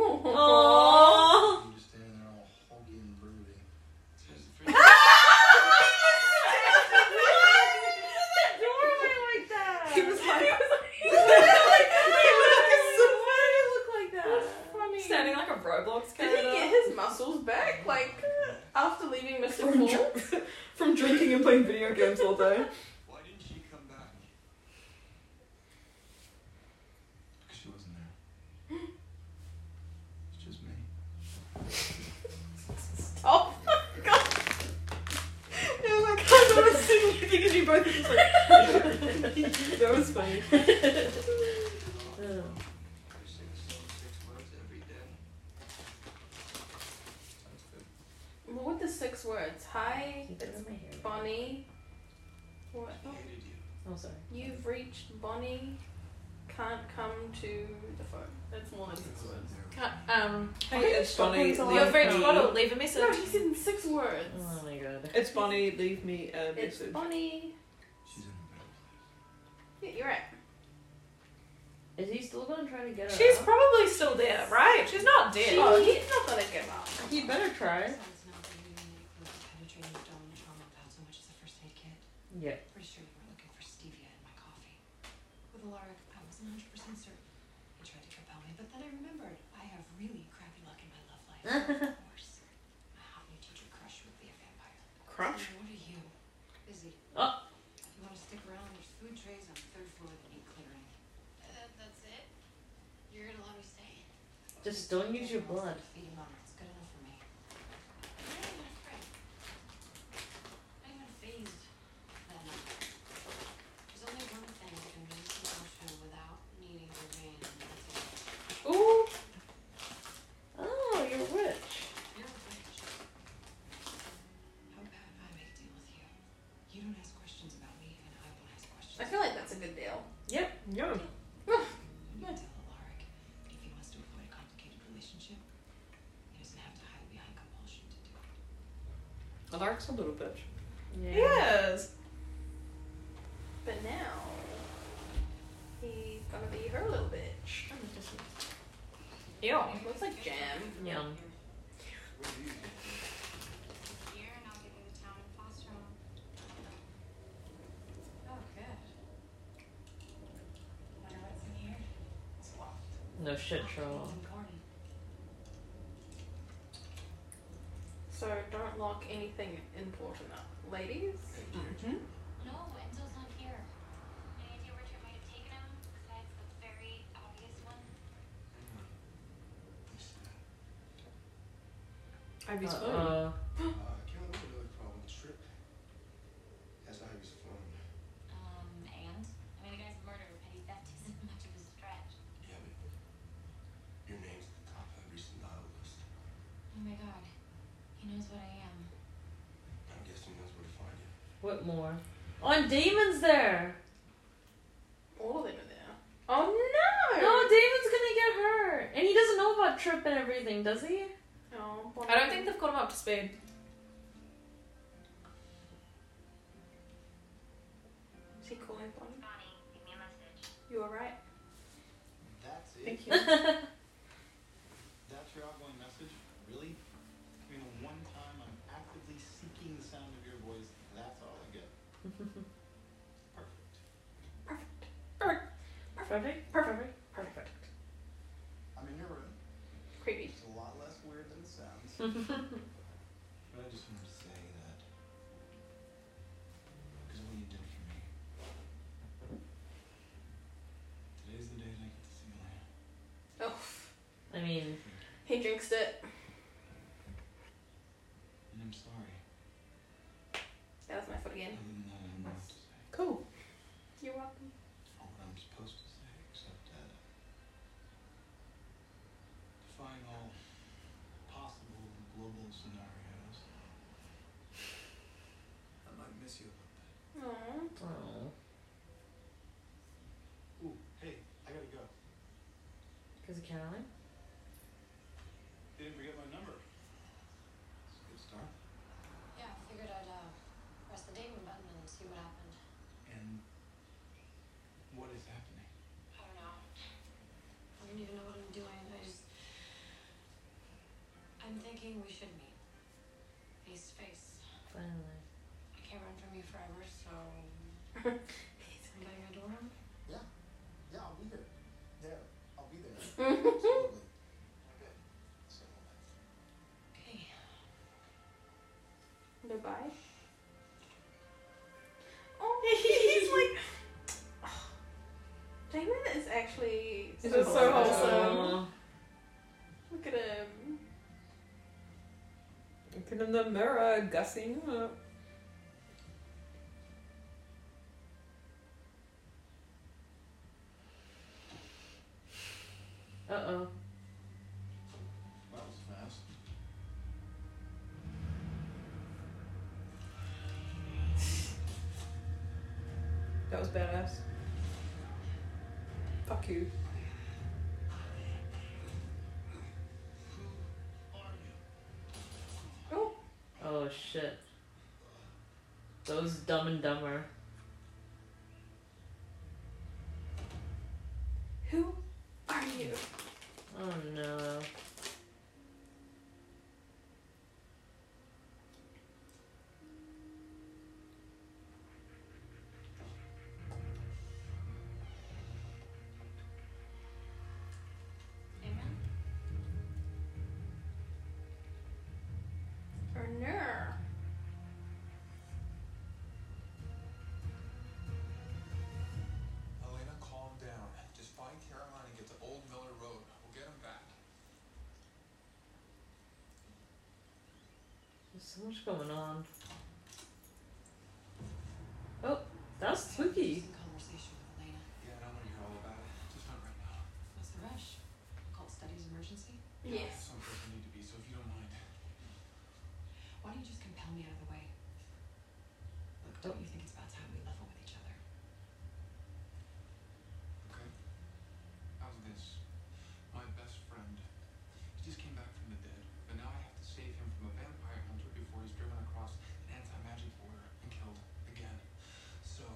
[SPEAKER 4] Oh.
[SPEAKER 1] Oh.
[SPEAKER 2] Aww.
[SPEAKER 8] I'm just standing there all hoggy and brooding.
[SPEAKER 5] Just for
[SPEAKER 1] He was like,
[SPEAKER 3] Standing like a Roblox
[SPEAKER 4] Did he
[SPEAKER 3] character.
[SPEAKER 4] get his muscles back?
[SPEAKER 1] uh,
[SPEAKER 4] Like after leaving Mr.
[SPEAKER 1] from,
[SPEAKER 4] Paul?
[SPEAKER 1] dr- from drinking and playing video games all day.
[SPEAKER 5] Why didn't she come back?
[SPEAKER 8] Because she wasn't there. It's just me.
[SPEAKER 4] Oh my god!
[SPEAKER 1] Yeah, like, I was sitting with you because you both were just like, that was funny.
[SPEAKER 5] I sing seven, six words every day. That's good.
[SPEAKER 4] What were the six words? Hi, it's Bonnie. What?
[SPEAKER 5] I hated you.
[SPEAKER 2] Oh, sorry.
[SPEAKER 4] You've reached Bonnie. Can't come to the phone. That's more than six words.
[SPEAKER 3] Can't- Um,
[SPEAKER 1] Hey, it's Bonnie.
[SPEAKER 3] you
[SPEAKER 1] leave
[SPEAKER 3] have reached
[SPEAKER 1] me-
[SPEAKER 3] bottle. Leave a
[SPEAKER 4] No,
[SPEAKER 3] message.
[SPEAKER 4] he said in six words.
[SPEAKER 2] Oh my god.
[SPEAKER 1] It's Bonnie, leave me a
[SPEAKER 4] it's
[SPEAKER 1] message.
[SPEAKER 4] Bonnie.
[SPEAKER 8] She's in the middle.
[SPEAKER 4] Yeah, you're right.
[SPEAKER 2] Is he still gonna try to get her?
[SPEAKER 3] She's
[SPEAKER 2] up?
[SPEAKER 3] probably still there, right? She's not dead.
[SPEAKER 4] Oh, he's not gonna give up.
[SPEAKER 2] He better try.
[SPEAKER 7] Sounds not that you really include the penetrating abdominal trauma without so much as a first aid kit.
[SPEAKER 2] Yeah.
[SPEAKER 7] Pretty sure you were looking for stevia in my coffee. With Alaric, I was 100% certain. He tried to compel me, but then I remembered I have really crappy luck in my love life. of course. My hot new teacher crush would be a vampire.
[SPEAKER 1] Crush?
[SPEAKER 7] So what are you? Busy.
[SPEAKER 2] Oh.
[SPEAKER 7] If you want to stick around, there's food trays on the third floor that need clearing.
[SPEAKER 12] Uh, that's it? You're gonna let me stay?
[SPEAKER 2] Just don't use your blood.
[SPEAKER 7] Feed him up. It's good enough for me.
[SPEAKER 12] I'm not even afraid.
[SPEAKER 7] I'm not phased that much. There's only one thing that can really function without needing your vein. and that's it.
[SPEAKER 2] Ooh. Oh, you're rich.
[SPEAKER 7] You're a witch. How bad if I make a deal with you? You don't ask questions about me, and I won't ask questions.
[SPEAKER 4] I feel like that's a good deal.
[SPEAKER 2] Yep. Yeah.
[SPEAKER 7] You can tell Alaric, but if he wants to avoid a complicated relationship, he doesn't have to hide behind compulsion to do it.
[SPEAKER 1] Alaric's a little bitch.
[SPEAKER 3] Yes.
[SPEAKER 4] But now he's gonna be her little bitch.
[SPEAKER 3] Ew.
[SPEAKER 4] It looks like jam.
[SPEAKER 2] Yum.
[SPEAKER 5] What do you think?
[SPEAKER 12] Here, and I'll get into town and foster home.
[SPEAKER 7] Oh, good. Wonder what's in here? It's locked.
[SPEAKER 2] No shit, troll.
[SPEAKER 7] It's important.
[SPEAKER 4] So don't lock anything important up, ladies.
[SPEAKER 1] Mm-hmm.
[SPEAKER 12] No, Enzo's not here. Any idea where Jim might have taken him, besides the very obvious one?
[SPEAKER 1] Ivy's phone.
[SPEAKER 2] Uh,
[SPEAKER 8] Uh, Carol, we have another problem with Trip. That's Ivy's phone.
[SPEAKER 12] Um, and? I mean, the guy's a murderer, petty theft isn't much of a stretch.
[SPEAKER 8] Yeah, but your name's at the top of every Sonata list.
[SPEAKER 12] Oh my god. He knows what I am.
[SPEAKER 8] I'm guessing knows where to find you.
[SPEAKER 2] what more? Oh, and Damon's there.
[SPEAKER 4] All of them are there. Oh no!
[SPEAKER 2] No, Damon's gonna get hurt, and he doesn't know about Trip and everything, does he?
[SPEAKER 4] Oh,
[SPEAKER 3] I don't think they've got him up to speed.
[SPEAKER 4] Is he calling Bonnie?
[SPEAKER 12] Bonnie, leave me a message.
[SPEAKER 4] You are right.
[SPEAKER 8] That's it?
[SPEAKER 1] Thank you.
[SPEAKER 8] That's your outgoing message? Really? I mean, the one time I'm actively seeking the sound of your voice, that's all I get. Perfect.
[SPEAKER 2] Perfect. Perfect. Perfect.
[SPEAKER 8] I'm in your room.
[SPEAKER 4] Creepy.
[SPEAKER 8] It's a lot less weird than it sounds. but I just wanted to say that. Because what you did for me. Today's the day that I get to see
[SPEAKER 4] Oh,
[SPEAKER 8] Elena.
[SPEAKER 2] I mean,
[SPEAKER 4] He drinks it.
[SPEAKER 13] And I'm sorry.
[SPEAKER 4] That was my foot again.
[SPEAKER 13] Other than that, I don't know what to say.
[SPEAKER 1] Cool.
[SPEAKER 4] You're welcome.
[SPEAKER 13] Or what I'm supposed to say, except that. Uh, defying all possible global scenarios. I might miss you a little bit.
[SPEAKER 2] Oh,
[SPEAKER 4] Aww.
[SPEAKER 13] Ooh, hey, I gotta go.
[SPEAKER 2] because of Caroline.
[SPEAKER 13] They didn't forget my number. It's a good start.
[SPEAKER 7] Yeah, I figured I'd uh, press the dating button and see what happened.
[SPEAKER 13] And what is happening?
[SPEAKER 7] I don't know. I don't even know what I'm doing. I just. I'm thinking we should meet. Face to face.
[SPEAKER 2] Finally.
[SPEAKER 7] I can't run from you forever, so. I'm by your door.
[SPEAKER 13] Yeah, I'll be there. There, I'll be there. Absolutely. Okay. So,
[SPEAKER 7] Okay.
[SPEAKER 4] Goodbye. Oh, he's like. Damon is actually.
[SPEAKER 3] This is so
[SPEAKER 2] Oh.
[SPEAKER 4] wholesome.
[SPEAKER 3] wholesome.
[SPEAKER 4] Look at him.
[SPEAKER 1] Looking in the mirror, gussing up.
[SPEAKER 2] Uh oh.
[SPEAKER 13] that was fast.
[SPEAKER 1] That was badass. Fuck you.
[SPEAKER 2] Oh shit. Those dumb and dumber.
[SPEAKER 4] Who are you?
[SPEAKER 2] Oh no.
[SPEAKER 7] Amen.
[SPEAKER 4] Or Nur?
[SPEAKER 8] Elena, calm down. Just find Caroline and get to Old Miller Road. We'll get him back.
[SPEAKER 2] There's so much going on. Oh, that's spooky.
[SPEAKER 14] Some conversation with Elena.
[SPEAKER 8] Yeah, and I want to hear all about it. Just not right now.
[SPEAKER 14] What's the rush? Cult studies emergency?
[SPEAKER 4] Yes.
[SPEAKER 8] Some place I need to be, so if you don't mind.
[SPEAKER 14] Why don't you just compel me out of the way? Look, don't you think it's about time we level with each other?
[SPEAKER 8] Okay. How's this? My best friend. He just came back from the dead, but now I have to save him from a vampire hunter before he's driven across an anti-magic border and killed again. So,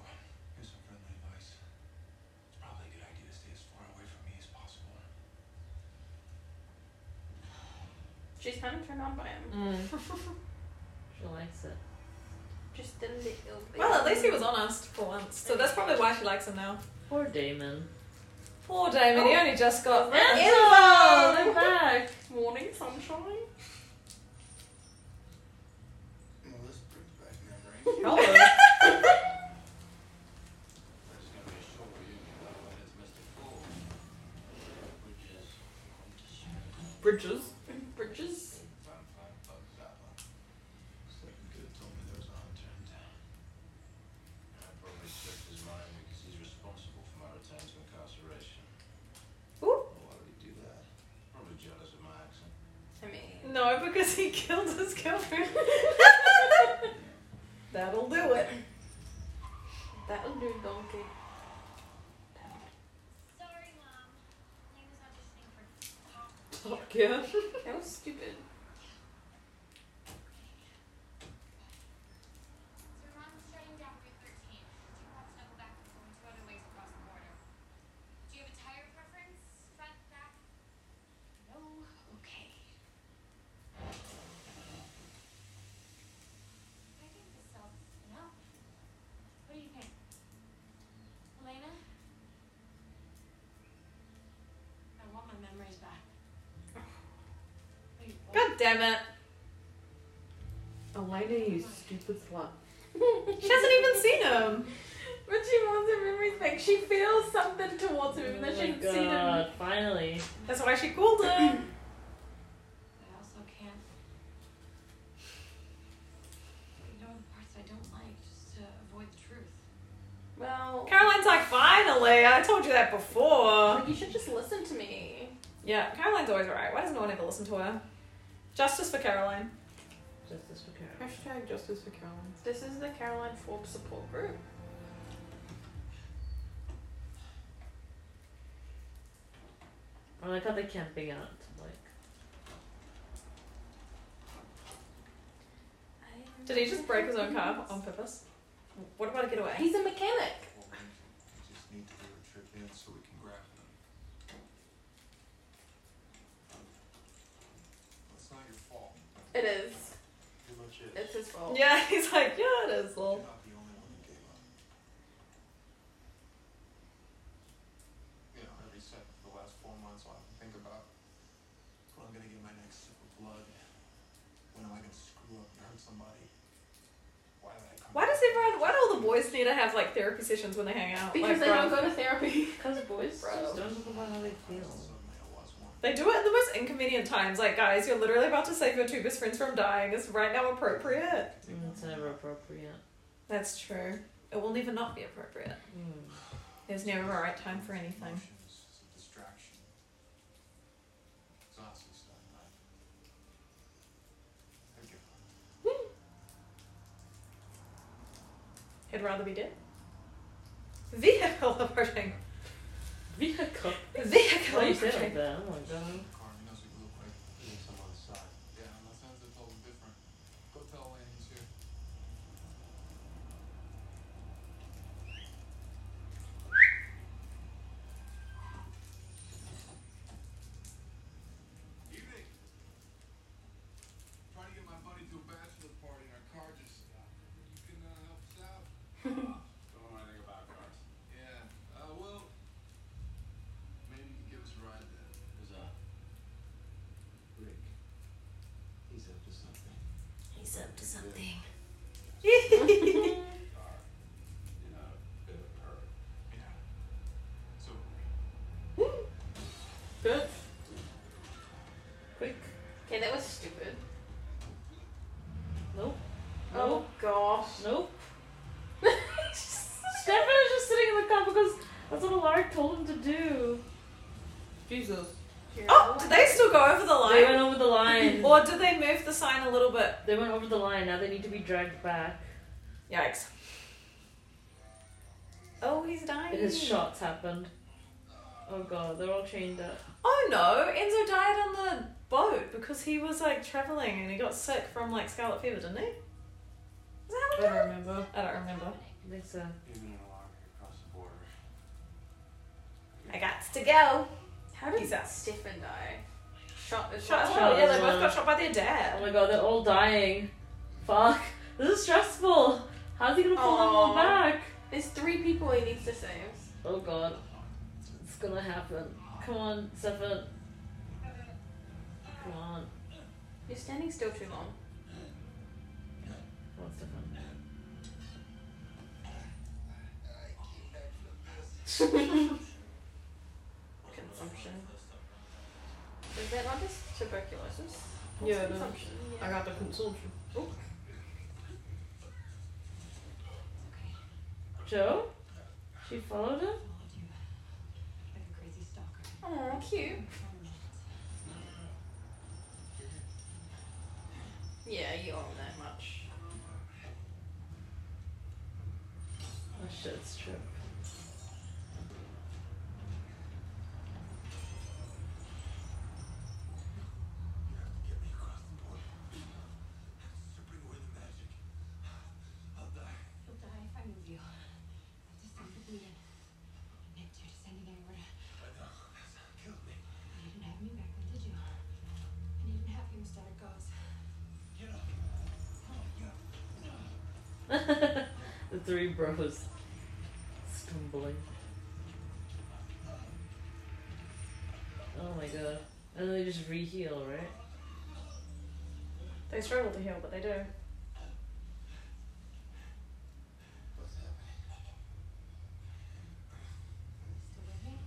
[SPEAKER 8] here's some friendly advice. It's probably a good idea to stay as far away from me as possible.
[SPEAKER 4] She's kind of turned on by him.
[SPEAKER 2] Mm. She likes it.
[SPEAKER 4] Just a little bit.
[SPEAKER 3] Well, at least he was honest for once, so that's probably why she likes him now. Oh.
[SPEAKER 2] Poor Damon.
[SPEAKER 3] Poor Damon, he only just got.
[SPEAKER 4] Is that
[SPEAKER 3] Oh,
[SPEAKER 4] Ew!
[SPEAKER 3] they're back.
[SPEAKER 4] Morning sunshine.
[SPEAKER 13] Well, this brings back memory.
[SPEAKER 2] Hello.
[SPEAKER 8] There's gonna be a short reunion about what is Mr. Fool. Which is
[SPEAKER 2] Bridges.
[SPEAKER 4] Bridges.
[SPEAKER 13] Vampire bug zapper. Slayton could have told me there was a hunter in town.
[SPEAKER 8] I probably checked his mind because he's responsible for my return to incarceration.
[SPEAKER 13] Oh, why would he do that?
[SPEAKER 8] Probably jealous of my accent.
[SPEAKER 4] I mean,
[SPEAKER 3] No, because he killed his girlfriend. That'll do it.
[SPEAKER 4] that'll do, donkey.
[SPEAKER 7] Sorry, Mom. Elena's auditioning for Top
[SPEAKER 2] Fuck yeah.
[SPEAKER 4] That was stupid.
[SPEAKER 7] So Ron's shutting down Route 13. Two routes that go back and forth two other ways across the border. Do you have a tire preference? Front, back? No? Okay. I think this sounds enough. What do you think? Elena? I want my memories back. Wait, what?
[SPEAKER 3] God damn it.
[SPEAKER 2] Elena, you stupid slut.
[SPEAKER 3] She hasn't even seen him.
[SPEAKER 4] But she wants her memories back. She feels
[SPEAKER 3] Oh
[SPEAKER 4] something towards him that she
[SPEAKER 2] Oh my
[SPEAKER 4] hasn't seen him.
[SPEAKER 2] finally.
[SPEAKER 3] That's why she called him. told you that before.
[SPEAKER 11] Like, you should just listen to me.
[SPEAKER 3] Yeah, Caroline's always right. Why does no one ever listen to her? Justice for Caroline.
[SPEAKER 2] Justice for Carol.
[SPEAKER 1] Hashtag justice for Caroline.
[SPEAKER 11] This is the Caroline Forbes support group.
[SPEAKER 2] I like how they're camping out. Like,
[SPEAKER 3] Did he just break his own car on purpose? What about a getaway?
[SPEAKER 11] He's a mechanic.
[SPEAKER 8] Well, we we just need to do a trip in so we can grab them. Well, it's not your fault.
[SPEAKER 11] It is.
[SPEAKER 8] You're legit.
[SPEAKER 11] It's his fault.
[SPEAKER 3] Yeah, he's like, yeah, it is.
[SPEAKER 8] You're
[SPEAKER 3] Lol.
[SPEAKER 8] not the only one who gave up. You know, every step for the last four months, all I can think about is when I'm gonna get my next sip of blood. When am I gonna screw up and hurt somebody? Why did I come?
[SPEAKER 3] Why does
[SPEAKER 8] back?
[SPEAKER 3] everyone? Why do all the boys need to have like therapy sessions when they hang out?
[SPEAKER 11] Because they
[SPEAKER 3] like, bro,
[SPEAKER 11] don't go to therapy.
[SPEAKER 2] because boys
[SPEAKER 3] Bro.
[SPEAKER 4] Oh.
[SPEAKER 2] just don't know about how they feel.
[SPEAKER 8] Suddenly I was one.
[SPEAKER 3] They do it at the most inconvenient times. Like, guys, you're literally about to save your two best friends from dying. It's right now appropriate.
[SPEAKER 2] Mm, it's never appropriate.
[SPEAKER 3] That's true. It will never not be appropriate.
[SPEAKER 2] Mm.
[SPEAKER 4] Oh,
[SPEAKER 3] There's never a right time for anything.
[SPEAKER 8] Emotions is a distraction. It's honestly stuff, right? Thank you.
[SPEAKER 3] He'd rather be dead. Vehicle approaching.
[SPEAKER 2] Vehicle.
[SPEAKER 3] Vehicle
[SPEAKER 2] Why you said
[SPEAKER 3] approaching.
[SPEAKER 2] it like that? Oh my god.
[SPEAKER 8] Carmen knows what you look like. You need someone on the side. Yeah, my son's a little different. Go tell Wayne he's here. Evening. Trying to get my buddy to a bachelor party and our car just stopped. You can uh, help us out?
[SPEAKER 5] Don't know anything about cars.
[SPEAKER 8] Yeah. Uh, well, maybe you can give us a ride then.
[SPEAKER 5] There's a Rick. He's up to something.
[SPEAKER 2] He's up to something.
[SPEAKER 5] Car. You know, a bit of a perv.
[SPEAKER 8] Yeah. So
[SPEAKER 2] Good. Quick.
[SPEAKER 11] Okay, that was stupid.
[SPEAKER 2] Nope.
[SPEAKER 11] Oh
[SPEAKER 2] Nope.
[SPEAKER 11] gosh.
[SPEAKER 2] Nope. Stefan is just sitting in the car because that's what Alaric told him to do. Jesus.
[SPEAKER 3] Oh, did they still go over the
[SPEAKER 2] They went
[SPEAKER 3] line?
[SPEAKER 2] over the line.
[SPEAKER 3] Or did they move the sign a little bit?
[SPEAKER 2] They went over the line. Now they need to be dragged back.
[SPEAKER 3] Yikes. Oh, he's dying.
[SPEAKER 2] And his shots happened. Oh god, they're all chained up.
[SPEAKER 3] Oh no, Enzo died on the boat because he was like traveling and he got sick from like scarlet fever, didn't he? Is that
[SPEAKER 2] I
[SPEAKER 3] how it
[SPEAKER 2] don't
[SPEAKER 3] happened?
[SPEAKER 2] remember.
[SPEAKER 3] I don't remember.
[SPEAKER 2] I think so.
[SPEAKER 5] Even an alarm across the border.
[SPEAKER 3] I got to go.
[SPEAKER 11] How did
[SPEAKER 3] Jesus.
[SPEAKER 11] Stefan die? Shot as
[SPEAKER 3] Shot,
[SPEAKER 11] well?
[SPEAKER 2] shot.
[SPEAKER 3] yeah, they both got shot by their
[SPEAKER 2] Oh
[SPEAKER 3] dad.
[SPEAKER 2] my god, they're all dying. Fuck. This is stressful. How's he gonna pull them all
[SPEAKER 11] Aw.
[SPEAKER 2] back?
[SPEAKER 11] There's three people he needs to save.
[SPEAKER 2] Oh god. It's gonna happen. Come on, Stefan. Come on.
[SPEAKER 11] You're standing still too long.
[SPEAKER 2] Come on, Stefan.
[SPEAKER 11] Consumption. Is that not just tuberculosis?
[SPEAKER 2] Yeah, it is.
[SPEAKER 11] consumption. Yeah.
[SPEAKER 2] I got the consumption. Joe? She followed him?
[SPEAKER 7] Followed you like a crazy stalker.
[SPEAKER 11] Aw, cute. Yeah, you aren't that much.
[SPEAKER 2] Oh shit, it's true.
[SPEAKER 8] you have to get me across the border. To bring away the magic. I'll die.
[SPEAKER 7] You'll die if I move you. That's a sign of Eden. Nick, you're descending everywhere.
[SPEAKER 8] I know. That's how it killed me.
[SPEAKER 7] You didn't have me back then, did you? And you didn't have him as Derek goes.
[SPEAKER 8] Get up. Come on, get up.
[SPEAKER 2] the three bros stumbling. Oh my god. And then they just re-heal, right?
[SPEAKER 3] They struggle to heal, but they do.
[SPEAKER 8] What's happening?
[SPEAKER 7] Still with me?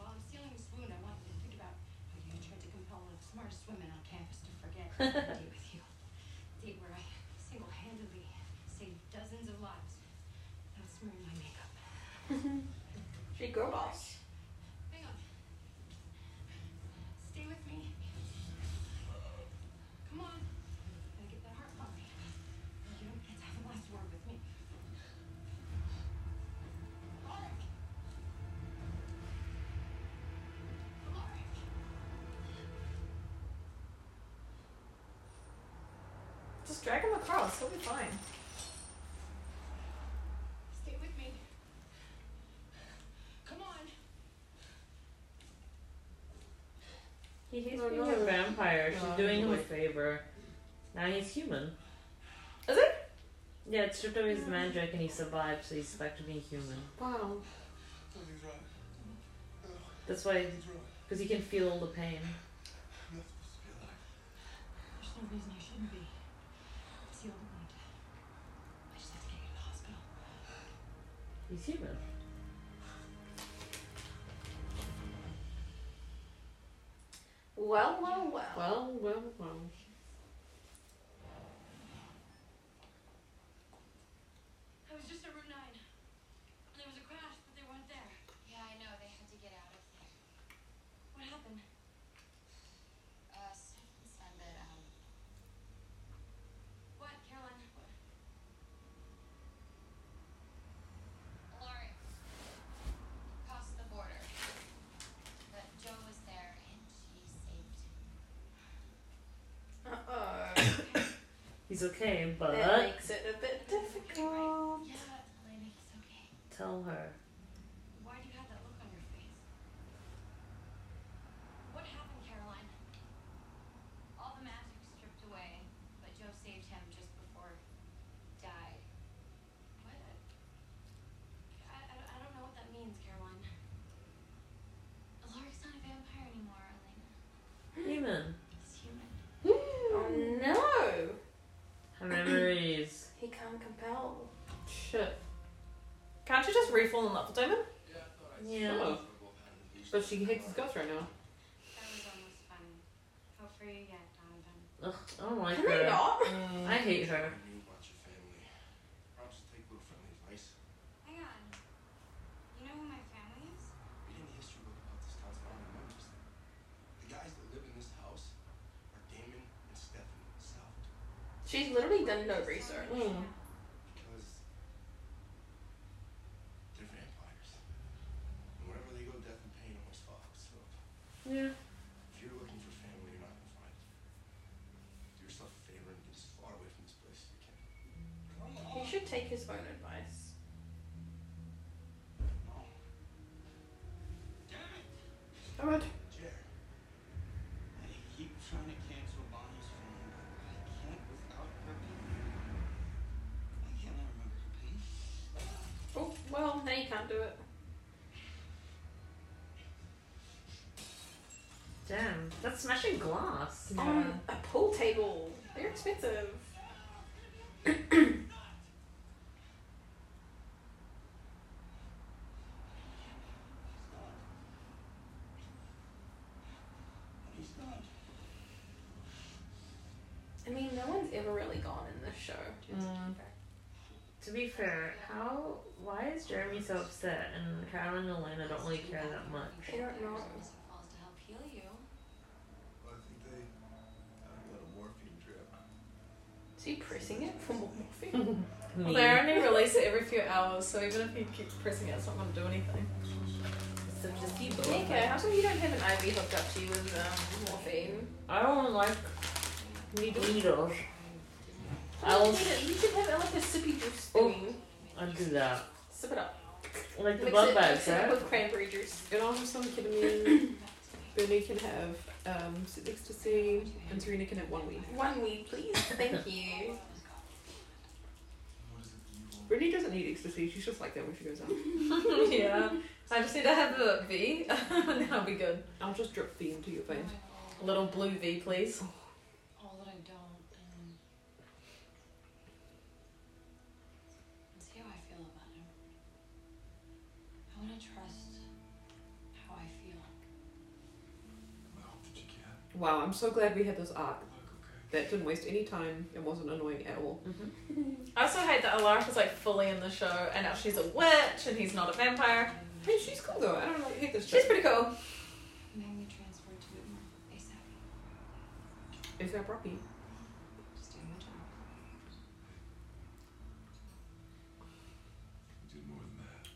[SPEAKER 7] While I'm stealing this wound, I want you to think about how you tried to compel one of the smartest women on campus to forget a date with you. A date where I single-handedly saved dozens of lives without smearing my makeup.
[SPEAKER 3] Drag him across. He'll be fine.
[SPEAKER 15] Stay with me. Come on.
[SPEAKER 2] He hates
[SPEAKER 1] Oh,
[SPEAKER 2] being
[SPEAKER 1] no.
[SPEAKER 2] a vampire. She's
[SPEAKER 3] Oh,
[SPEAKER 2] doing him a
[SPEAKER 3] boy.
[SPEAKER 2] favor. Now he's human.
[SPEAKER 3] Is it?
[SPEAKER 2] Yeah, it stripped away his magic and he survived, so he's back to being human.
[SPEAKER 1] Wow.
[SPEAKER 8] Nothing's right.
[SPEAKER 2] That's why,
[SPEAKER 8] Nothing's right.
[SPEAKER 2] because he can feel all the pain.
[SPEAKER 8] I'm not supposed to be alive.
[SPEAKER 15] There's no reason I shouldn't be. It's the old wound. I just have to get you to the hospital.
[SPEAKER 2] He's human.
[SPEAKER 4] Well, well, well.
[SPEAKER 2] Well, well, well.
[SPEAKER 15] I was just at Route 9. And there was a crash, but they weren't there.
[SPEAKER 7] Yeah, I know. They had to get out of there.
[SPEAKER 15] What happened?
[SPEAKER 7] Uh, Stefan said that, um,
[SPEAKER 15] What, Caroline? What?
[SPEAKER 7] Lauren crossed the border. But Joe was there and she saved him.
[SPEAKER 4] Uh-oh.
[SPEAKER 2] He's okay, but
[SPEAKER 4] That makes it a bit difficult.
[SPEAKER 15] Yeah, Elena, he's okay.
[SPEAKER 2] tell her.
[SPEAKER 15] Why do you have that look on your face?
[SPEAKER 7] What happened, Caroline? All the magic stripped away, but Joe saved him just before he died.
[SPEAKER 15] What? I, I, I don't know what that means, Caroline. Laura's not a vampire anymore, Elena.
[SPEAKER 2] Human.
[SPEAKER 15] He's human.
[SPEAKER 4] Oh
[SPEAKER 3] Hmm.
[SPEAKER 4] no!
[SPEAKER 2] Her memories.
[SPEAKER 4] He can't compel.
[SPEAKER 2] Shit.
[SPEAKER 3] Can't you just re-fall in love with Damon?
[SPEAKER 8] Yeah, I thought I
[SPEAKER 2] Yeah.
[SPEAKER 1] Oh, but she hates his guts right now.
[SPEAKER 7] That was almost fun. Feel free again, Donovan.
[SPEAKER 2] Ugh, I don't like
[SPEAKER 4] Can they
[SPEAKER 2] her.
[SPEAKER 4] not?
[SPEAKER 1] Uh,
[SPEAKER 2] I hate her.
[SPEAKER 8] You watch your family. I'll just take a little friendly advice.
[SPEAKER 7] Hang on. You know who my family is?
[SPEAKER 8] Reading the history book about this town's founding members, the guys that live in this house are Damon and Stefan Salvatore.
[SPEAKER 4] She's literally done no research.
[SPEAKER 2] Mm.
[SPEAKER 8] Because they're vampires. And wherever they go, death and pain always follow. So
[SPEAKER 2] Yeah.
[SPEAKER 8] if you're looking for family, you're not going to find it. Do yourself a favor and get as far away from this place as you can.
[SPEAKER 4] He should take his own advice. Alright.
[SPEAKER 8] Jared, I keep trying to cancel Bonnie's phone, but I can't without her being here. I cannot remember her pain.
[SPEAKER 4] Oh, well, now you can't do it.
[SPEAKER 2] Damn. That's smashing glass.
[SPEAKER 4] On a pool table. They're expensive.
[SPEAKER 8] He's not.
[SPEAKER 4] I mean, no one's ever really gone in this show.
[SPEAKER 2] Mm. To be Mm. fair, how? Why is Jeremy so upset and Carol and Elena don't really care that much?
[SPEAKER 4] I don't know.
[SPEAKER 7] Mr. Falls to help heal you.
[SPEAKER 8] Well, I think they had a little morphine drip.
[SPEAKER 4] Is he pressing it for more morphine?
[SPEAKER 3] Well, they only release it every few hours, so even if you keep pressing it, it's not going to do anything. It's a placebo.
[SPEAKER 4] Nico, how come you don't have an IV hooked up to you with um, morphine?
[SPEAKER 2] I don't like needles. needles. I will.
[SPEAKER 4] You should have it like a sippy juice
[SPEAKER 2] Oh.
[SPEAKER 4] thing.
[SPEAKER 2] I do that.
[SPEAKER 4] Sip it up.
[SPEAKER 2] Like the
[SPEAKER 4] Mix
[SPEAKER 2] bug
[SPEAKER 4] it-
[SPEAKER 2] bags,
[SPEAKER 4] mix it up
[SPEAKER 2] right?
[SPEAKER 4] with cranberry juice.
[SPEAKER 1] And I'll have some ketamine. Bernie can have um, ecstasy, and Serena can have one weed.
[SPEAKER 4] One weed, please. Thank you.
[SPEAKER 8] What is it that you want?
[SPEAKER 1] Brittany doesn't need ecstasy. She's just like that when she goes out.
[SPEAKER 3] yeah. I just need to have a V, and I'll be good.
[SPEAKER 1] I'll just drip V into your veins.
[SPEAKER 3] A little blue V, please.
[SPEAKER 7] All that I don't,
[SPEAKER 15] um,
[SPEAKER 7] and
[SPEAKER 15] and see how I feel about him. I want to trust how I feel.
[SPEAKER 8] I hope that you can.
[SPEAKER 1] Wow, I'm so glad we had this arc.
[SPEAKER 8] Look, okay.
[SPEAKER 1] That didn't waste any time. It wasn't annoying at all.
[SPEAKER 2] Mm-hmm.
[SPEAKER 3] I also hate that Alaric is like fully in the show, and now she's a witch, and he's not a vampire.
[SPEAKER 1] Hey, she's cool though. I don't like, hate this
[SPEAKER 3] She's
[SPEAKER 1] chick.
[SPEAKER 3] pretty cool.
[SPEAKER 15] Magni transferred to Whitmore ASAP.
[SPEAKER 1] Is that Rocky?
[SPEAKER 15] Just doing my job.
[SPEAKER 8] You did more than that.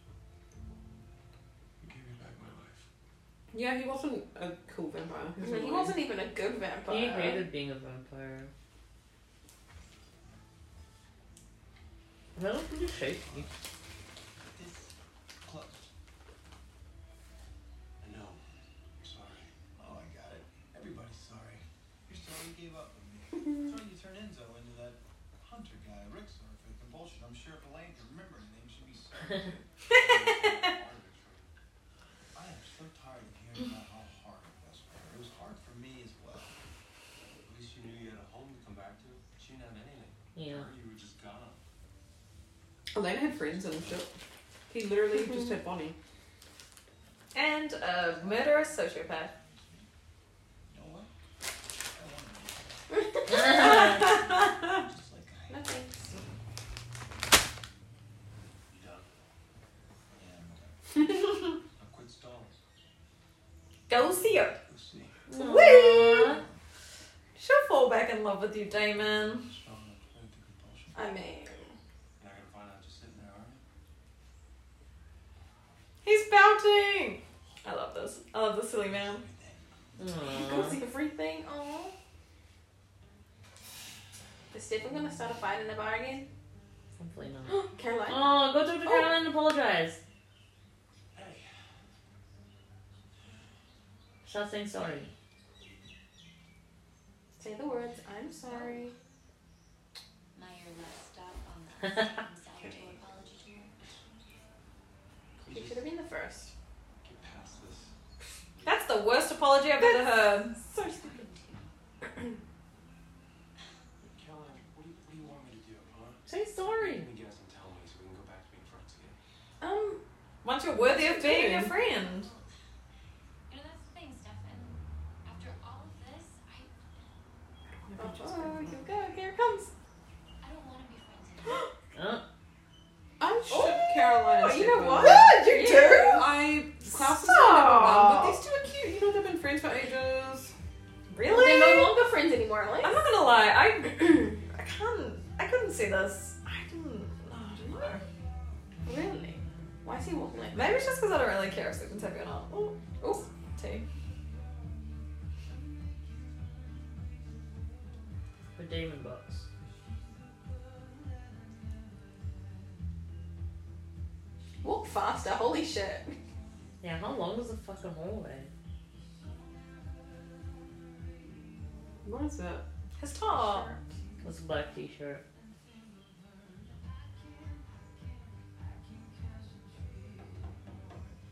[SPEAKER 8] You gave me back my life.
[SPEAKER 1] Yeah, he wasn't a cool vampire.
[SPEAKER 4] He wasn't even a good vampire.
[SPEAKER 2] He hated being a vampire. Relatively shaky.
[SPEAKER 8] This close. I know. You're sorry. Oh, I got it. Everybody's sorry. You're sorry you gave up on me. sorry you turned Enzo into that hunter guy, Rixor, for the compulsion. I'm sure if Elaine could remember anything, she'd be sorry. too. I am so tired of hearing about how hard it was for her. It was hard for me as well.
[SPEAKER 5] At least you knew you had a home to come back to. She didn't have anything.
[SPEAKER 2] Yeah.
[SPEAKER 5] You were just gone.
[SPEAKER 1] Elena had friends and shit. He literally just had Bonnie.
[SPEAKER 3] And a murderous sociopath.
[SPEAKER 8] You know what? I want to be just like I am.
[SPEAKER 11] Nothing.
[SPEAKER 5] You done?
[SPEAKER 8] Yeah, I'm okay. I quit stalling.
[SPEAKER 3] Go see her.
[SPEAKER 8] Go see.
[SPEAKER 3] Woo! She'll fall back in love with you, Damon.
[SPEAKER 8] Strong enough to live the compulsion.
[SPEAKER 11] I mean,
[SPEAKER 5] You're not gonna find out just sitting there, are you?
[SPEAKER 3] He's pouting. I love this. I love the silly man.
[SPEAKER 8] Everything.
[SPEAKER 11] because everything. Oh. Is Stephen gonna start a fight in the bar again?
[SPEAKER 2] Hopefully not.
[SPEAKER 11] Caroline.
[SPEAKER 2] Oh, go talk to Caroline and apologize. Stop saying sorry.
[SPEAKER 11] Say the words. I'm sorry.
[SPEAKER 7] Meyer last stop on the Amsterdam Salvatore Apology Tour.
[SPEAKER 5] Can
[SPEAKER 11] She
[SPEAKER 5] you
[SPEAKER 11] should
[SPEAKER 5] just
[SPEAKER 11] have been the first.
[SPEAKER 5] get past this?
[SPEAKER 3] That's the worst apology I've ever heard.
[SPEAKER 11] So stupid.
[SPEAKER 5] Caroline, what do you, what do you want me to do, huh?
[SPEAKER 2] Say sorry.
[SPEAKER 5] Let me guess and tell me so we can go back to being friends again.
[SPEAKER 11] Um,
[SPEAKER 3] Once you're worthy of being a
[SPEAKER 11] Dude.
[SPEAKER 3] friend.
[SPEAKER 6] You know, that's the thing, Stefan. After all of this, I,
[SPEAKER 11] oh, oh, here we go. Here it comes.
[SPEAKER 6] I don't want to be friends anymore.
[SPEAKER 2] Oh,
[SPEAKER 1] Mm-hmm. I should Caroline.
[SPEAKER 3] Oh,
[SPEAKER 1] and
[SPEAKER 11] you know what?
[SPEAKER 1] Stefan.
[SPEAKER 4] you
[SPEAKER 11] Yeah.
[SPEAKER 1] I classes are number one, but these two are cute. You know they've been friends for ages.
[SPEAKER 3] Really?
[SPEAKER 11] They're no longer friends anymore, Alex.
[SPEAKER 3] I'm not gonna lie. I I can't. I couldn't see this. I didn't. no, I don't know.
[SPEAKER 11] Really? Why is he walking like
[SPEAKER 3] Maybe it's just because I don't really care if Stephen's happy or not. Oh, oh, tea.
[SPEAKER 2] the demon box.
[SPEAKER 11] Walk faster, holy shit.
[SPEAKER 2] Yeah, how long is the fucking hallway?
[SPEAKER 1] What is that?
[SPEAKER 3] His top.
[SPEAKER 2] What's a black t-shirt?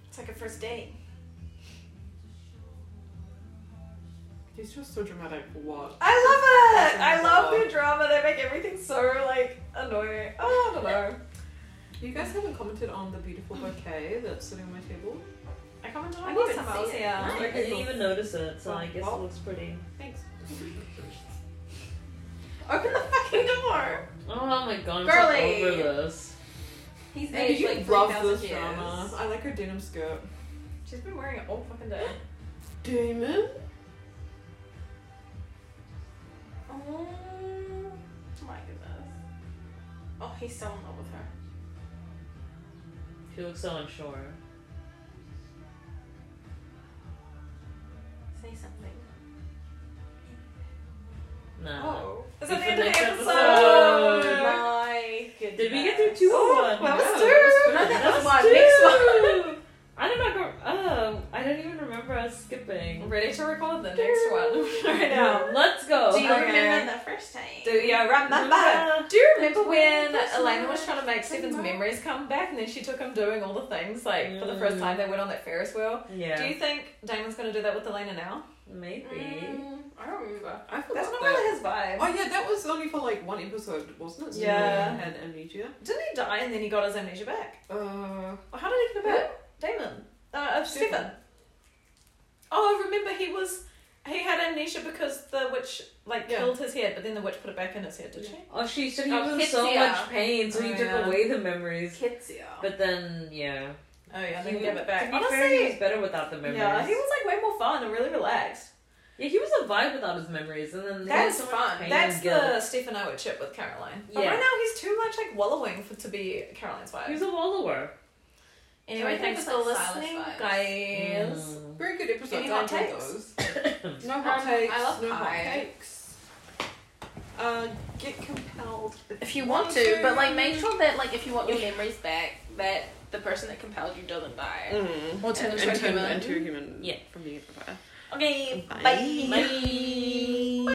[SPEAKER 3] It's like a first date.
[SPEAKER 1] He's just so dramatic. for What?
[SPEAKER 3] I love it. I love their drama. They make everything so like annoying. Oh, I don't know.
[SPEAKER 1] You guys haven't commented on the beautiful bouquet that's sitting on my table.
[SPEAKER 3] I can't remember.
[SPEAKER 11] I
[SPEAKER 3] I
[SPEAKER 11] didn't
[SPEAKER 3] need some
[SPEAKER 11] see
[SPEAKER 3] else
[SPEAKER 11] it.
[SPEAKER 3] here.
[SPEAKER 2] I
[SPEAKER 11] Okay,
[SPEAKER 2] didn't
[SPEAKER 11] cool.
[SPEAKER 2] even notice it, so I guess it
[SPEAKER 1] Well.
[SPEAKER 2] looks pretty.
[SPEAKER 1] Thanks.
[SPEAKER 11] Open the fucking door.
[SPEAKER 2] Oh my god, I'm
[SPEAKER 11] Girly.
[SPEAKER 2] so over this.
[SPEAKER 11] He's
[SPEAKER 1] Andy,
[SPEAKER 11] aged
[SPEAKER 1] you
[SPEAKER 11] like
[SPEAKER 1] love this
[SPEAKER 11] 3,000 years.
[SPEAKER 1] drama. I like her denim skirt.
[SPEAKER 3] She's been wearing it all fucking day.
[SPEAKER 1] Damon?
[SPEAKER 11] Oh my goodness. Oh, he's so in love with her.
[SPEAKER 2] She looks so unsure.
[SPEAKER 11] Say something.
[SPEAKER 2] No.
[SPEAKER 11] Oh.
[SPEAKER 3] Is
[SPEAKER 2] Good
[SPEAKER 3] that the
[SPEAKER 2] for
[SPEAKER 3] end of the
[SPEAKER 2] next
[SPEAKER 3] episode?
[SPEAKER 2] episode.
[SPEAKER 11] my goodness.
[SPEAKER 2] Did we get through two or one?
[SPEAKER 3] That was
[SPEAKER 1] No,
[SPEAKER 3] two.
[SPEAKER 11] No, that was
[SPEAKER 2] That's
[SPEAKER 11] one. Next one.
[SPEAKER 2] two. I don't know. Oh, I don't even remember us skipping.
[SPEAKER 3] I'm ready to record the next one right now.
[SPEAKER 2] Let's go.
[SPEAKER 11] Do you
[SPEAKER 3] Okay.
[SPEAKER 11] remember the first time?
[SPEAKER 3] Do you remember?
[SPEAKER 2] Yeah.
[SPEAKER 3] Do you remember when
[SPEAKER 11] That's my
[SPEAKER 3] Elena was trying to make
[SPEAKER 11] first
[SPEAKER 3] Stephen's
[SPEAKER 11] time.
[SPEAKER 3] memories come back and then she took him doing all the things like for the first
[SPEAKER 2] Mm.
[SPEAKER 3] time they went on that Ferris wheel?
[SPEAKER 2] Yeah.
[SPEAKER 3] Do you think Damon's gonna do that with Elena now?
[SPEAKER 2] Maybe.
[SPEAKER 11] Mm, I don't remember.
[SPEAKER 1] I forgot
[SPEAKER 3] That's not
[SPEAKER 1] that.
[SPEAKER 3] really his vibe.
[SPEAKER 1] Oh yeah, that was only for like one episode, wasn't it? So
[SPEAKER 3] Yeah.
[SPEAKER 1] we Had amnesia.
[SPEAKER 3] Didn't he die and then he got his amnesia back?
[SPEAKER 1] Uh,
[SPEAKER 3] Or how did he get it back? Damon. Uh, of
[SPEAKER 1] Stephen.
[SPEAKER 3] Stephen. Oh, I remember he was. He had amnesia because the witch like
[SPEAKER 1] Yeah.
[SPEAKER 3] killed his head, but then the witch put it back in his head, did she?
[SPEAKER 2] Oh, she said he
[SPEAKER 11] Oh,
[SPEAKER 2] was in so
[SPEAKER 11] Kitsia.
[SPEAKER 2] much pain, so he
[SPEAKER 3] Oh,
[SPEAKER 2] took
[SPEAKER 3] yeah.
[SPEAKER 2] away the memories.
[SPEAKER 11] Kitsia.
[SPEAKER 2] But then, yeah.
[SPEAKER 3] Oh yeah, then
[SPEAKER 2] He
[SPEAKER 3] he gave
[SPEAKER 2] would-
[SPEAKER 3] it back.
[SPEAKER 2] To be fair, he was
[SPEAKER 3] Honestly,
[SPEAKER 2] better without the memories.
[SPEAKER 3] yeah, he was like way more fun and really relaxed.
[SPEAKER 2] Yeah, he was a vibe without his memories, and then he
[SPEAKER 3] That's
[SPEAKER 2] had so
[SPEAKER 11] fun.
[SPEAKER 2] Much pain
[SPEAKER 3] That's
[SPEAKER 2] and guilt.
[SPEAKER 3] the Stephen I would chip with Caroline. But
[SPEAKER 2] Yeah.
[SPEAKER 3] right now he's too much like wallowing for to be Caroline's vibe.
[SPEAKER 2] He was a wallower.
[SPEAKER 3] anyway,
[SPEAKER 11] Everything
[SPEAKER 3] thanks
[SPEAKER 11] is
[SPEAKER 3] for
[SPEAKER 11] like
[SPEAKER 3] listening,
[SPEAKER 11] Silas vibes.
[SPEAKER 3] guys.
[SPEAKER 2] Mm.
[SPEAKER 1] very good episode.
[SPEAKER 3] Any hot
[SPEAKER 1] I enjoyed
[SPEAKER 3] takes?
[SPEAKER 1] those.
[SPEAKER 2] That's
[SPEAKER 1] No hot
[SPEAKER 11] Um,
[SPEAKER 1] takes.
[SPEAKER 11] I love
[SPEAKER 1] no
[SPEAKER 11] pie.
[SPEAKER 1] hot takes. Uh, get compelled. old.
[SPEAKER 4] If you want to, but like make sure that like if you want your memories back, that the person that compelled you doesn't die.
[SPEAKER 1] Mm.
[SPEAKER 4] Or turn
[SPEAKER 1] Into,
[SPEAKER 4] into a human.
[SPEAKER 1] into a human
[SPEAKER 16] Yeah.
[SPEAKER 1] from being a vampire.
[SPEAKER 17] Okay,
[SPEAKER 1] Bye.
[SPEAKER 17] bye.